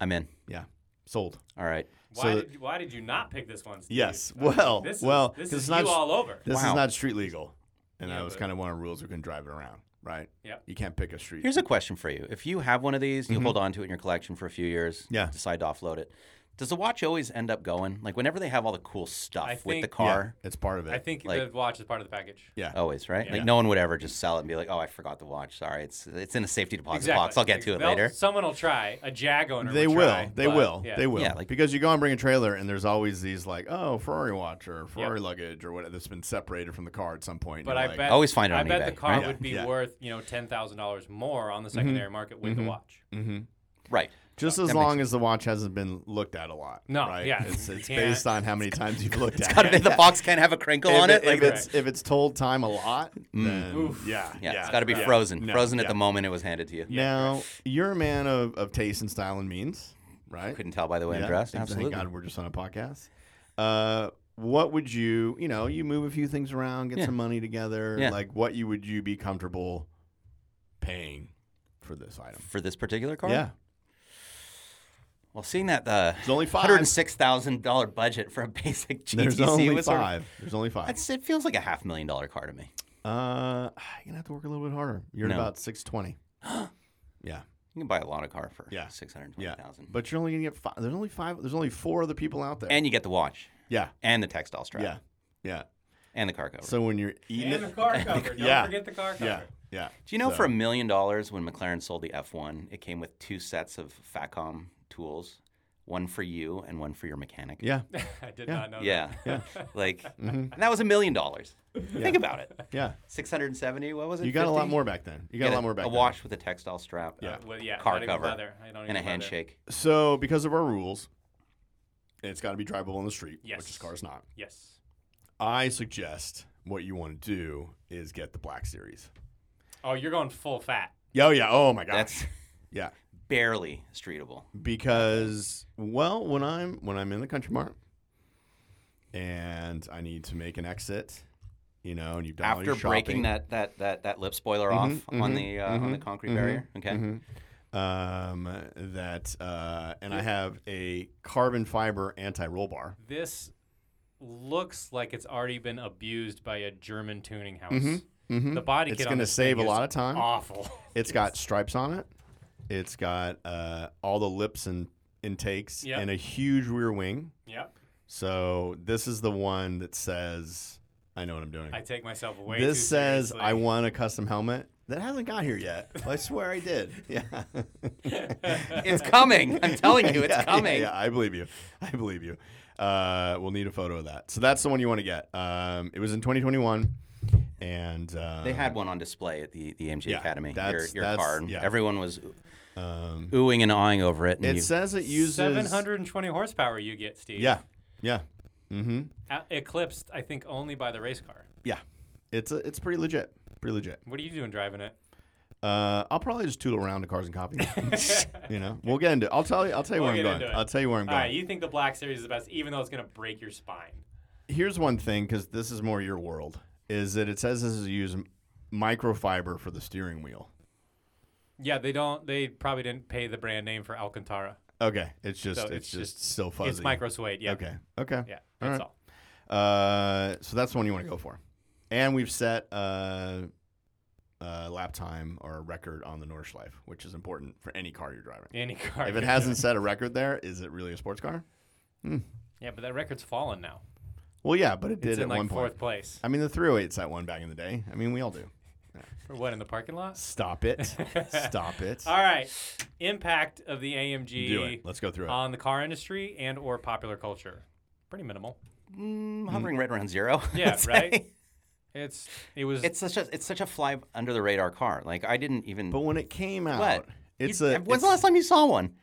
S3: I'm in.
S2: Yeah, sold.
S3: All right.
S1: Why
S2: So-
S1: did why did you not pick this one? Steve?
S2: Yes.
S1: I mean,
S2: Well,
S1: this is,
S2: well,
S1: this
S2: 'cause
S1: is
S2: it's not
S1: you
S2: s-
S1: all over.
S2: This
S3: Wow.
S2: is not street legal, and
S1: Yeah,
S2: that was
S1: but-
S2: kind of one of the rules we can drive it around, right?
S1: Yep.
S2: You can't pick a street.
S3: Here's a question for you. If you have one of these, you hold on to it in your collection for a few years,
S2: Mm-hmm. Yeah.
S3: decide to offload it. Does the watch always end up going? Like whenever they have all the cool stuff
S1: I
S3: with the
S1: think-
S2: Yeah,
S3: car,
S2: it's part of it.
S1: I think
S3: Like-
S1: the watch is part of the package.
S2: Yeah.
S3: always, right?
S2: Yeah.
S3: Like no one would ever just sell it and be like, "Oh, I forgot the watch. Sorry, it's it's in a safety deposit
S1: Exactly.
S3: box. I'll get to it
S1: They'll-
S3: later."
S1: Someone will try. A Jag owner.
S2: They
S1: would
S2: will.
S1: try,
S2: they
S1: but-
S2: will.
S1: yeah.
S2: They will.
S3: Yeah, like-
S2: because you go and bring a trailer, and there's always these like, oh, Ferrari watch or Ferrari luggage or whatever that's been separated from the car at some point. and
S1: But
S2: you're
S1: I
S2: like,
S1: bet
S3: Always find it
S1: I
S3: on
S1: bet
S3: eBay,
S1: the car
S3: right?
S1: would be
S2: Yeah. Mm-hmm.
S1: worth you know ten thousand dollars more on the secondary market with the watch.
S3: Right.
S2: just as long as the watch hasn't been looked at a lot.
S1: No,
S2: right?
S1: yeah,
S2: it's,
S1: you
S2: it's
S1: can't-
S2: based on how many times you've looked at.
S3: Got to
S2: it.
S3: be the box can't have a crinkle
S2: If
S3: on it.
S2: it-
S3: Like Mm.
S2: if it's if it's told time a lot, then
S1: Oof.
S2: yeah,
S3: yeah,
S2: yeah,
S3: it's got to be
S2: yeah.
S3: frozen,
S2: No,
S3: frozen at
S2: yeah.
S3: the moment it was handed to you.
S2: Now you're a man of, of taste and style and means, right?
S3: Couldn't tell by the way
S2: Yeah,
S3: I'm dressed.
S2: thank-
S3: Absolutely.
S2: Thank God we're just on a podcast. Uh, what would you, you know, you move a few things around, get
S3: Yeah.
S2: some money together.
S3: Yeah.
S2: Like, what you would you be comfortable paying for this item?
S3: For this particular car,
S2: Yeah,
S3: Well, seeing that uh, the
S2: There's only five.
S3: $106,000 budget for a basic GTC
S2: There's only
S3: was sort of-
S2: five. There's only five.
S3: that's, it feels like a half million dollar car to me.
S2: Uh, you're gonna have to work a little bit harder. You're
S3: No.
S2: at about six twenty. yeah,
S3: You can buy a lot of car for
S2: Yeah.
S3: six hundred twenty
S2: yeah.
S3: thousand.
S2: But you're only gonna get five. There's only five. There's only four other people out there.
S3: and you get the watch
S2: yeah,
S3: and the textile strap
S2: yeah, yeah.
S3: and the car cover.
S2: So when you're eating
S1: And the
S2: it,
S1: car cover. Don't
S2: Yeah.
S1: forget the car cover.
S2: yeah, yeah.
S3: Do you know
S2: So-
S3: for a million dollars when McLaren sold the F1, it came with two sets of Facom tools, one for you and one for your mechanic.
S2: Yeah,
S1: I did
S2: Yeah.
S1: not know
S3: Yeah. like
S2: Mhm.
S3: and that was a million dollars. Think about it.
S2: yeah.
S3: 670, what was it?
S2: You got a lot
S3: 50?
S2: more back then. You got
S3: Get
S2: a lot more back.
S3: A
S2: then.
S3: watch with a textile strap.
S2: Yeah.
S1: that. Well, yeah,
S3: Car
S1: not even
S3: cover
S1: leather. I don't even
S3: And a
S1: leather.
S3: handshake.
S2: So because of our rules, it's got to be drivable on the street,
S1: Yes.
S2: which this car's not.
S1: Yes.
S2: I suggest what you want to do is get the Black Series.
S1: Oh, you're going full fat.
S2: Oh yeah. Oh my gosh.
S3: That's
S2: yeah.
S3: barely streetable.
S2: because well when i'm when i'm in the country mart and i need to make an exit you know and you've done all
S3: After
S2: your shopping,
S3: breaking that, that that that lip spoiler off
S2: Mhm,
S3: on
S2: mhm,
S3: the uh, on the
S2: mhm,
S3: concrete
S2: mhm,
S3: barrier. Okay.
S2: mhm, um that uh and i have a carbon fiber anti-roll bar
S1: This looks like it's already been abused by a German tuning house.
S3: Mm-hmm.
S2: Mhm.
S1: The body
S2: it's
S1: kit on
S2: going to
S1: this
S2: save a
S1: thing is
S2: lot of time
S1: Awful.
S2: it's got stripes on it it's got uh all the lips and intakes
S1: Yep.
S2: and a huge rear wing
S1: yep.
S2: so this is the one that says i know what i'm doing
S1: I take myself away. too
S2: this says
S1: seriously.
S2: I want a custom helmet. That hasn't got here yet. I swear I did. Yeah.
S3: It's coming. I'm telling you, it's
S2: Yeah, yeah,
S3: coming.
S2: Yeah, I believe you. I believe you. Uh, we'll need a photo of that. So that's the one you want to get. Um, it was in 2021, and uh,
S3: They had one on display at the, the MG
S2: Yeah,
S3: Academy. Your,
S2: that's-
S3: your
S2: that's-
S3: car. and
S2: yeah.
S3: Everyone was
S2: Um,
S3: oohing and awing over it. And
S2: it
S3: you-
S2: says it uses
S1: 720 horsepower you get, Steve.
S2: Yeah. Yeah. Mm-hmm.
S1: A- eclipsed, I think, only by the race car.
S2: Yeah. It's a, it's pretty legit. Pretty legit.
S1: What are you doing driving it?
S2: Uh, I'll probably just toodle around to cars and copy. you know, we'll get into. I'll tell you. I'll tell you
S1: We'll
S2: where I'm
S1: get
S2: going.
S1: into it.
S2: I'll tell you where I'm
S1: All
S2: going.
S1: right, you think the Black Series is the best, even though it's going to break your spine.
S2: here's one thing because this is more your world is that it says this is use microfiber for the steering wheel
S1: Yeah, they don't. They probably didn't pay the brand name for Alcantara.
S2: okay it's just
S1: So
S2: it's,
S1: it's
S2: just,
S1: just-
S2: still fuzzy
S1: It's micro suede. Yeah.
S2: okay okay
S1: Yeah.
S2: All
S1: That's
S2: right.
S1: all.
S2: uh, so that's the one you want to go for and we've set uh, uh, lap time or a record on the nordschleife which is important for any car you're driving
S1: Any car.
S2: if it hasn't set a record there is it really a sports car
S1: Yeah, but that record's fallen now.
S2: well yeah but it did
S1: It's
S2: at
S1: in like
S2: one point
S1: fourth place.
S2: i mean the 308's that one back in the day i mean we all do
S1: For what in the parking lot?
S2: stop it stop it
S1: All right. Impact of the AMG
S2: do it let's go through it
S3: Um,
S1: on the car industry and or popular culture. Pretty minimal.
S2: mm-hmm.
S3: Mm, hovering right around zero.
S1: Yeah,
S3: I'd say.
S1: right? It's it was
S3: It's such a it's such a fly under the radar car. Like I didn't even.
S2: But when it came out,
S3: what?
S2: it's
S3: You-
S2: a
S3: When's
S2: it's,
S3: the last time you saw one?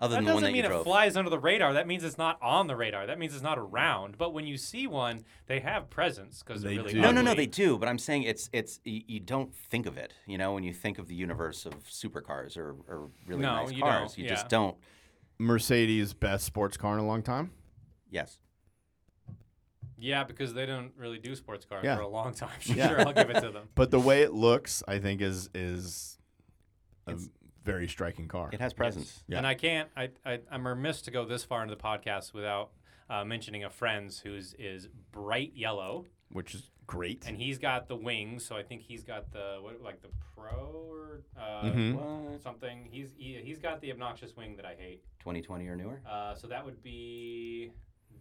S3: Other
S1: that
S3: than the one
S1: doesn't
S3: that
S1: mean
S3: you
S1: it
S3: drove.
S1: flies under the radar. That means it's not on the radar. That means it's not around. But when you see one, they have presence because
S2: They
S1: they're really
S2: do.
S3: no, no, no,
S1: ugly.
S3: they do. But I'm saying it's it's you, you don't think of it. You know, when you think of the universe of supercars or, or really
S1: No,
S3: nice
S1: you don't,
S3: cars, you just
S1: yeah.
S3: don't.
S2: Mercedes' best sports car in a long time.
S3: Yes.
S1: Yeah, because they didn't really do sports cars
S2: Yeah.
S1: for a long time.
S2: Yeah.
S1: sure, I'll give it to them.
S2: But the way it looks, I think, is is a very striking car.
S3: It has presence.
S2: Yeah.
S1: And I can't. I, I I'm remiss to go this far into the podcast without uh, mentioning a friend's whose is bright yellow,
S2: which is great.
S1: and he's got the wings. So I think he's got the what like the pro or uh,
S2: Mhm.
S3: What?
S1: something. He's he, he's got the obnoxious wing that I hate.
S3: 2020 or newer.
S1: Uh, so that would be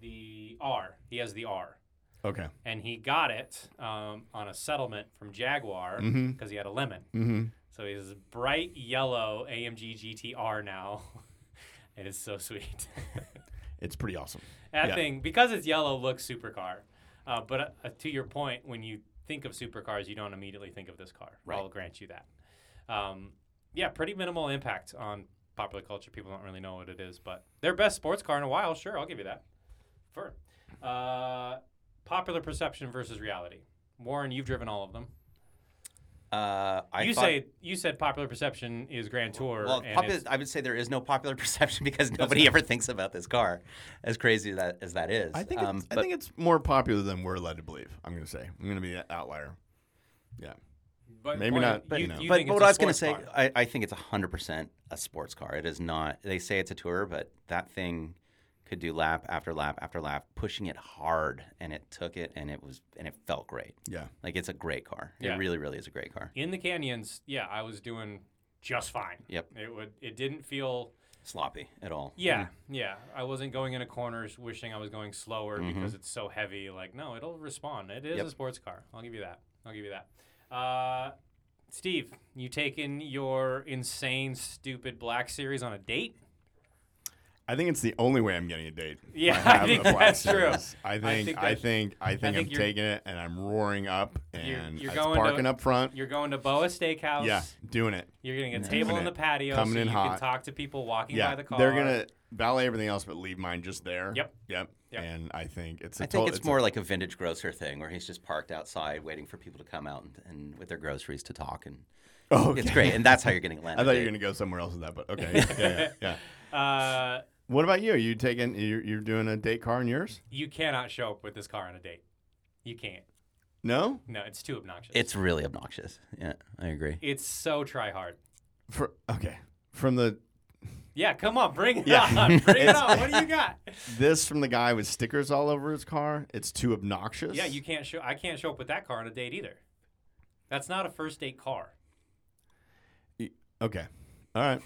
S1: the R. He has the R.
S2: Okay.
S1: And he got it um, on a settlement from Jaguar because
S2: Mhm.
S1: he had a lemon.
S2: Mm-hmm.
S1: So he has this bright yellow AMG GTR now. it is so sweet.
S2: It's pretty awesome.
S1: that
S2: Yeah.
S1: thing, because it's yellow, looks supercar. Uh, but uh, to your point, when you think of supercars, you don't immediately think of this car.
S3: Right.
S1: I'll grant you that. Um, yeah, pretty minimal impact on popular culture. People don't really know what it is, but their best sports car in a while. Sure, I'll give you that. Sure. Uh, popular perception versus reality. Warren, you've driven all of them.
S3: Uh, I
S1: you
S3: thought-
S1: say you said popular perception is Grand Tour.
S3: Well,
S1: and
S3: popular,
S1: it's-
S3: I would say there is no popular perception because nobody ever thinks about this car, as crazy that, as that is.
S2: I think
S3: Um,
S2: it's, I
S3: but
S2: think it's more popular than we're led to believe. I'm going to say. I'm going to be an outlier. Yeah.
S1: But
S2: Maybe
S1: point-
S2: not, but
S1: You,
S2: no.
S1: you
S3: but,
S1: think
S3: but
S1: it's
S3: what
S1: a
S3: I was going to say,
S1: sports car.
S3: I, I think it's 100% a sports car. It is not, they say it's a tour, but that thing could do lap after lap after lap, pushing it hard. And it took it and it was, and it felt great.
S2: Yeah.
S3: Like it's a great car.
S1: Yeah.
S3: It really, really is a great car.
S1: in the canyons, yeah, I was doing just fine.
S3: Yep.
S1: It would. It didn't feel.
S3: Sloppy at all.
S1: Yeah,
S2: Mm.
S1: yeah. I wasn't going into corners wishing I was going slower
S2: Mm-hmm.
S1: because it's so heavy. Like, no, it'll respond. It is
S3: Yep.
S1: a sports car. I'll give you that. I'll give you that. Uh, Steve, you taking your insane, stupid black series on a date?
S2: I think it's the only way I'm getting a date. if
S1: Yeah,
S2: have
S1: I think
S2: the Black
S1: that's true.
S2: Series. I think
S1: think
S2: I
S1: that's-
S2: think I think, I
S1: think
S2: am
S1: you're-
S2: taking it and I'm roaring up and
S1: you're
S2: it's
S1: going to-
S2: parking up front.
S1: You're going to Boa Steakhouse.
S2: Yeah, doing it.
S1: You're getting a table in the
S2: it.
S1: patio
S2: Coming
S1: so
S2: in
S1: you can
S2: hot.
S1: talk to people walking
S2: Yeah,
S1: by the car.
S2: they're gonna valet everything else, but leave mine just there.
S1: Yep.
S2: Yep.
S1: Yep.
S2: And I think it's. a
S3: I think
S2: tot-
S3: it's,
S2: a-
S3: more like a vintage grocer thing where he's just parked outside waiting for people to come out and, and with their groceries to talk. And
S2: oh, okay.
S3: it's great. And that's how you're getting landed.
S2: I thought you were gonna go somewhere else with that, but okay. yeah, yeah, yeah.
S1: Uh,
S2: What about you? You taking? You're, you're doing a date car in yours?
S1: you cannot show up with this car on a date. You can't.
S2: No.
S1: No, it's too obnoxious.
S3: It's really obnoxious. Yeah, I agree.
S1: it's so try hard.
S2: For okay. From the
S1: Yeah, come on, bring it
S2: Yeah.
S1: on, bring it
S2: It's-
S1: on. What do you got?
S2: this from the guy with stickers all over his car, it's too obnoxious.
S1: Yeah, you can't show. I can't show up with that car on a date either. That's not a first date car.
S2: Okay. All right.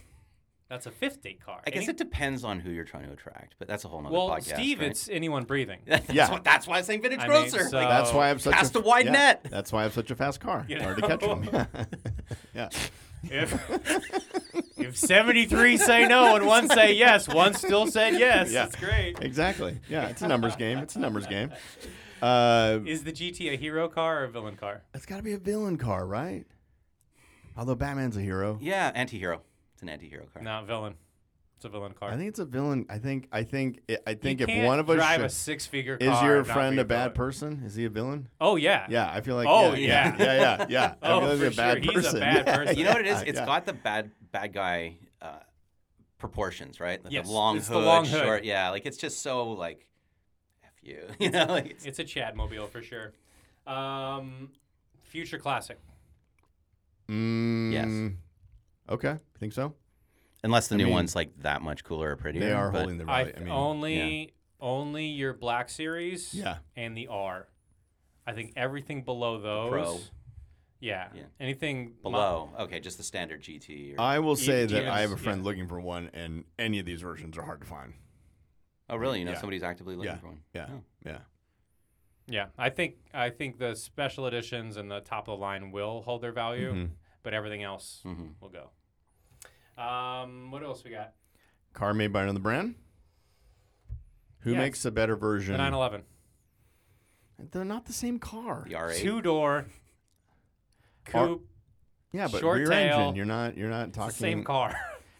S1: That's a fifth date car.
S3: I guess
S1: Any-
S3: it depends on who you're trying to attract, but that's a whole nother
S1: Well,
S3: podcast.
S1: Steve,
S3: right?
S1: it's anyone breathing.
S3: that's,
S2: Yeah.
S3: what, that's why I'm saying vintage
S1: I mean,
S3: grocer.
S1: so-
S3: Like,
S2: That's why I'm such
S3: cast
S2: a
S3: a wide
S2: yeah,
S3: net.
S2: That's why I'm such a fast car.
S1: You
S2: Hard to catch
S1: know?
S2: 'em. Yeah. yeah.
S1: If, if 73 say no and one say yes, one still said yes.
S2: Yeah.
S1: It's great.
S2: Exactly. Yeah. It's a numbers game. It's a numbers game. Uh,
S1: Is the GT a hero car or a villain car?
S2: it's got to be a villain car, right? Although Batman's a hero.
S3: yeah, anti-hero. It's an anti-hero car.
S1: Not villain. It's a villain car.
S2: I think it's a villain. I think. I think. I- I
S1: You
S2: think if
S1: can't
S2: one of us
S1: drive
S2: should-
S1: a six-figure car,
S2: is your
S1: and not
S2: friend
S1: be
S2: a bad
S1: villain.
S2: person? Is he a villain?
S1: Oh yeah.
S2: Yeah, I feel like.
S1: Oh,
S2: yeah, yeah, yeah, yeah. yeah. I
S1: Oh,
S2: feel like
S1: for
S2: he's a bad
S1: sure. He's a
S2: person.
S1: bad
S2: Yeah,
S1: person.
S2: yeah,
S3: You know what it is? It's
S2: yeah.
S3: got the bad bad guy uh, proportions, right? Like
S1: Yes,
S3: the long
S1: it's the
S3: hood,
S1: long hood.
S3: short. Yeah, like it's just so like f you, you know. Like, it's,
S1: It's a Chad mobile for sure. Um, future classic.
S2: Mm, Okay. Think so?
S3: unless the new
S2: mean,
S3: one's like that much cooler or prettier.
S2: They are
S3: but
S2: holding the
S1: I,
S2: right. I,
S1: th-
S2: mean,
S1: only only your black series
S2: yeah.
S1: and the R. I think everything below those.
S3: Pro.
S1: Yeah.
S3: Yeah.
S1: Anything mo-
S3: below. Okay, just the standard GT. Or,
S2: I will say that I
S1: GMs,
S2: have a friend looking for one, and any of these versions are hard to find.
S3: oh, really? You know,
S2: yeah.
S3: somebody's actively looking
S2: Yeah.
S3: for one.
S2: Yeah.
S3: Oh.
S2: Yeah.
S1: yeah. I think I think the special editions and the top of the line will hold their value,
S2: Mm-hmm.
S1: but everything else
S3: Mhm.
S1: will go. Um, what else we got?
S2: Car made by another brand. Who
S1: Yes.
S2: makes a better
S1: The
S2: version?
S1: 911.
S2: They're not the same car.
S3: The R8.
S1: Two door coupe.
S2: Yeah, but
S1: Short
S2: rear
S1: tail.
S2: engine. You're not. You're not talking.
S1: It's the same car.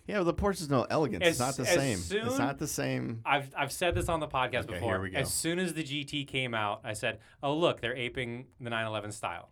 S2: Yeah, but the Porsche's no elegance.
S1: As-
S2: it's not the
S1: as
S2: same.
S1: soon-
S2: It's not the same.
S1: I've I've said this on the podcast
S2: Okay,
S1: before.
S2: here we go.
S1: As soon as the GT came out, I said, "Oh look, they're aping the 911 style."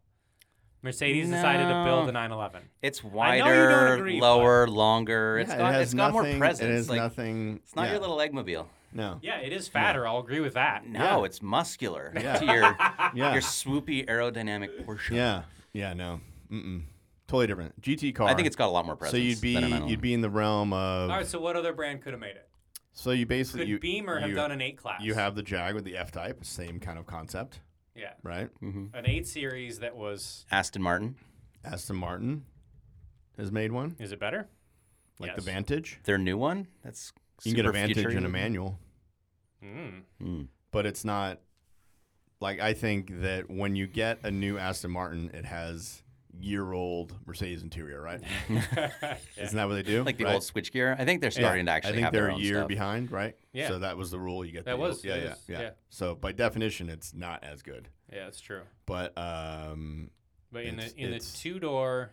S1: Mercedes decided to build
S3: No.
S1: the 911.
S3: It's
S1: I know you don't
S3: wider,
S1: agree, but-
S3: lower, longer. It's
S2: yeah,
S3: got
S2: it has
S3: has got more
S2: nothing-
S3: presence.
S2: It is
S3: like,
S2: nothing.
S3: It's not
S2: yeah,
S3: your little Eggmobile.
S2: No.
S1: Yeah, it is fatter. I'll agree with that.
S3: No,
S2: Yeah.
S3: it's muscular
S2: Yeah.
S3: to your
S2: Yeah.
S3: your swoopy aerodynamic Porsche.
S2: Yeah. Yeah. No. Mm-mm. Totally different. GT car.
S3: I think it's got a lot more presence.
S2: So you'd be
S3: than a 911.
S2: you'd be in the realm of.
S1: All right. So what other brand could have made it?
S2: So you basically
S1: Could
S2: you,
S1: Beamer have
S2: you-
S1: done an eight class?
S2: You have the Jag with the F type, same kind of concept,
S1: Yeah,
S2: right?
S1: an eight series that was.
S3: Aston Martin.
S2: Aston Martin has made one,
S1: Is it better?
S2: like the
S1: Yes.
S2: Vantage.
S3: Their new one. That's
S2: You can get a
S3: super
S2: Vantage and a
S3: future-y.
S2: manual,
S1: Mm.
S3: Hmm.
S2: but it's not like I think that when you get a new Aston Martin, it has year-old Mercedes interior, right? Isn't that what they do?
S3: Like the
S2: right?
S3: old switchgear. I think they're starting to actually
S2: I think
S3: have
S2: they're
S3: their
S2: a
S3: own
S2: year
S3: stuff.
S2: behind, right?
S1: Yeah.
S2: So that was the rule. You get
S1: That
S2: the
S1: was-
S2: yeah,
S1: that
S2: yeah,
S1: was-
S2: yeah,
S1: yeah.
S2: So by definition, it's not as good.
S1: Yeah, it's true.
S2: But um,
S1: But in
S2: It's-
S1: the in the
S2: it's-
S1: two door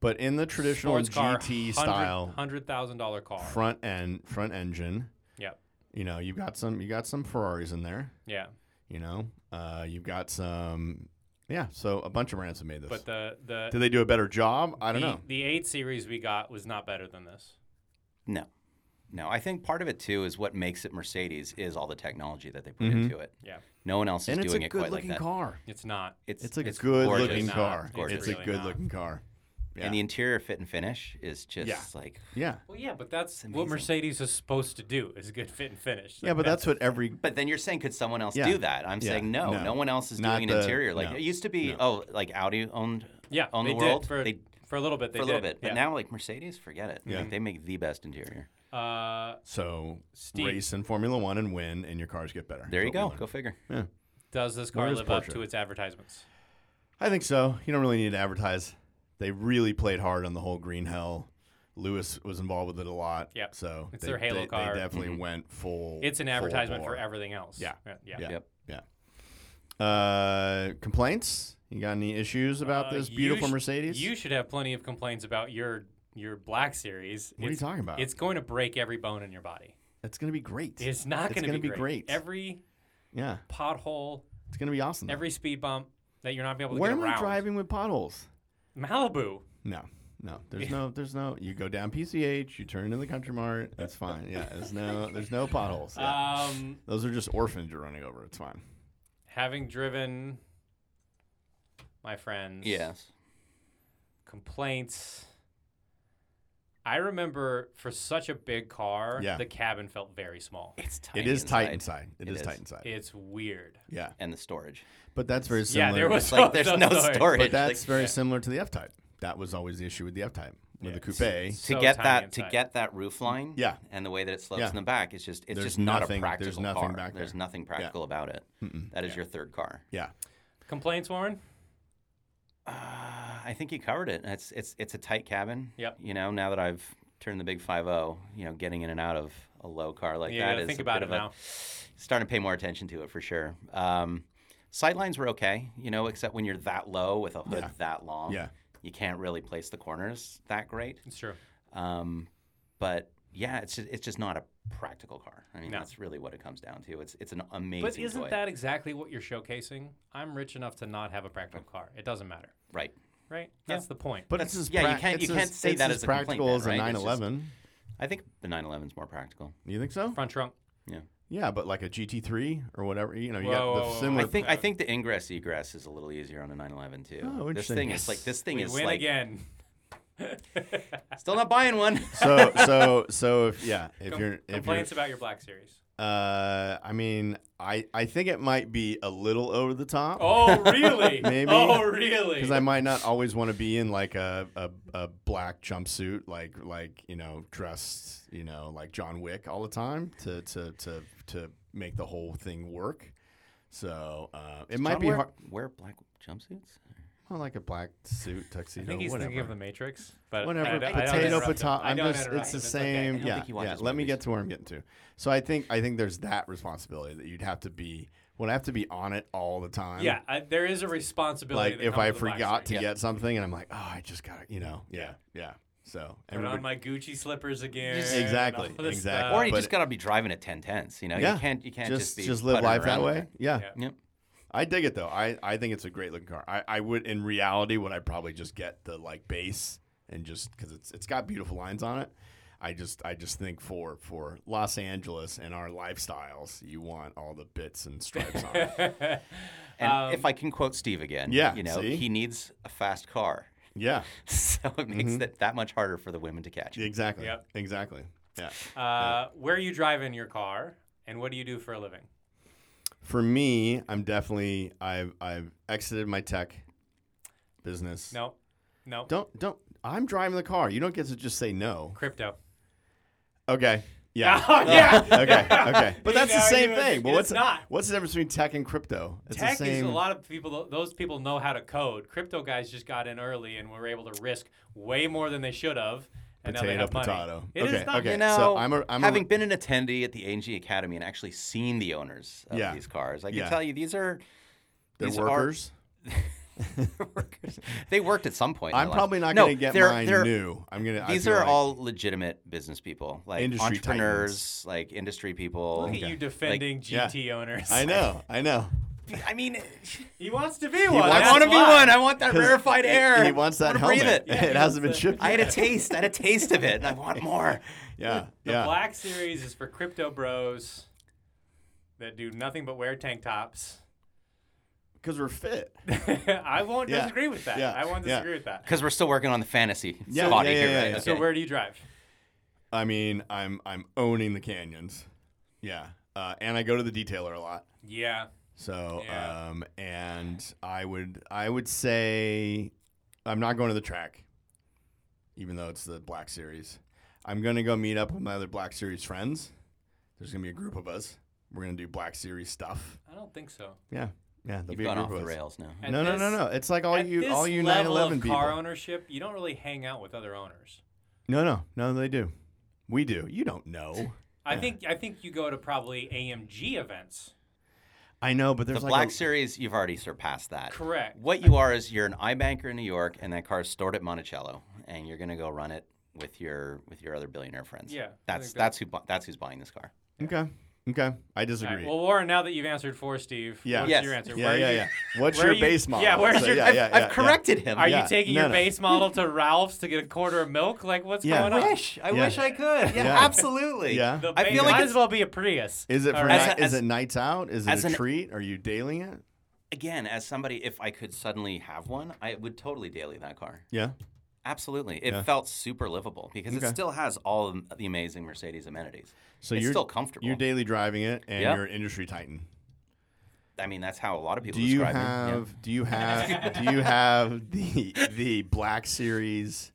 S2: but in the traditional
S1: sports car,
S2: GT style
S1: hundred thousand dollar car.
S2: front end front engine,
S1: Yep.
S2: you know, you've got some you got some Ferraris in there.
S1: Yeah.
S2: You know, uh, you've got some yeah. So a bunch of brands have made this.
S1: But the the
S2: Did they do a better job? I don't
S1: the,
S2: know.
S1: the eight series we got was not better than this.
S3: No. No, I think part of it too is what makes it Mercedes is all the technology that they put into it.
S1: Yeah.
S3: No one else is
S2: Mm-hmm. and it's a
S3: doing it
S2: good
S3: quite like
S2: looking
S3: that.
S2: car.
S1: It's not.
S3: It's
S2: It's a
S3: it's
S2: good
S3: gorgeous.
S2: looking
S1: It's
S2: car.
S1: not. It's
S2: It's
S1: really
S2: a good
S1: not.
S2: looking car. Yeah.
S3: And the interior fit and finish is just like
S2: yeah.
S1: Well, yeah, but that's what
S3: amazing.
S1: Mercedes is supposed to do is good fit and finish.
S2: Yeah, but that's what every
S3: But then you're saying, could someone else
S2: Yeah.
S3: do that? I'm
S2: Yeah.
S3: saying no,
S2: No.
S3: no. one else is
S2: Not
S3: doing
S2: the-
S3: an interior like
S2: no.
S3: it used to be. Oh, like Audi owned.
S1: yeah,
S3: owned
S1: they
S3: the world
S1: did for,
S3: They-
S1: for a little bit. They
S3: for a little
S1: did.
S3: bit, but now like Mercedes, forget it.
S2: Yeah.
S3: Like, they make the best
S1: now
S3: interior.
S1: uh,
S2: so
S1: Steve.
S2: race in Formula One and win, and your cars get better.
S3: There you
S2: That's what
S3: go.
S2: we
S3: Go figure.
S1: does this car
S2: Where's
S1: live up
S2: Porsche?
S1: to its advertisements?
S2: learned. I think so. You don't really need to advertise. They really played hard on the whole green hell. Lewis was involved with it a lot.
S1: Yep.
S2: So
S1: It's
S2: they,
S1: their Halo
S2: they- they
S1: car.
S2: definitely went full.
S1: It's an
S2: full
S1: advertisement
S2: bore.
S1: for everything else.
S2: Yeah.
S1: yeah.
S2: Yeah.
S3: Yep.
S2: Yeah. Uh, complaints? You got any issues about
S1: Uh,
S2: this
S1: you
S2: beautiful
S1: sh-
S2: Mercedes?
S1: You should have plenty of complaints about your your Black Series.
S2: what are you
S1: It's-
S2: talking about?
S1: It's going to break every bone in your body.
S2: it's going to be great.
S1: It's not
S2: It's
S1: going to
S2: gonna
S1: be,
S2: be
S1: great.
S2: great.
S1: Every
S2: yeah,
S1: pothole,
S2: it's going to be awesome.
S1: every speed bump that you're not be able to
S2: Where
S1: get
S2: am
S1: around.
S2: I driving with potholes?
S1: Malibu.
S2: No, no. There's no. There's no. You go down PCH. You turn into the Country Mart. That's fine. Yeah. There's no. There's no potholes. Yeah.
S1: Um,
S2: Those are just orphans you're running over. It's fine.
S1: having driven my friends.
S3: Yes.
S1: complaints. I remember for such a big car,
S2: Yeah.
S1: the cabin felt very small.
S3: It's tight.
S2: It is tight inside.
S3: It
S2: it is,
S3: is.
S2: tight inside.
S1: It's weird.
S2: yeah.
S3: And the storage.
S2: But that's very similar.
S1: Yeah, there was
S3: It's like there's
S1: no
S3: no
S1: storage.
S3: storage.
S2: But that's
S3: Like,
S2: very similar to the F type. That was always the issue with the F type with the coupe.
S3: to
S1: so
S3: get
S1: tiny
S3: that
S1: inside.
S3: to get that roof line.
S2: Yeah.
S3: And the way that it slopes
S2: Yeah.
S3: in the back, it's just it's
S2: There's
S3: just not
S2: nothing-
S3: a
S2: there's
S3: practical
S2: nothing
S3: car.
S2: back
S3: There's
S2: there.
S3: nothing practical about it. That is your third car.
S2: yeah.
S1: Complaints, Warren?
S3: Uh, I think you covered it. It's it's it's a tight cabin.
S1: Yep.
S3: You know, now that I've turned the big five zero, you know, getting in and out of a low car like
S1: Yeah, you
S3: that
S1: gotta
S3: is
S1: think
S3: a
S1: about
S3: bit
S1: it
S3: of a-
S1: now.
S3: starting to pay more attention to it for sure. Um, Sightlines were okay, you know, except when you're that low with a hood
S2: Yeah.
S3: that long,
S2: Yeah.
S3: you can't really place the corners that great.
S1: It's true.
S3: Um, but yeah, it's just, it's just not a practical car. I mean,
S1: No.
S3: that's really what it comes down to. It's it's an amazing
S1: but isn't
S3: toy.
S1: that exactly what you're showcasing? I'm rich enough to not have a practical car. It doesn't matter,
S3: right?
S1: right? That's the point.
S2: But it's as
S3: yeah, you
S2: prac-
S3: can't-
S2: it's
S3: you can't
S2: as-
S3: say
S2: it's
S3: that
S2: as
S3: as a complaint
S2: practical
S3: then,
S2: as a
S3: right? It's just-
S2: 911.
S3: I think the 911 is more practical.
S2: You think so?
S1: Front trunk.
S3: Yeah.
S2: Yeah, but like a GT3 or whatever. You know, you
S1: Whoa,
S2: got
S1: whoa,
S2: the
S1: whoa.
S2: similar.
S3: I think I think the ingress egress is a little easier on a 911 too.
S2: Oh,
S3: this
S2: interesting.
S3: thing is like this thing
S1: We
S3: is
S1: win
S3: like
S1: again.
S3: still not buying one.
S2: so so so if yeah if
S1: Com-
S2: you're if you're
S1: complaints about your Black Series.
S2: uh I mean I I think it might be a little over the top.
S1: Oh, really?
S2: Maybe.
S1: Oh, really?
S2: Because I might not always want to be in like a, a, a black jumpsuit, like like you know dressed, you know like John Wick all the time to to to, to make the whole thing work. So uh, it might
S3: John
S2: be
S3: wear,
S2: hard,
S3: wear black jumpsuits.
S2: well, like a black suit tuxedo,
S1: I think he's
S2: whatever.
S1: thinking of the Matrix, but I
S2: Whatever,
S1: don't- I don't
S2: potato,
S1: interrupt him.
S2: potato.
S1: I
S2: I'm
S1: don't
S2: just,
S1: interrupt
S2: it's
S1: him.
S2: the
S1: okay.
S2: same.
S3: don't
S2: Yeah,
S3: think he
S2: yeah.
S3: watches
S2: Let me
S3: movies.
S2: get to where I'm getting to. So I think, I think there's that responsibility that you'd have to be, would have to be on it all the time.
S1: Yeah, I, there is a responsibility.
S2: like
S1: that
S2: if
S1: comes
S2: I
S1: with the Black Series.
S2: forgot to
S3: Yeah.
S2: get something and I'm like, oh, I just got to, you know, yeah, yeah. So
S1: Put
S2: everybody-
S1: on my Gucci slippers again.
S2: Just- Exactly,
S1: and all this
S2: exactly.
S1: stuff.
S3: Or you
S2: Uh, but
S3: just
S2: it-
S3: gotta be driving at ten tenths. You know,
S2: Yeah.
S3: you can't you can't just,
S2: just
S3: be
S2: just live
S3: puttering
S2: life that
S3: around with
S2: way.
S3: it.
S2: Yeah.
S1: Yeah.
S3: Yep.
S2: I dig it though. I, I think it's a great looking car. I, I would in reality would I probably just get the like base and just because it's it's got beautiful lines on it. I just I just think for for Los Angeles and our lifestyles, you want all the bits and stripes on it.
S3: And if I can quote Steve again,
S2: Um, Yeah,
S3: you know,
S2: see?
S3: he needs a fast car.
S2: Yeah,
S3: So it makes
S2: Mm-hmm.
S3: it that much harder for the women to catch.
S2: exactly.
S1: Yep.
S2: Exactly. Yeah.
S1: Uh, where you drive in your car, and what do you do for a living?
S2: For me, I'm definitely I've I've exited my tech business.
S1: No, no,
S2: Don't don't. I'm driving the car. You don't get to just say no.
S1: crypto.
S2: Okay. Yeah.
S1: Oh, yeah.
S2: okay, okay. But
S1: You
S2: that's the
S1: know,
S2: same
S1: you-
S2: thing. But
S1: it's
S2: what's
S1: not.
S2: what's the difference between tech and crypto? It's
S1: Tech
S2: the same.
S1: is a lot of people. Those people know how to code. Crypto guys just got in early and were able to risk way more than they should have. And now they
S2: Potato,
S1: have money.
S2: potato.
S1: It is
S2: Okay,
S1: not.
S2: okay.
S3: You know,
S2: so I'm a- I'm a-
S3: having been an attendee at the ANG Academy and actually seen the owners of
S2: Yeah.
S3: these cars, I can
S2: Yeah.
S3: tell you these are
S2: They're
S3: these are-
S2: workers.
S3: workers. They worked at some point. in
S2: I'm
S3: their life.
S2: probably not
S3: No,
S2: going to get
S3: they're-
S2: mine
S3: they're-
S2: new. I'm going to.
S3: These are all legitimate business people, like
S2: Industry
S3: entrepreneurs, like industry people.
S1: Look at you defending
S2: Yeah.
S1: GT owners.
S2: I know. I know.
S3: I mean,
S1: He wants to be one.
S2: wants
S3: I
S1: that's
S3: want to be
S1: why.
S3: one. I want that rarefied air.
S2: He wants that
S3: I wanna
S2: helmet.
S3: breathe it.
S2: it hasn't been shipped.
S3: I had
S2: yet.
S3: a taste. I had a taste of it, and I want more.
S2: Yeah.
S1: The
S2: yeah.
S1: Black Series is for crypto bros that do nothing but wear tank tops.
S2: Because we're fit.
S1: I won't
S2: Yeah.
S1: disagree with that.
S2: Yeah.
S1: I won't
S2: Yeah.
S1: disagree with that.
S3: Because we're still working on the fantasy
S2: Yeah,
S3: body
S2: yeah, yeah,
S3: here,
S2: yeah,
S3: right?
S2: yeah.
S3: Okay.
S1: So where do you drive?
S2: I mean, I'm I'm owning the canyons. Yeah. Uh, and I go to the detailer a lot.
S1: Yeah.
S2: So
S1: Yeah.
S2: um and I would I would say I'm not going to the track, even though it's the Black Series. I'm gonna go meet up with my other Black Series friends. There's gonna be a group of us. We're gonna do Black Series stuff.
S1: I don't think so.
S2: Yeah, yeah. There'll
S3: You've
S2: be a
S3: gone
S2: group
S3: off
S2: of
S3: the
S2: us.
S3: rails now.
S1: At
S2: no, no,
S1: this-
S2: no, no. It's like all
S1: At
S2: you
S1: this
S2: all you
S1: level
S2: 911
S1: of
S2: people.
S1: car ownership, you don't really hang out with other owners.
S2: no, no, no. They do. We do. You don't know.
S1: I think I think you go to probably AMG events.
S2: I know, but there's
S3: the
S2: like
S3: Black
S2: a,
S3: Series, you've already surpassed that.
S1: Correct.
S3: What you are is you're an iBanker in New York, and that car's stored at Monticello, and you're going to go run it with your with your other billionaire friends.
S1: Yeah, I
S3: that's
S1: think that-
S3: that's who bu- that's who's buying this car.
S2: okay, okay. I
S1: All
S2: disagree.
S1: right, Well, Warren, now that you've answered for Steve,
S2: Yeah.
S1: what's
S3: Yes.
S1: your answer?
S2: yeah,
S1: Where
S2: yeah,
S1: are you-
S2: yeah. What's
S1: where
S2: your
S1: are you-
S2: base model?
S1: yeah, where's
S2: So,
S1: your-
S2: yeah,
S1: I've-
S2: yeah,
S3: I've
S2: yeah, yeah.
S3: corrected him.
S1: Are
S2: Yeah,
S1: you taking
S2: no,
S1: your
S2: no.
S1: base model to Ralph's to get a quarter of milk? Like, what's
S2: Yeah.
S1: going on?
S3: I
S2: Yeah. wish I
S3: could.
S2: Yeah.
S3: absolutely.
S2: Yeah.
S1: The
S3: I
S1: base-
S3: feel like
S1: might
S3: it's-
S1: as well be a Prius.
S2: Is it for
S1: All
S3: As
S2: night,
S3: a-
S2: is
S3: as-
S2: it nights out? Is it
S3: as
S2: a
S3: an-
S2: treat? Are you daily it?
S3: Again, as somebody, if I could suddenly have one, I would totally daily that car.
S2: Yeah.
S3: Absolutely, it
S2: Yeah.
S3: felt super livable because it
S2: Okay.
S3: still has all of the amazing Mercedes amenities.
S2: So
S3: it's
S2: you're
S3: still comfortable.
S2: You're daily driving it, and
S3: Yeah.
S2: you're an industry titan.
S3: I mean, that's how a lot of people
S2: Do you
S3: describe me. Yeah.
S2: have? Do you have? do you have the the Black Series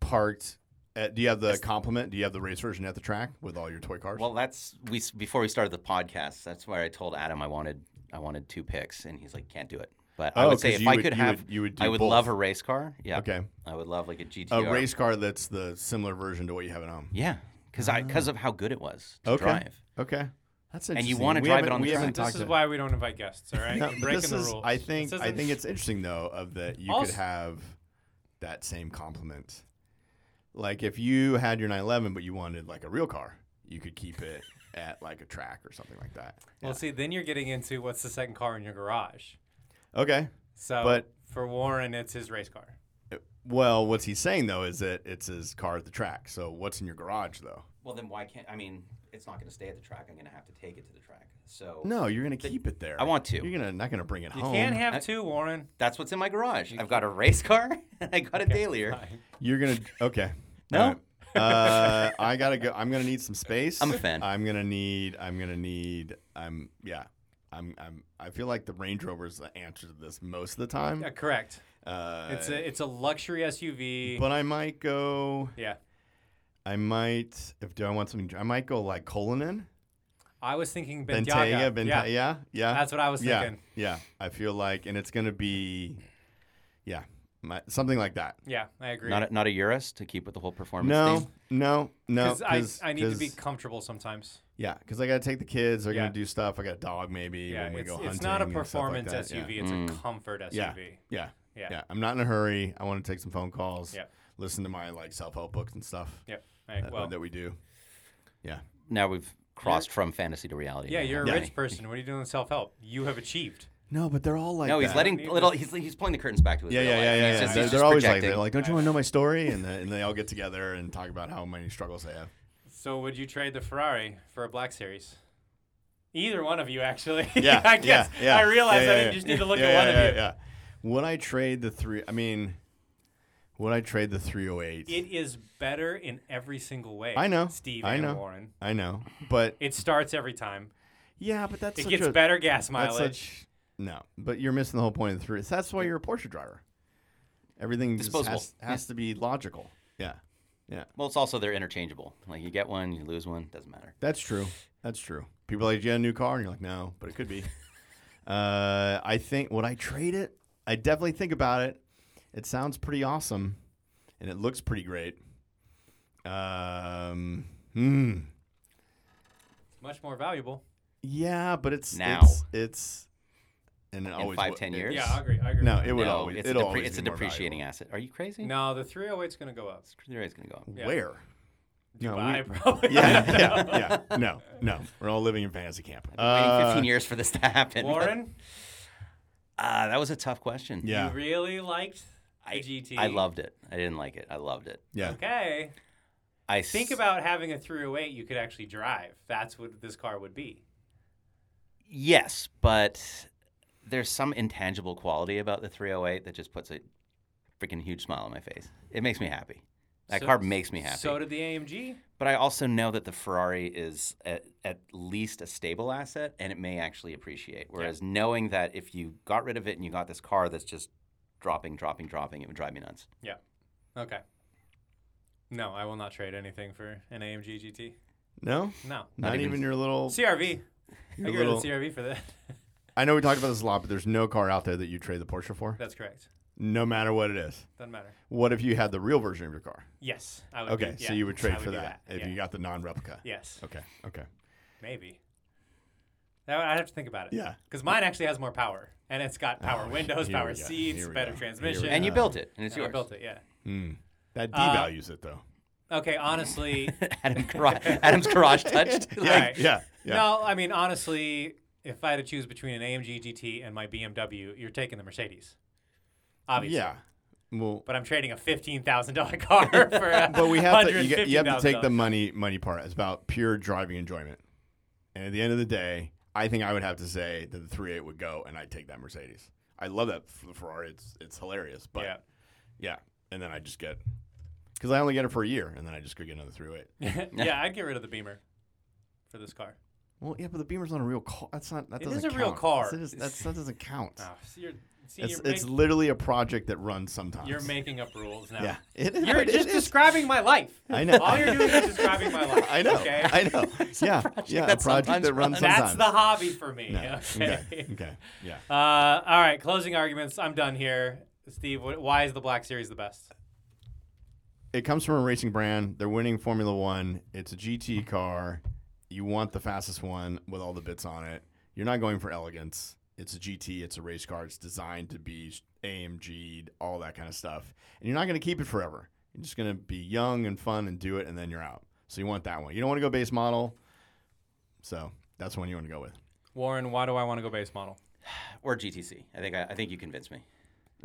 S2: parked? At, do you have the compliment? Do you have the race version at the track with all your toy cars?
S3: Well, that's we s- before we started the podcast. That's where I told Adam I wanted I wanted two picks, and he's like, "Can't do it." But I
S2: Oh,
S3: would say
S2: 'cause
S3: if
S2: you
S3: I
S2: would-
S3: could
S2: you
S3: have,
S2: would- you would do
S3: I would
S2: both.
S3: love a race car. Yeah.
S2: okay,
S3: I would love like a GTR.
S2: a race car that's the similar version to what you have at home.
S3: Yeah, because I because of how good it was to
S2: Ah. Okay.
S3: drive.
S2: Okay, that's interesting.
S3: And you wanna
S2: We
S3: drive it
S2: haven't-
S3: on the
S2: we
S3: track.
S2: haven't
S1: This
S2: talked
S1: is
S2: about-
S1: why we don't invite guests. All right,
S2: No,
S1: You're
S2: but
S1: breaking
S2: this
S1: the
S2: is-
S1: rules.
S2: I think
S1: This
S2: I
S1: isn't-
S2: think it's interesting though of that you
S1: Also-
S2: could have that same compliment. Like if you had your 911 but you wanted like a real car, you could keep it at like a track or something like that.
S1: Well, see, then you're getting into what's the second car in your garage.
S2: Okay.
S1: So,
S2: But-
S1: for Warren, it's his race car.
S2: Well, what's he saying though is that it's his car at the track. So what's in your garage though?
S3: Well, then why can't I mean? It's not going to stay at the track. I'm going to have to take it to the track. So
S2: No, you're gonna keep it there.
S3: I want to.
S2: You're gonna not gonna bring it
S1: You
S2: home.
S1: can't
S3: I-
S1: have two, Warren.
S3: that's what's in my garage. I've got a race car and I got a dailier.
S1: Fine.
S2: You're gonna okay.
S3: No?
S2: All right. uh, I gotta go. I'm gonna need some space.
S3: I'm a fan.
S2: I'm gonna need. I'm gonna need. I'm yeah. I'm. I'm. I feel like the Range Rover's the answer to this most of the time.
S1: Yeah, correct.
S2: Uh,
S1: It's a it's a luxury SUV.
S2: But I might go.
S1: yeah,
S2: I might. If do I want something? I might go like Colonin.
S1: I was thinking
S2: Bentayga.
S1: Bentayga.
S2: Bentayga.
S1: yeah.
S2: Yeah. yeah.
S1: that's what I was
S2: yeah.
S1: thinking.
S2: Yeah. I feel like, and it's gonna be. Yeah. My, something like that.
S1: Yeah, I agree.
S3: Not a, not a Urus to keep with the whole performance.
S2: No.
S3: theme?
S2: No. No.
S1: because I, I need to
S2: 'cause-
S1: be comfortable sometimes.
S2: Yeah, because I gotta take the kids. They're
S1: Yeah.
S2: gonna do stuff. I got a dog maybe
S1: Yeah,
S2: when we
S1: it's,
S2: go hunting.
S1: it's not a
S2: and stuff like
S1: performance
S2: that. Yeah. Mm.
S1: SUV. It's a comfort SUV.
S2: Yeah. Yeah.
S1: Yeah.
S2: yeah, I'm not in a hurry. I want to take some phone calls.
S1: Yep.
S2: Listen to my like self help books and stuff
S1: Yep. Like,
S2: that,
S1: well,
S2: that we do. Yeah.
S3: Now we've crossed from fantasy to reality.
S1: yeah,
S3: now.
S1: you're a
S3: Okay.
S1: rich person. What are you doing with self help? You have achieved.
S2: No, but they're all like.
S3: No, he's
S1: I
S2: that.
S3: letting
S1: need
S3: little. He's, he's pulling the curtains back to his
S2: Yeah,
S3: real
S2: yeah,
S3: life.
S2: yeah, yeah.
S3: He's
S2: yeah.
S3: just-
S2: They're,
S3: he's
S2: they're
S3: just
S2: always like
S3: projecting.
S2: that. They're like, don't you want to know my story? And, the, and they all get together and talk about how many struggles they have.
S1: So would you trade the Ferrari for a Black Series? Either one of you, actually.
S2: Yeah,
S1: I guess.
S2: Yeah, yeah,
S1: I realize
S2: yeah,
S1: I
S2: yeah,
S1: just need to look
S2: yeah,
S1: at
S2: yeah,
S1: one
S2: yeah,
S1: of you.
S2: Yeah. Would I trade the three? I mean, would I trade the three hundred eight?
S1: It is better in every single way.
S2: I know.
S1: Steve
S2: I
S1: and
S2: know.
S1: Warren.
S2: I know, but
S1: It starts every time.
S2: yeah, but that's
S1: It
S2: such
S1: gets
S2: a,
S1: better gas
S2: That's
S1: mileage.
S2: such- no, but you're missing the whole point of the three. That's why you're a Porsche driver. Everything just
S3: Disposable.
S2: has, has to be logical. Yeah, yeah,
S3: Well, it's also they're interchangeable. Like you get one, you lose one, doesn't matter.
S2: that's true. That's true. People are like, "Do you have a new car?" And you're like, "No," but it could be. uh, I think would I trade it? I definitely think about it. It sounds pretty awesome, and it looks pretty great. Um, hmm.
S1: It's much more valuable.
S2: Yeah, but it's
S3: Now.
S2: it's, it's and it always
S3: five,
S2: will-
S3: 10
S2: it-
S3: years?
S1: Yeah, I agree. I agree.
S2: No, it would
S3: no,
S2: always.
S3: it's a,
S2: it'll
S3: depre-
S2: always
S3: it's
S2: be
S3: a
S2: more
S3: depreciating
S2: valuable.
S3: asset. Are you crazy?
S1: no, the 308's going to go up.
S3: the rate's gonna go up.
S1: Yeah.
S2: Where? No, we-
S1: I probably.
S2: yeah, yeah, yeah. No, no. We're all living in fantasy camp.
S3: Waiting
S2: Uh,
S3: 15 years for this to happen.
S1: Warren,
S3: Ah, that was a tough question.
S1: you
S2: Yeah,
S1: really liked the
S3: I,
S1: GT.
S3: I loved it. I didn't like it. I loved it.
S2: yeah.
S1: Okay.
S3: I
S1: Think
S3: s-
S1: about having a 308 you could actually drive. That's what this car would be.
S3: Yes, but there's some intangible quality about the 308 that just puts a freaking huge smile on my face. It makes me happy. That
S1: So-
S3: car makes me happy.
S1: So did the AMG.
S3: but I also know that the Ferrari is at, at least a stable asset and it may actually appreciate. Whereas knowing that if you got rid of it and you got this car that's just dropping, dropping, dropping, it would drive me nuts.
S1: Yeah. Okay. No, I will not trade anything for an AMG GT.
S2: No,
S1: No.
S2: not, even, your little.
S1: CRV. I
S2: your
S1: get rid
S2: little
S1: of the CRV for that.
S2: I know we talked about this a lot, but there's no car out there that you trade the Porsche for,
S1: That's correct.
S2: no matter what it is.
S1: Doesn't matter.
S2: What if you had the real version of your car?
S1: Yes, I would.
S2: Okay,
S1: do-
S2: so
S1: yeah,
S2: you would trade
S1: I
S2: for
S1: do
S2: that, if
S1: yeah. Uh,
S2: you got the non-replica.
S1: yes,
S2: Okay. Okay.
S1: maybe. That I'd have to think about it.
S2: Yeah.
S1: because mine actually has more power, and it's got power
S2: Oh,
S1: windows,
S2: here
S1: power
S2: we go.
S1: seats,
S2: Here we
S1: better
S2: go. Here we
S1: transmission.
S2: go.
S3: And you
S2: Yeah.
S3: built it and it's
S1: and I
S3: yours.
S1: built it. Yeah.
S2: Hmm. That
S1: Uh,
S2: devalues it though.
S1: Okay. Honestly,
S3: Adam garage, Adam's garage touched.
S1: Yeah.
S3: Like,
S1: right.
S2: Yeah. Yeah.
S1: no. I mean, honestly, if I had to choose between an AMG GT and my BMW, you're taking the Mercedes. Obviously.
S2: Yeah. Well,
S1: But I'm trading a fifteen thousand dollar car for a
S2: but we have to. You, get-
S1: $150,000.
S2: you have to take the money money part. It's about pure driving enjoyment. And at the end of the day, I think I would have to say that the 38 would go, and I'd take that Mercedes. I love that for the Ferrari. It's it's hilarious, but
S1: Yeah.
S2: yeah, and then I just get because I only get it for a year, and then I just go get another 38.
S1: yeah, I'd get rid of the Beamer for this car.
S2: Well, yeah, but the Beamer's not a real car. That's not. That
S1: It
S2: doesn't
S1: is a real
S2: count.
S1: car.
S2: That is- that's- that doesn't count.
S1: Oh, see, you're, see,
S2: it's
S1: you're,
S2: it's
S1: make-
S2: literally a project that runs sometimes.
S1: you're making up rules now.
S2: Yeah, it is.
S1: You're
S2: It
S1: just
S2: is.
S1: describing my life.
S2: I know.
S1: All you're doing is describing my life.
S2: I know.
S1: Okay.
S2: I know. yeah. yeah.
S3: that
S2: a project
S3: sometimes
S2: that runs
S1: That's
S2: sometimes.
S1: the hobby for me.
S2: okay.
S1: Okay.
S2: Okay. Yeah.
S1: Uh, all right. Closing arguments. I'm done here. Steve, wh- why is the Black Series the best?
S2: It comes from a racing brand. They're winning Formula One. It's a GT car. You want the fastest one with all the bits on it. You're not going for elegance. It's a GT. It's a race car. It's designed to be AMG'd, all that kind of stuff. And you're not going to keep it forever. You're just going to be young and fun and do it, and then you're out. So you want that one. You don't want to go base model. So that's the one you want to go with.
S1: Warren, why do I want to go base model?
S3: Or GTC. I think I, I think you convinced me.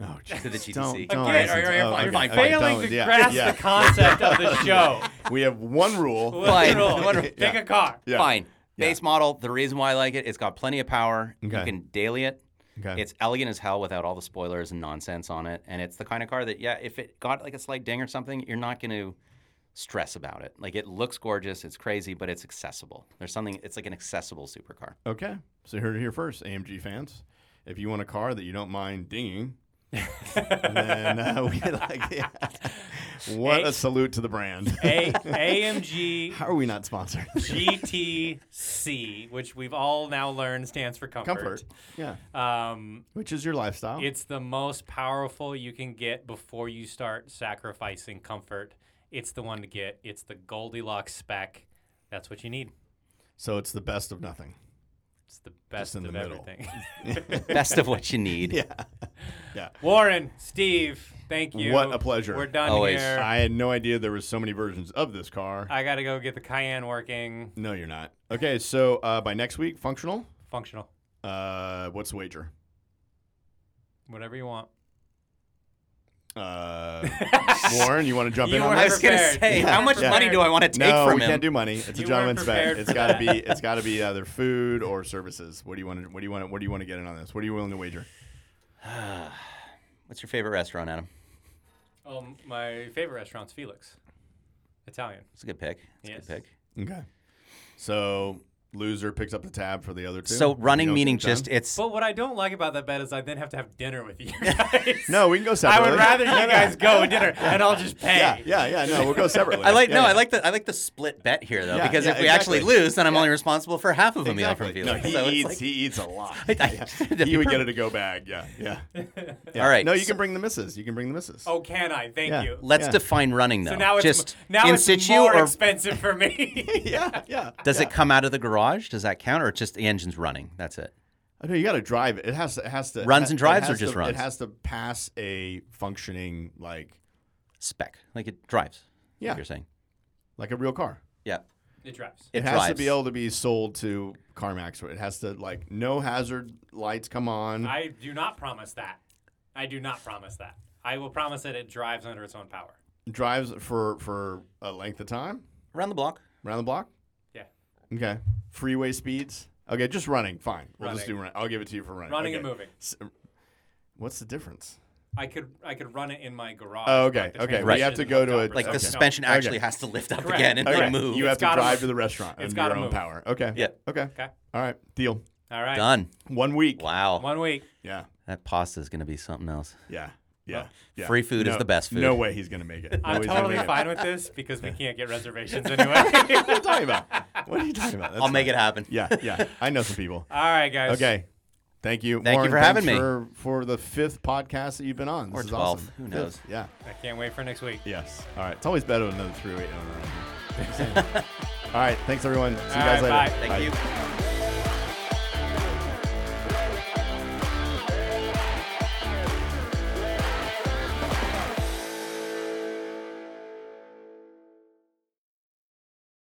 S2: Oh,
S3: To the GTC.
S2: Don't, don't
S1: Again,
S2: listen
S3: are-
S2: to-
S3: are you-
S2: oh,
S3: are you
S2: okay,
S3: fine,
S2: okay,
S1: Failing
S2: don't-
S1: to
S2: yeah,
S1: grasp
S2: yeah.
S1: the concept of the show.
S2: We have one rule.
S3: Fine.
S1: Literal.
S3: One-
S1: Pick a car.
S2: Yeah.
S3: Fine.
S2: Yeah.
S3: Base model. The reason why I like it, it's got plenty of power. You
S2: Okay.
S3: can daily it.
S2: Okay.
S3: It's elegant as hell without all the spoilers and nonsense on it. And it's the kind of car that, yeah, if it got like a slight ding or something, you're not going to stress about it. Like it looks gorgeous, it's crazy, but it's accessible. There's something, it's like an accessible supercar.
S2: okay. So you heard it here first, AMG fans. If you want a car that you don't mind dinging, then uh, we like yeah. What
S1: A-
S2: a salute to the brand.
S1: A- AMG
S2: How are we not sponsored?
S1: GTC, which we've all now learned stands for
S2: Comfort. Yeah.
S1: Um,
S2: Which is your lifestyle.
S1: it's the most powerful you can get before you start sacrificing comfort. It's the one to get. It's the Goldilocks spec. That's what you need.
S2: so it's the best of nothing.
S1: It's the best
S2: in
S1: of
S2: the middle.
S1: everything.
S3: Best of what you need.
S2: Yeah. Yeah.
S1: Warren, Steve, thank you.
S2: What a pleasure.
S1: We're done
S3: Always.
S1: here. I,
S2: I had no idea there was so many versions of this car.
S1: got to go get the Cayenne working.
S2: no, you're not. Okay, so uh, by next week, functional.
S1: Functional.
S2: Uh, what's the wager?
S1: Whatever you want.
S2: Uh, Warren, you want to jump
S1: You
S2: in
S1: were
S2: on
S3: I
S2: that?
S3: was going to
S1: prepared.
S3: say,
S1: You
S3: how
S1: were
S3: much money
S1: prepared.
S3: do I want to take
S2: no,
S3: from
S2: we
S3: him?
S2: can't do money. It's
S1: You
S2: a gentleman's
S1: weren't
S2: bet.
S1: prepared
S2: It's
S1: for
S2: got to
S1: that.
S2: be it's got to be either food or services. What do you want to what do you want to, what do you want to get in on this? What are you willing to wager?
S3: What's your favorite restaurant, Adam?
S1: Oh, my favorite restaurant's Felix. Italian.
S3: It's a good pick. It's
S1: Yes.
S3: a good pick.
S2: Okay. So loser picks up the tab for the other two.
S3: So
S2: You
S3: running
S2: know,
S3: meaning
S2: done?
S3: just it's
S1: But what I don't like about that bet is I then have to have dinner with you guys.
S2: No, we can go
S1: I
S2: separately.
S1: would rather you guys go to dinner and I'll just pay.
S2: Yeah, yeah, yeah. No, we'll go separately.
S3: I like
S2: Yeah,
S3: no,
S2: yeah.
S3: I like the I like the split bet here though
S2: Yeah,
S3: because
S2: yeah,
S3: if we
S2: exactly.
S3: actually lose, then I'm only responsible for half of a meal
S2: Exactly.
S3: from Felix.
S2: No, he
S3: So it's
S2: eats
S3: like-
S2: he eats a lot.
S3: I- that'd
S2: he
S3: be
S2: would get it to go bag. Yeah, yeah. Yeah.
S3: All right,
S2: No, you
S3: so-
S2: can bring the missus. You can bring the missus.
S1: Oh, can I? Thank
S2: Yeah.
S1: you.
S3: Let's
S2: Yeah.
S3: define running though.
S1: So now it's
S3: just
S1: m- now
S3: in
S1: it's
S3: situ
S1: more
S3: or
S1: expensive for me.
S2: yeah, yeah.
S3: does it come out of the garage? Does that count or it's just the engine's running? That's it.
S2: Oh, no, you got to drive it. It has to. It has to
S3: Runs and
S2: it
S3: drives or
S2: has
S3: just
S2: to- It
S3: runs?
S2: has to pass a functioning like
S3: Spec. Like it drives. is what
S2: Yeah.
S3: You're saying.
S2: like a real car.
S3: Yeah.
S1: it drives.
S2: It,
S3: It
S2: has to
S3: drives.
S2: be able to be sold to CarMax. It has to like no hazard lights come on.
S1: I do not promise that. I do not promise that. I will promise that it drives under its own power.
S2: drives for for a length of time
S3: Around the block.
S2: around the block.
S1: Yeah.
S2: Okay. Freeway speeds. Okay, just running. Fine. We'll just do
S1: Running.
S2: run. I'll give it to you for running.
S1: Running
S2: okay.
S1: and moving.
S2: S- What's the difference?
S1: I could I could run it in my garage.
S2: Oh,
S1: with,
S2: okay,
S1: the
S2: okay.
S1: transmission
S2: We have to
S1: hooked
S2: go to
S1: up or
S2: a-
S3: Like
S1: something.
S3: the
S2: Okay.
S3: suspension
S2: Okay.
S3: actually has to lift up
S1: Correct.
S3: again and
S2: Okay.
S3: then move.
S2: You have
S1: It's
S2: to
S1: gotta
S2: drive
S1: move.
S2: to the restaurant
S1: It's
S2: under your
S1: gotta
S2: own
S1: move.
S2: power. Okay.
S3: Yeah.
S2: Okay.
S1: Okay.
S2: All right. Deal.
S1: All right.
S3: Done.
S2: One week.
S3: Wow.
S1: One week.
S2: Yeah.
S3: That pasta is going to be something else.
S2: Yeah. Yeah. yeah.
S3: free food is
S2: No-
S3: the best food.
S2: No way he's gonna make it. No
S1: I'm
S2: way he's gonna
S1: totally
S2: make it.
S1: fine with this because we can't get reservations anyway.
S2: What are you talking about? What are you talking about? That's
S3: I'll make
S2: fine.
S3: it happen.
S2: Yeah. Yeah. I know some people.
S1: All right, guys.
S2: Okay. Thank you.
S3: Thank you
S2: Warren,
S3: for having
S2: thanks
S3: me.
S2: For, for the fifth podcast that you've been on. This
S3: Or
S2: is
S3: 12th.
S2: awesome.
S3: Who
S2: Fifth.
S3: knows?
S2: Yeah.
S1: I can't wait for next week.
S2: Yes. All right. It's always better than another 308 owner. All right. Thanks, everyone. See you
S1: All
S2: guys
S1: right, bye.
S2: later.
S3: Thank you.